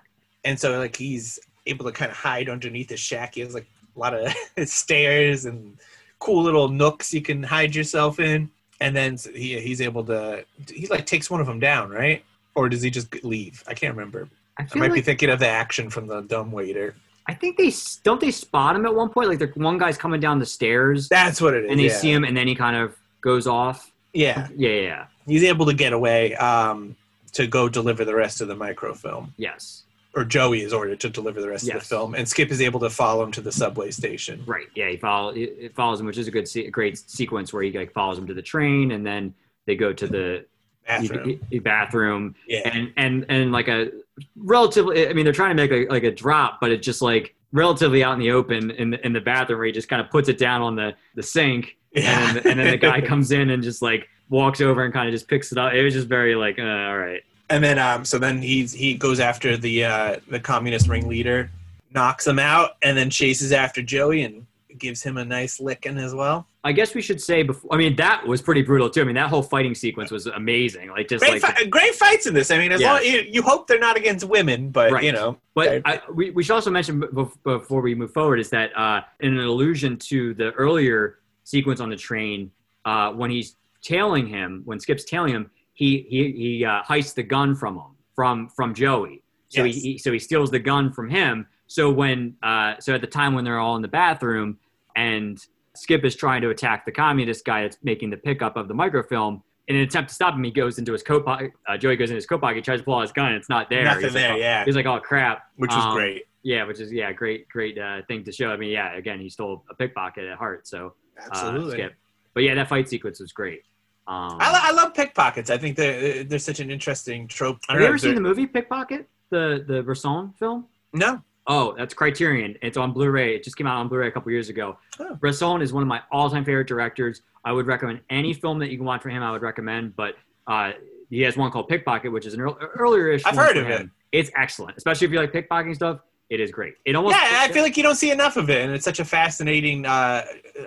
[SPEAKER 1] And so, like, he's able to kind of hide underneath the shack. He has like a lot of stairs and cool little nooks you can hide yourself in. And then s- he, he's able to, he like takes one of them down, right? Or does he just leave? I can't remember.
[SPEAKER 2] I
[SPEAKER 1] I
[SPEAKER 2] feel
[SPEAKER 1] might
[SPEAKER 2] like
[SPEAKER 1] be thinking of the action from the dumb waiter.
[SPEAKER 2] I think they s- don't they spot him at one point. Like the one guy's coming down the stairs
[SPEAKER 1] That's what it is.
[SPEAKER 2] and they
[SPEAKER 1] yeah.
[SPEAKER 2] see him and then he kind of goes off.
[SPEAKER 1] Yeah,
[SPEAKER 2] Yeah. Yeah. yeah.
[SPEAKER 1] he's able to get away um, to go deliver the rest of the microfilm,
[SPEAKER 2] Yes.
[SPEAKER 1] or Joey is ordered to deliver the rest of the
[SPEAKER 2] Yes.
[SPEAKER 1] film, and Skip is able to follow him to the subway station.
[SPEAKER 2] Right. Yeah, he follow it it follows him, which is a good, se- a great sequence where he like follows him to the train, and then they go to the
[SPEAKER 1] Bathroom.
[SPEAKER 2] e- e- bathroom,
[SPEAKER 1] Yeah,
[SPEAKER 2] and and and like a relatively, I mean, they're trying to make a, like a drop, but it's just like relatively out in the open in the, in the bathroom where he just kind of puts it down on the the sink,
[SPEAKER 1] yeah.
[SPEAKER 2] and, then, and then the guy comes in and just like walks over and kind of just picks it up. It was just very like, uh, all right,
[SPEAKER 1] And then, um, so then he's he goes after the uh, the communist ringleader, knocks him out, and then chases after Joey and gives him a nice licking as well.
[SPEAKER 2] I guess we should say before. I mean, that was pretty brutal too. I mean, that whole fighting sequence was amazing. Like just
[SPEAKER 1] Great,
[SPEAKER 2] like
[SPEAKER 1] fi- great fights in this. I mean, as
[SPEAKER 2] Yeah.
[SPEAKER 1] long you, you hope they're not against women, but
[SPEAKER 2] Right.
[SPEAKER 1] you know,
[SPEAKER 2] But
[SPEAKER 1] Okay.
[SPEAKER 2] I, we, we should also mention b- bef- before we move forward is that uh, in an allusion to the earlier sequence on the train, uh, when he's tailing him, when Skip's tailing him, he he, he uh, heists the gun from him from from Joey. So
[SPEAKER 1] Yes.
[SPEAKER 2] he, he so he steals the gun from him. So when uh, so at the time when they're all in the bathroom and Skip is trying to attack the communist guy that's making the pickup of the microfilm. In an attempt to stop him, he goes into his coat pocket. Uh, Joey goes into his coat pocket, he tries to pull out his gun, and it's not there.
[SPEAKER 1] Nothing
[SPEAKER 2] He's like,
[SPEAKER 1] there,
[SPEAKER 2] "Oh."
[SPEAKER 1] yeah.
[SPEAKER 2] He's like, "Oh crap!"
[SPEAKER 1] which was
[SPEAKER 2] Um,
[SPEAKER 1] great.
[SPEAKER 2] yeah, which is yeah, great, great uh, thing to show. I mean, yeah, again, he stole a pickpocket at heart, so uh,
[SPEAKER 1] Absolutely.
[SPEAKER 2] skip. But yeah, that fight sequence was great. Um,
[SPEAKER 1] I, lo- I love pickpockets. I think they're, they're such an interesting trope. I don't
[SPEAKER 2] have you
[SPEAKER 1] know
[SPEAKER 2] ever
[SPEAKER 1] if
[SPEAKER 2] seen the
[SPEAKER 1] they're-
[SPEAKER 2] movie Pickpocket, the the Bresson film?
[SPEAKER 1] No.
[SPEAKER 2] Oh, that's Criterion. It's on Blu-ray. It just came out on Blu-ray a couple years ago.
[SPEAKER 1] Oh.
[SPEAKER 2] Bresson is one of my all-time favorite directors. I would recommend any film that you can watch from him. I would recommend, but uh, he has one called Pickpocket, which is an earl- earlier issue.
[SPEAKER 1] I've heard of it.
[SPEAKER 2] It's excellent, especially if you like pickpocketing stuff. It is great. It almost
[SPEAKER 1] Yeah, I feel like you don't see enough of it, and it's such a fascinating uh, uh,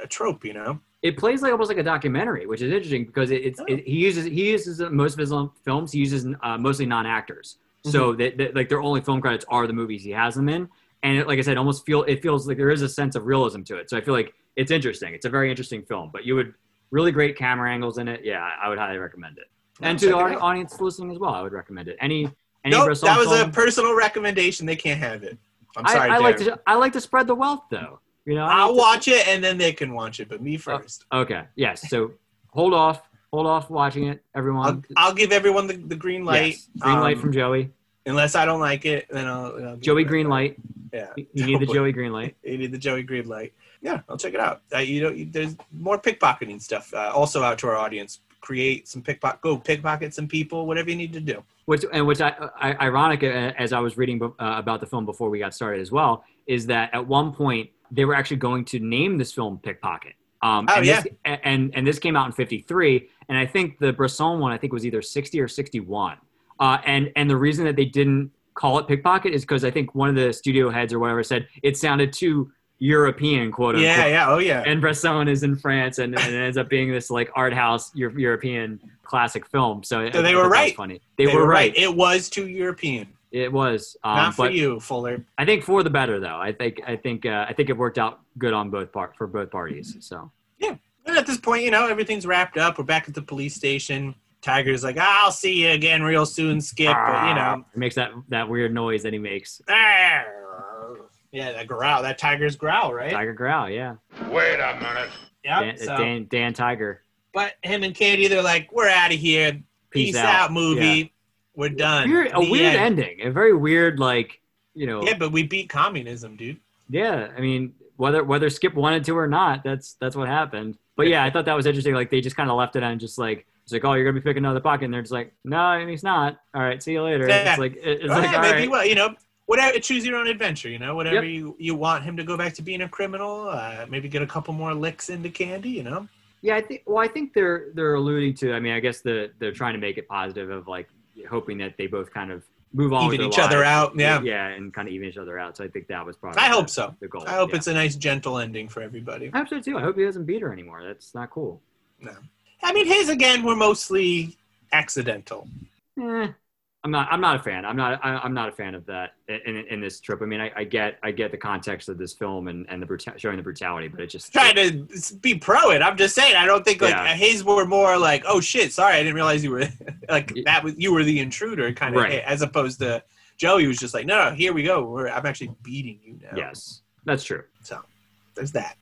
[SPEAKER 1] trope, you know.
[SPEAKER 2] it plays like almost like a documentary, which is interesting because it,
[SPEAKER 1] Oh.
[SPEAKER 2] it's it, he uses he uses uh, most of his own films. He uses uh, mostly non actors,
[SPEAKER 1] Mm-hmm.
[SPEAKER 2] so that, that like their only film credits are the movies he has them in. And it, like I said, almost feel it feels like there is a sense of realism to it. So I feel like it's interesting. It's a very interesting film, but you would really great camera angles in it. Yeah, I would highly recommend it. And to the
[SPEAKER 6] check it
[SPEAKER 2] audi-
[SPEAKER 6] out.
[SPEAKER 2] audience listening as well, I would recommend it. Any any
[SPEAKER 1] nope,
[SPEAKER 2] Bresson
[SPEAKER 1] that was a
[SPEAKER 2] film-
[SPEAKER 1] personal recommendation. They can't have it. I'm
[SPEAKER 2] I-
[SPEAKER 1] sorry.
[SPEAKER 2] I, like
[SPEAKER 1] Darren.
[SPEAKER 2] to I like to spread the wealth though. You know, I like
[SPEAKER 1] I'll
[SPEAKER 2] to-
[SPEAKER 1] watch it and then they can watch it, but me first.
[SPEAKER 2] Okay. Yes. So hold off. Hold off watching it,
[SPEAKER 1] I'll,
[SPEAKER 2] everyone.
[SPEAKER 1] I'll give everyone the, the green light.
[SPEAKER 2] Yes. Green light
[SPEAKER 1] um,
[SPEAKER 2] from Joey.
[SPEAKER 1] unless I don't like it, then I'll, then I'll give
[SPEAKER 2] Joey
[SPEAKER 1] it-
[SPEAKER 2] Green Light.
[SPEAKER 1] Yeah,
[SPEAKER 2] You you need the Joey Green Light.
[SPEAKER 1] you need the Joey Green light. Yeah, I'll check it out. Uh, you know, there's more pickpocketing stuff. Uh, also out to our audience, create some pickpocket, go pickpocket some people, whatever you need to do.
[SPEAKER 2] Which and which I, I ironic uh, as I was reading uh, about the film before we got started as well is that at one point they were actually going to name this film Pickpocket. Um,
[SPEAKER 1] Oh,
[SPEAKER 2] and This, and and this came out in '53, and I think the Bresson one I think was either '60 or '61. Uh, and and the reason that they didn't call it Pickpocket is because I think one of the studio heads or whatever said it sounded too European, quote unquote.
[SPEAKER 1] Yeah, yeah, oh yeah.
[SPEAKER 2] and Bresson is in France, and, and it ends up being this like art house Eu- European classic film. So, I-
[SPEAKER 1] So they
[SPEAKER 2] I
[SPEAKER 1] were
[SPEAKER 2] thought that was
[SPEAKER 1] right.
[SPEAKER 2] Funny, they, were, right.
[SPEAKER 1] It was too European.
[SPEAKER 2] It, was, um,
[SPEAKER 1] Not for
[SPEAKER 2] but
[SPEAKER 1] you, Fuller.
[SPEAKER 2] I think for the better though. I think I think uh, I think it worked out good on both part for both parties. So
[SPEAKER 1] And at this point, you know, everything's wrapped up. We're back at the police station. Tiger's like, I'll see you again real soon, Skip. But you know,
[SPEAKER 2] Ah, it makes that that weird noise that he makes. Ah.
[SPEAKER 1] "Arr." "Ah." yeah, that growl, that tiger's growl, right?
[SPEAKER 2] Tiger growl, yeah.
[SPEAKER 7] Wait a minute.
[SPEAKER 1] Yeah.
[SPEAKER 2] Dan, uh, Dan, Dan Tiger.
[SPEAKER 1] But him and Candy, they're like, we're out of here. Peace,
[SPEAKER 2] Peace
[SPEAKER 1] out.
[SPEAKER 2] out.
[SPEAKER 1] movie.
[SPEAKER 2] Yeah.
[SPEAKER 1] We're done.
[SPEAKER 2] Weird, a
[SPEAKER 1] The
[SPEAKER 2] weird
[SPEAKER 1] end.
[SPEAKER 2] ending. A very weird like you know.
[SPEAKER 1] Yeah, but we beat communism, dude.
[SPEAKER 2] Yeah, I mean, whether whether Skip wanted to or not, that's that's what happened. But yeah, I thought that was interesting. Like they just kind of left it on just like it's like, oh, you're gonna be picking another pocket, and they're just like, no, he's not. All right, see you later.
[SPEAKER 1] Yeah.
[SPEAKER 2] It's like it- it's
[SPEAKER 1] All
[SPEAKER 2] like
[SPEAKER 1] right,
[SPEAKER 2] all
[SPEAKER 1] maybe
[SPEAKER 2] right.
[SPEAKER 1] well, you know, whatever. Choose your own adventure. You know, whatever
[SPEAKER 2] Yep.
[SPEAKER 1] you, you want him to go back to being a criminal. Uh, maybe get a couple more licks into Candy. You know.
[SPEAKER 2] Yeah, I think. Well, I think they're they're alluding to. I mean, I guess the they're trying to make it positive of like hoping that they both kind of move on, with
[SPEAKER 1] Even
[SPEAKER 2] their
[SPEAKER 1] each other
[SPEAKER 2] lives.
[SPEAKER 1] out, yeah.
[SPEAKER 2] yeah, and kind of even each other out. So I think that was probably.
[SPEAKER 1] I
[SPEAKER 2] the-
[SPEAKER 1] hope so.
[SPEAKER 2] The goal.
[SPEAKER 1] I hope
[SPEAKER 2] yeah.
[SPEAKER 1] it's a nice gentle ending for everybody.
[SPEAKER 2] I hope so too. I hope he doesn't beat her anymore. That's not cool.
[SPEAKER 1] I mean, his again were mostly accidental.
[SPEAKER 2] eh, I'm not. I'm not a fan. I'm not. I, I'm not a fan of that in, in, in this trip. I mean, I, I get. I get the context of this film and and the bruta- showing the brutality, but it just
[SPEAKER 1] Trying to s- be pro it. I'm just saying. I don't think like
[SPEAKER 2] Yeah.
[SPEAKER 1] his were more like, oh shit, sorry, I didn't realize you were like
[SPEAKER 2] Y-
[SPEAKER 1] that was you were the intruder kind of,
[SPEAKER 2] Right.
[SPEAKER 1] as opposed to Joey was just like, no, no, here we go. We're, I'm actually beating you now.
[SPEAKER 2] Yes, that's true.
[SPEAKER 1] there's that.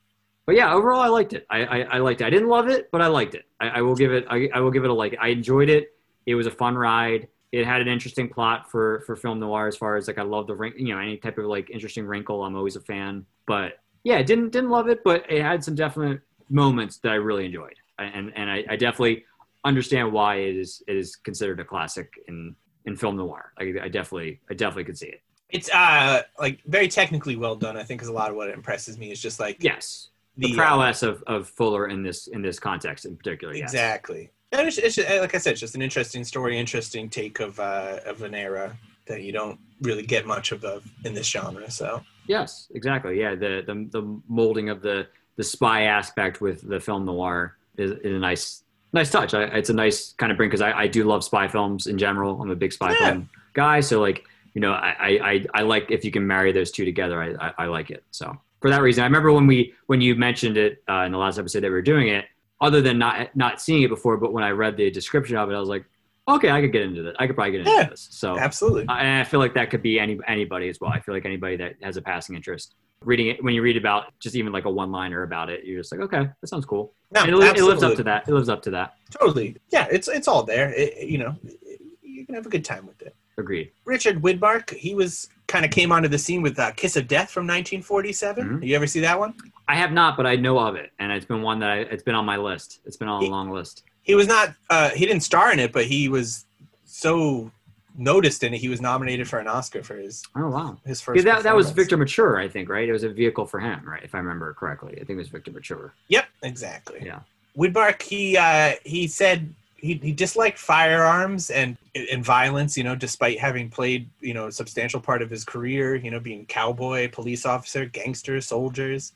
[SPEAKER 2] But yeah, overall, I liked it. I, I, I liked it. I didn't love it, but I liked it. I, I will give it. I, I will give it a like. I enjoyed it. It was a fun ride. It had an interesting plot for for film noir as far as like I love the wrin- you know any type of like interesting wrinkle. I'm always a fan. But yeah, didn't didn't love it, but it had some definite moments that I really enjoyed, and and I, I definitely understand why it is it is considered a classic in in film noir. I, I definitely I definitely could see it.
[SPEAKER 1] It's uh like very technically well done. I think because a lot of what impresses me is just like
[SPEAKER 2] Yes, the,
[SPEAKER 1] uh,
[SPEAKER 2] prowess of of Fuller in this in this context in particular. Yes.
[SPEAKER 1] Exactly. And it's, it's just, like I said, it's just an interesting story, interesting take of uh, of an era that you don't really get much of, of in this genre. So
[SPEAKER 2] Yes, exactly. Yeah, the the, the molding of the the spy aspect with the film noir is, is a nice nice touch. I, it's a nice kind of bring because I, I do love spy films in general. I'm a big spy
[SPEAKER 1] Yeah.
[SPEAKER 2] film guy, so like you know I, I I- I like if you can marry those two together. I, I I like it. So for that reason, I remember when we when you mentioned it uh, in the last episode that we were doing it. Other than not not seeing it before, but when I read the description of it, I was like, okay, I could get into this. I could probably get into
[SPEAKER 1] Yeah.
[SPEAKER 2] this. So
[SPEAKER 1] absolutely,
[SPEAKER 2] I- and I feel like that could be any anybody as well. I feel like anybody that has a passing interest, reading it when you read about just even like a one liner about it, you're just like, okay, that sounds cool.
[SPEAKER 1] no,
[SPEAKER 2] And it, li- it lives up
[SPEAKER 1] absolutely.
[SPEAKER 2] to that. It lives up to that.
[SPEAKER 1] Totally, yeah. It's it's all there. It, it- you know, it- you can have a good time with it.
[SPEAKER 2] Agreed.
[SPEAKER 1] Richard Widmark, he was kind of came onto the scene with uh, "Kiss of Death" from 1947.
[SPEAKER 2] Mhm.
[SPEAKER 1] You ever see that one?
[SPEAKER 2] I have not, but I know of it, and it's been one that I, it's been on my list. It's been on a
[SPEAKER 1] He-
[SPEAKER 2] long list.
[SPEAKER 1] He was not. Uh, he didn't star in it, but he was so noticed in it. He was nominated for an Oscar for his
[SPEAKER 2] Oh wow.
[SPEAKER 1] his
[SPEAKER 2] Yeah,
[SPEAKER 1] first.
[SPEAKER 2] that, that was
[SPEAKER 1] performance.
[SPEAKER 2] Victor Mature, I think, right? It was a vehicle for him, right? If I remember correctly, I think it was Victor Mature.
[SPEAKER 1] Yep, exactly.
[SPEAKER 2] Yeah.
[SPEAKER 1] Widmark, he uh, he said he, he disliked firearms and and violence you know despite having played you know a substantial part of his career you know being cowboy police officer gangster soldiers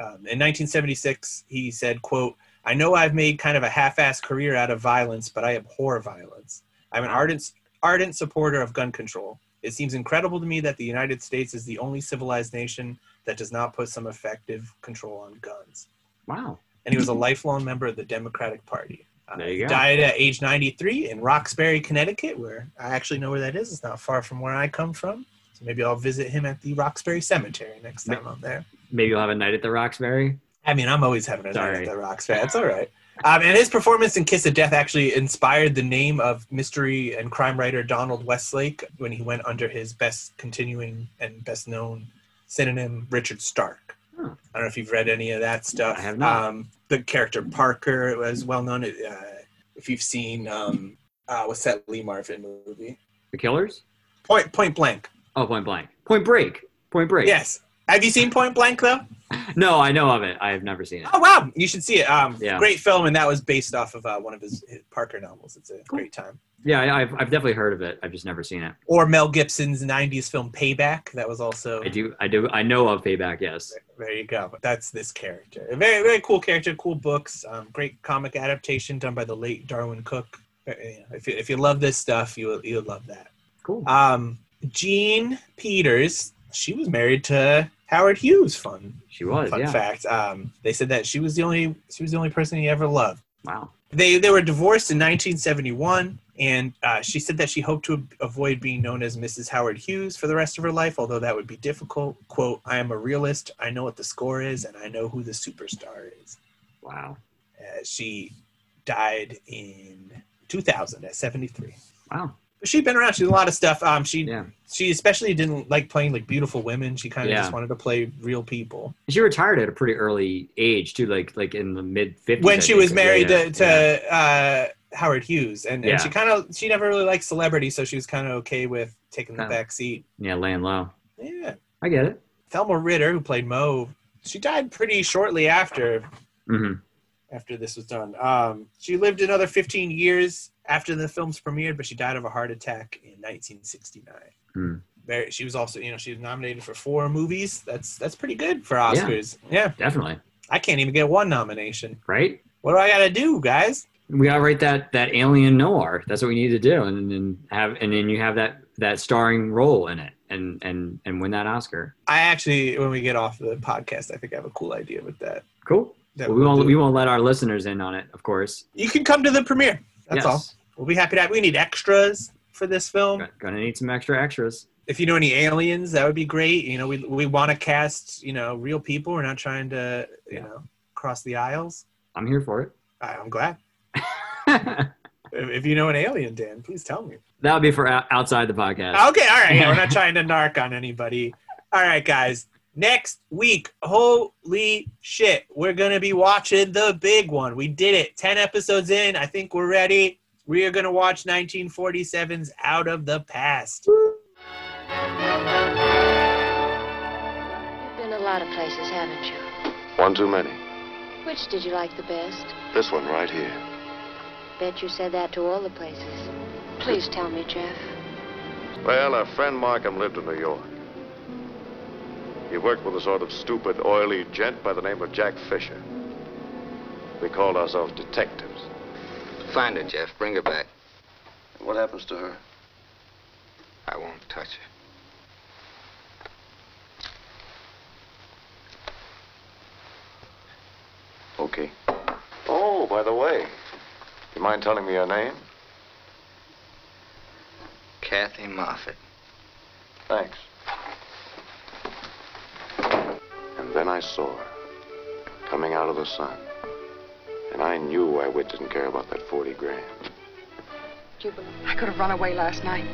[SPEAKER 1] um, in 1976 he said quote i know i've made kind of a half-ass career out of violence but i abhor violence i'm an ardent ardent supporter of gun control it seems incredible to me that the united states is the only civilized nation that does not put some effective control on guns
[SPEAKER 2] Wow.
[SPEAKER 1] and he was a lifelong member of the democratic party Uh,
[SPEAKER 2] There you go.
[SPEAKER 1] died at age 93 in Roxbury, Connecticut, where I actually know where that is. It's not far from where I come from. So maybe I'll visit him at the Roxbury Cemetery next time I'm there.
[SPEAKER 2] Maybe you'll have a night at the Roxbury.
[SPEAKER 1] I mean, I'm always having a night at
[SPEAKER 2] Sorry.
[SPEAKER 1] the Roxbury. It's all right. Um, and his performance in Kiss of Death actually inspired the name of mystery and crime writer Donald Westlake when he went under his best continuing and best known synonym, Richard Stark.
[SPEAKER 2] Hmm.
[SPEAKER 1] I don't know if you've read any of that stuff.
[SPEAKER 2] I have not.
[SPEAKER 1] Um, the character Parker was well known. Uh, if you've seen, um, uh, what's that Lee Marvin movie?
[SPEAKER 2] The Killers?
[SPEAKER 1] Point Point Blank.
[SPEAKER 2] Oh, Point Blank. Point Break. Point Break.
[SPEAKER 1] Yes. Have you seen Point Blank though?
[SPEAKER 2] No, I know of it. I have never seen it.
[SPEAKER 1] Oh wow, you should see it. Um,
[SPEAKER 2] Yeah.
[SPEAKER 1] great film, and that was based off of uh, one of his, his Parker novels. It's a great time.
[SPEAKER 2] Yeah, I, I've, I've definitely heard of it. I've just never seen it.
[SPEAKER 1] Or Mel Gibson's '90s film Payback. That was also.
[SPEAKER 2] I do. I do. I know of Payback. Yes.
[SPEAKER 1] There you go. That's this character. A very very cool character. Cool books. Um, great comic adaptation done by the late Darwin Cook. Uh, yeah, If you, if you love this stuff, you'll you'll love that.
[SPEAKER 2] Cool.
[SPEAKER 1] Um, Jean Peters. She was married to Howard Hughes. Fun
[SPEAKER 2] She was.
[SPEAKER 1] fun
[SPEAKER 2] yeah.
[SPEAKER 1] fact. Um, they said that she was the only she was the only person he ever loved.
[SPEAKER 2] Wow.
[SPEAKER 1] They they were divorced in 1971, and uh, she said that she hoped to ab- avoid being known as Mrs. Howard Hughes for the rest of her life, although that would be difficult. "Quote: I am a realist. I know what the score is, and I know who the superstar is."
[SPEAKER 2] Wow.
[SPEAKER 1] Uh, she died in 2000 at 73.
[SPEAKER 2] Wow.
[SPEAKER 1] But she'd been around. She did a lot of stuff. Um, she
[SPEAKER 2] Yeah.
[SPEAKER 1] she especially didn't like playing like beautiful women. She kind of
[SPEAKER 2] Yeah.
[SPEAKER 1] just wanted to play real people.
[SPEAKER 2] She retired at a pretty early age too, like like in the mid fifties.
[SPEAKER 1] when she was married to, to uh, Howard Hughes, and, and
[SPEAKER 2] Yeah.
[SPEAKER 1] she kind of she never really liked celebrity, so she was kind of okay with taking the
[SPEAKER 2] Kinda.
[SPEAKER 1] back seat.
[SPEAKER 2] yeah, laying low.
[SPEAKER 1] Yeah,
[SPEAKER 2] I get it.
[SPEAKER 1] Thelma Ritter, who played Mo, she died pretty shortly after
[SPEAKER 2] hmm
[SPEAKER 1] after this was done. Um, she lived another 15 years after the film's premiered, but she died of a heart attack in 1969.
[SPEAKER 2] Hmm.
[SPEAKER 1] Very, she was also, you know, she was nominated for four movies. That's that's pretty good for Oscars. yeah,
[SPEAKER 2] Definitely.
[SPEAKER 1] I can't even get one nomination.
[SPEAKER 2] Right.
[SPEAKER 1] What do I got to do, guys?
[SPEAKER 2] We gotta write that that alien noir. That's what we need to do, and then have and then you have that that starring role in it, and and and win that Oscar.
[SPEAKER 1] I actually, when we get off the podcast, I think I have a cool idea with that.
[SPEAKER 2] Cool.
[SPEAKER 1] that
[SPEAKER 2] Well, we
[SPEAKER 1] we'll
[SPEAKER 2] won't
[SPEAKER 1] do.
[SPEAKER 2] we won't let our listeners in on it, of course.
[SPEAKER 1] you can come to the premiere. That's
[SPEAKER 2] yes.
[SPEAKER 1] all. We'll be happy to have. We need extras for this film.
[SPEAKER 2] Go- Gonna need some extra extras.
[SPEAKER 1] If you know any aliens, that would be great. You know, we we want to cast you know real people. We're not trying to you
[SPEAKER 2] Yeah.
[SPEAKER 1] know cross the aisles.
[SPEAKER 2] I'm here for
[SPEAKER 1] I, I'm glad.
[SPEAKER 2] it.
[SPEAKER 1] If, if you know an alien, Dan, please tell me.
[SPEAKER 2] that would be for out- outside the podcast.
[SPEAKER 1] Okay, all right. Yeah, we're not trying to narc on anybody. All right, guys. Next week, holy shit, we're gonna be watching the big one. We did it. Ten episodes in. I think we're ready. We are gonna watch 1947's Out of the Past.
[SPEAKER 7] You've been a lot of places, haven't you?
[SPEAKER 3] One too many.
[SPEAKER 7] Which did you like the best?
[SPEAKER 3] This one right here.
[SPEAKER 7] Bet you said that to all the places. Please tell me, Jeff.
[SPEAKER 3] Well, our friend Markham lived in New York. He worked with a sort of stupid, oily gent by the name of Jack Fisher. We called ourselves detectives.
[SPEAKER 8] Find her, Jeff. Bring her back.
[SPEAKER 3] What happens to her?
[SPEAKER 8] I won't touch her.
[SPEAKER 3] Okay. Oh, by the way, you mind telling me your name?
[SPEAKER 8] Kathy Moffat.
[SPEAKER 3] Thanks. And then I saw her coming out of the sun. And I knew why Witt didn't care about that 40 grand.
[SPEAKER 5] I could have run away last night.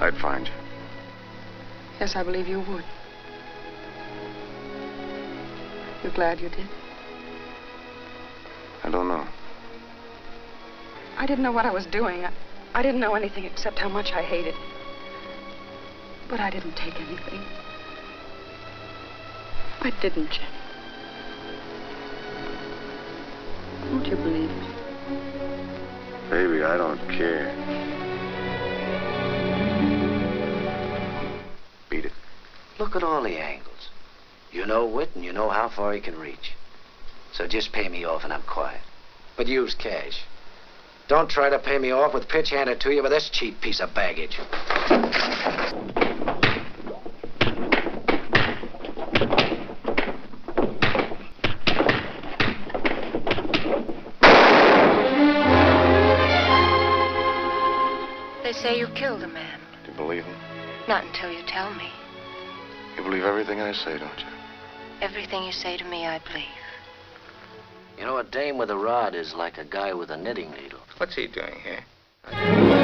[SPEAKER 3] I'd find you.
[SPEAKER 5] Yes, I believe you would. You're glad you did?
[SPEAKER 3] I don't know.
[SPEAKER 5] I didn't know what I was doing. I, I didn't know anything except how much I hated. But I didn't take anything. I didn't, Jenny. Won't you believe me?
[SPEAKER 3] Baby, I don't care. Beat it.
[SPEAKER 6] Look at all the angles. You know Whit and you know how far he can reach. So just pay me off and I'm quiet. But use cash. Don't try to pay me off with pitch handed to you with this cheap piece of baggage.
[SPEAKER 7] They say you killed a man.
[SPEAKER 3] Do you believe him?
[SPEAKER 7] Not until you tell me.
[SPEAKER 3] You believe everything I say, don't you?
[SPEAKER 7] Everything you say to me, I believe.
[SPEAKER 6] You know, a dame with a rod is like a guy with a knitting needle.
[SPEAKER 8] What's he doing here?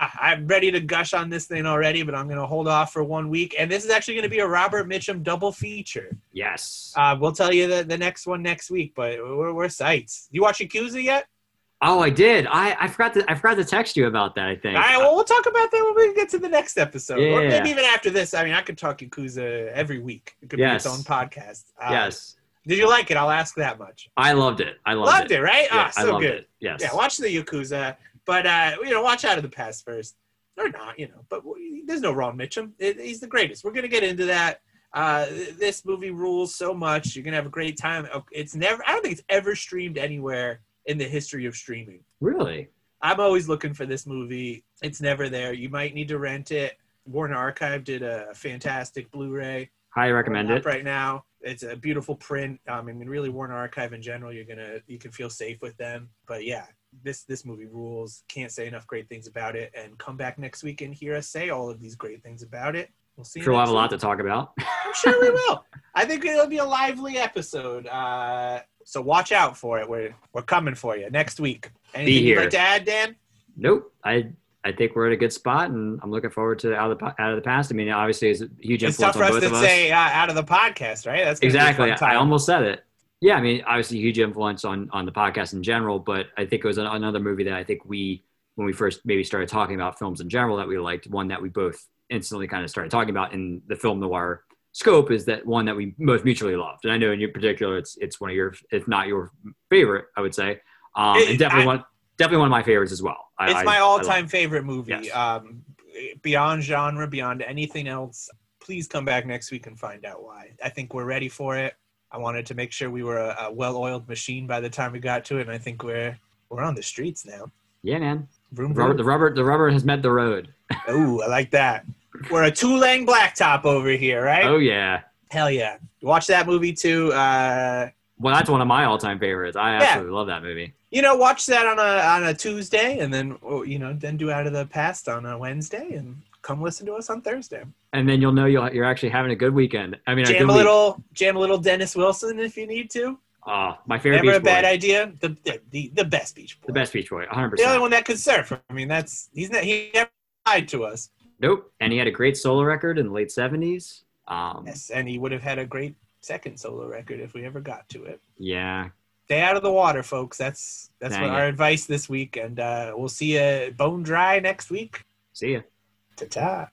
[SPEAKER 1] Ah, I'm ready to gush on this thing already, but I'm going to hold off for one week. And this is actually going to be a Robert Mitchum double feature.
[SPEAKER 2] Yes.
[SPEAKER 1] Uh, we'll tell you the, the next one next week, but we're, we're psyched. You watch Yakuza yet?
[SPEAKER 2] Oh, I did. I, I forgot to I forgot to text you about that. I think.
[SPEAKER 1] All right, well, we'll talk about that when we get to the next episode, or
[SPEAKER 2] Yeah.
[SPEAKER 1] maybe even after this. I mean, I could talk Yakuza every week. It could
[SPEAKER 2] Yes.
[SPEAKER 1] be its own podcast. Uh,
[SPEAKER 2] yes,
[SPEAKER 1] Did you like it? I'll ask that much.
[SPEAKER 2] I loved it. I loved,
[SPEAKER 1] Loved, it. right?
[SPEAKER 2] Yeah,
[SPEAKER 1] ah,
[SPEAKER 2] I
[SPEAKER 1] so
[SPEAKER 2] loved
[SPEAKER 1] good.
[SPEAKER 2] it. Yes.
[SPEAKER 1] Yeah, watch the Yakuza, but uh, you know, watch Out of the Past first, or not, you know. But w- there's no wrong Mitchum. It, he's the greatest. We're gonna get into that. Uh, th- this movie rules so much. You're gonna have a great time. Uh, It's never. I don't think it's ever streamed anywhere in the history of streaming.
[SPEAKER 2] really?
[SPEAKER 1] I'm always looking for this movie. It's never there. You might need to rent it. Warner Archive did a fantastic Blu-ray
[SPEAKER 2] Highly recommend
[SPEAKER 1] up
[SPEAKER 2] it.
[SPEAKER 1] right now. It's a beautiful print. Um, I mean, really, Warner Archive in general, you're gonna you can feel safe with them. But yeah, this this movie rules. Can't say enough great things about it. And come back next week and hear us say all of these great things about it. We'll see. you
[SPEAKER 2] Sure, we'll have
[SPEAKER 1] next
[SPEAKER 2] a lot
[SPEAKER 1] week.
[SPEAKER 2] to talk about.
[SPEAKER 1] I'm sure we will. I think it'll be a lively episode. Uh, so watch out for it. We're we're coming for you next week. Anything you'd
[SPEAKER 2] here.
[SPEAKER 1] like to add, Dan?
[SPEAKER 2] nope. I I think we're at a good spot, and I'm looking forward to out of the po- out of the past. I mean, obviously, it's a huge
[SPEAKER 1] It's tough
[SPEAKER 2] influence
[SPEAKER 1] for
[SPEAKER 2] on
[SPEAKER 1] us
[SPEAKER 2] both
[SPEAKER 1] to
[SPEAKER 2] of us.
[SPEAKER 1] say uh, out of the podcast, right? That's gonna be a
[SPEAKER 2] exactly.
[SPEAKER 1] fun
[SPEAKER 2] I
[SPEAKER 1] time.
[SPEAKER 2] almost said it. Yeah, I mean, obviously, huge influence on on the podcast in general, but I think it was an, another movie that I think we, when we first maybe started talking about films in general, that we liked. One that we both instantly kind of started talking about in the film noir scope is that one that we both mutually loved. And I know in your particular, it's it's one of your, if not your favorite, I would say, um,
[SPEAKER 1] It-
[SPEAKER 2] and definitely
[SPEAKER 1] I-
[SPEAKER 2] one, definitely one of my favorites as well. I-
[SPEAKER 1] it's
[SPEAKER 2] I-
[SPEAKER 1] my
[SPEAKER 2] I love
[SPEAKER 1] all-time
[SPEAKER 2] it.
[SPEAKER 1] favorite movie
[SPEAKER 2] Yes.
[SPEAKER 1] um, beyond genre beyond anything else please come back next week and find out why i think we're ready for it i wanted to make sure we were a, a well-oiled machine by the time we got to it and i think we're we're on the streets now
[SPEAKER 2] Yeah, man.
[SPEAKER 1] vroom,
[SPEAKER 2] The rubber,
[SPEAKER 1] vroom.
[SPEAKER 2] the rubber, the rubber has met the road.
[SPEAKER 1] Ooh, i like that we're a two-lane blacktop over here right
[SPEAKER 2] Oh yeah.
[SPEAKER 1] hell yeah watch that movie too uh
[SPEAKER 2] Well, that's one of my all-time favorites. I
[SPEAKER 1] Yeah.
[SPEAKER 2] absolutely love that movie.
[SPEAKER 1] you know, watch that on a on a Tuesday, and then oh, you know, then do out of the past on a Wednesday, and come listen to us on Thursday.
[SPEAKER 2] and then you'll know you'll, you're actually having a good weekend. I mean, a
[SPEAKER 1] jam
[SPEAKER 2] good
[SPEAKER 1] a
[SPEAKER 2] week.
[SPEAKER 1] little jam a little Dennis Wilson if you need to.
[SPEAKER 2] Ah, my favorite
[SPEAKER 1] Never
[SPEAKER 2] beach
[SPEAKER 1] a bad
[SPEAKER 2] boy.
[SPEAKER 1] idea. The, the the the best beach boy.
[SPEAKER 2] The best beach boy, 100.
[SPEAKER 1] The only
[SPEAKER 2] percent
[SPEAKER 1] one that could surf. I mean, that's he's not he never lied to us.
[SPEAKER 2] Nope. And he had a great solo record in the late 70s. Um,
[SPEAKER 1] Yes, and he would have had a great second solo record if we ever got to it.
[SPEAKER 2] Yeah.
[SPEAKER 1] Stay out of the water, folks. That's that's
[SPEAKER 2] Dang
[SPEAKER 1] what
[SPEAKER 2] it.
[SPEAKER 1] our advice this week, and uh, we'll see you bone dry next week.
[SPEAKER 2] See ya.
[SPEAKER 1] Ta ta.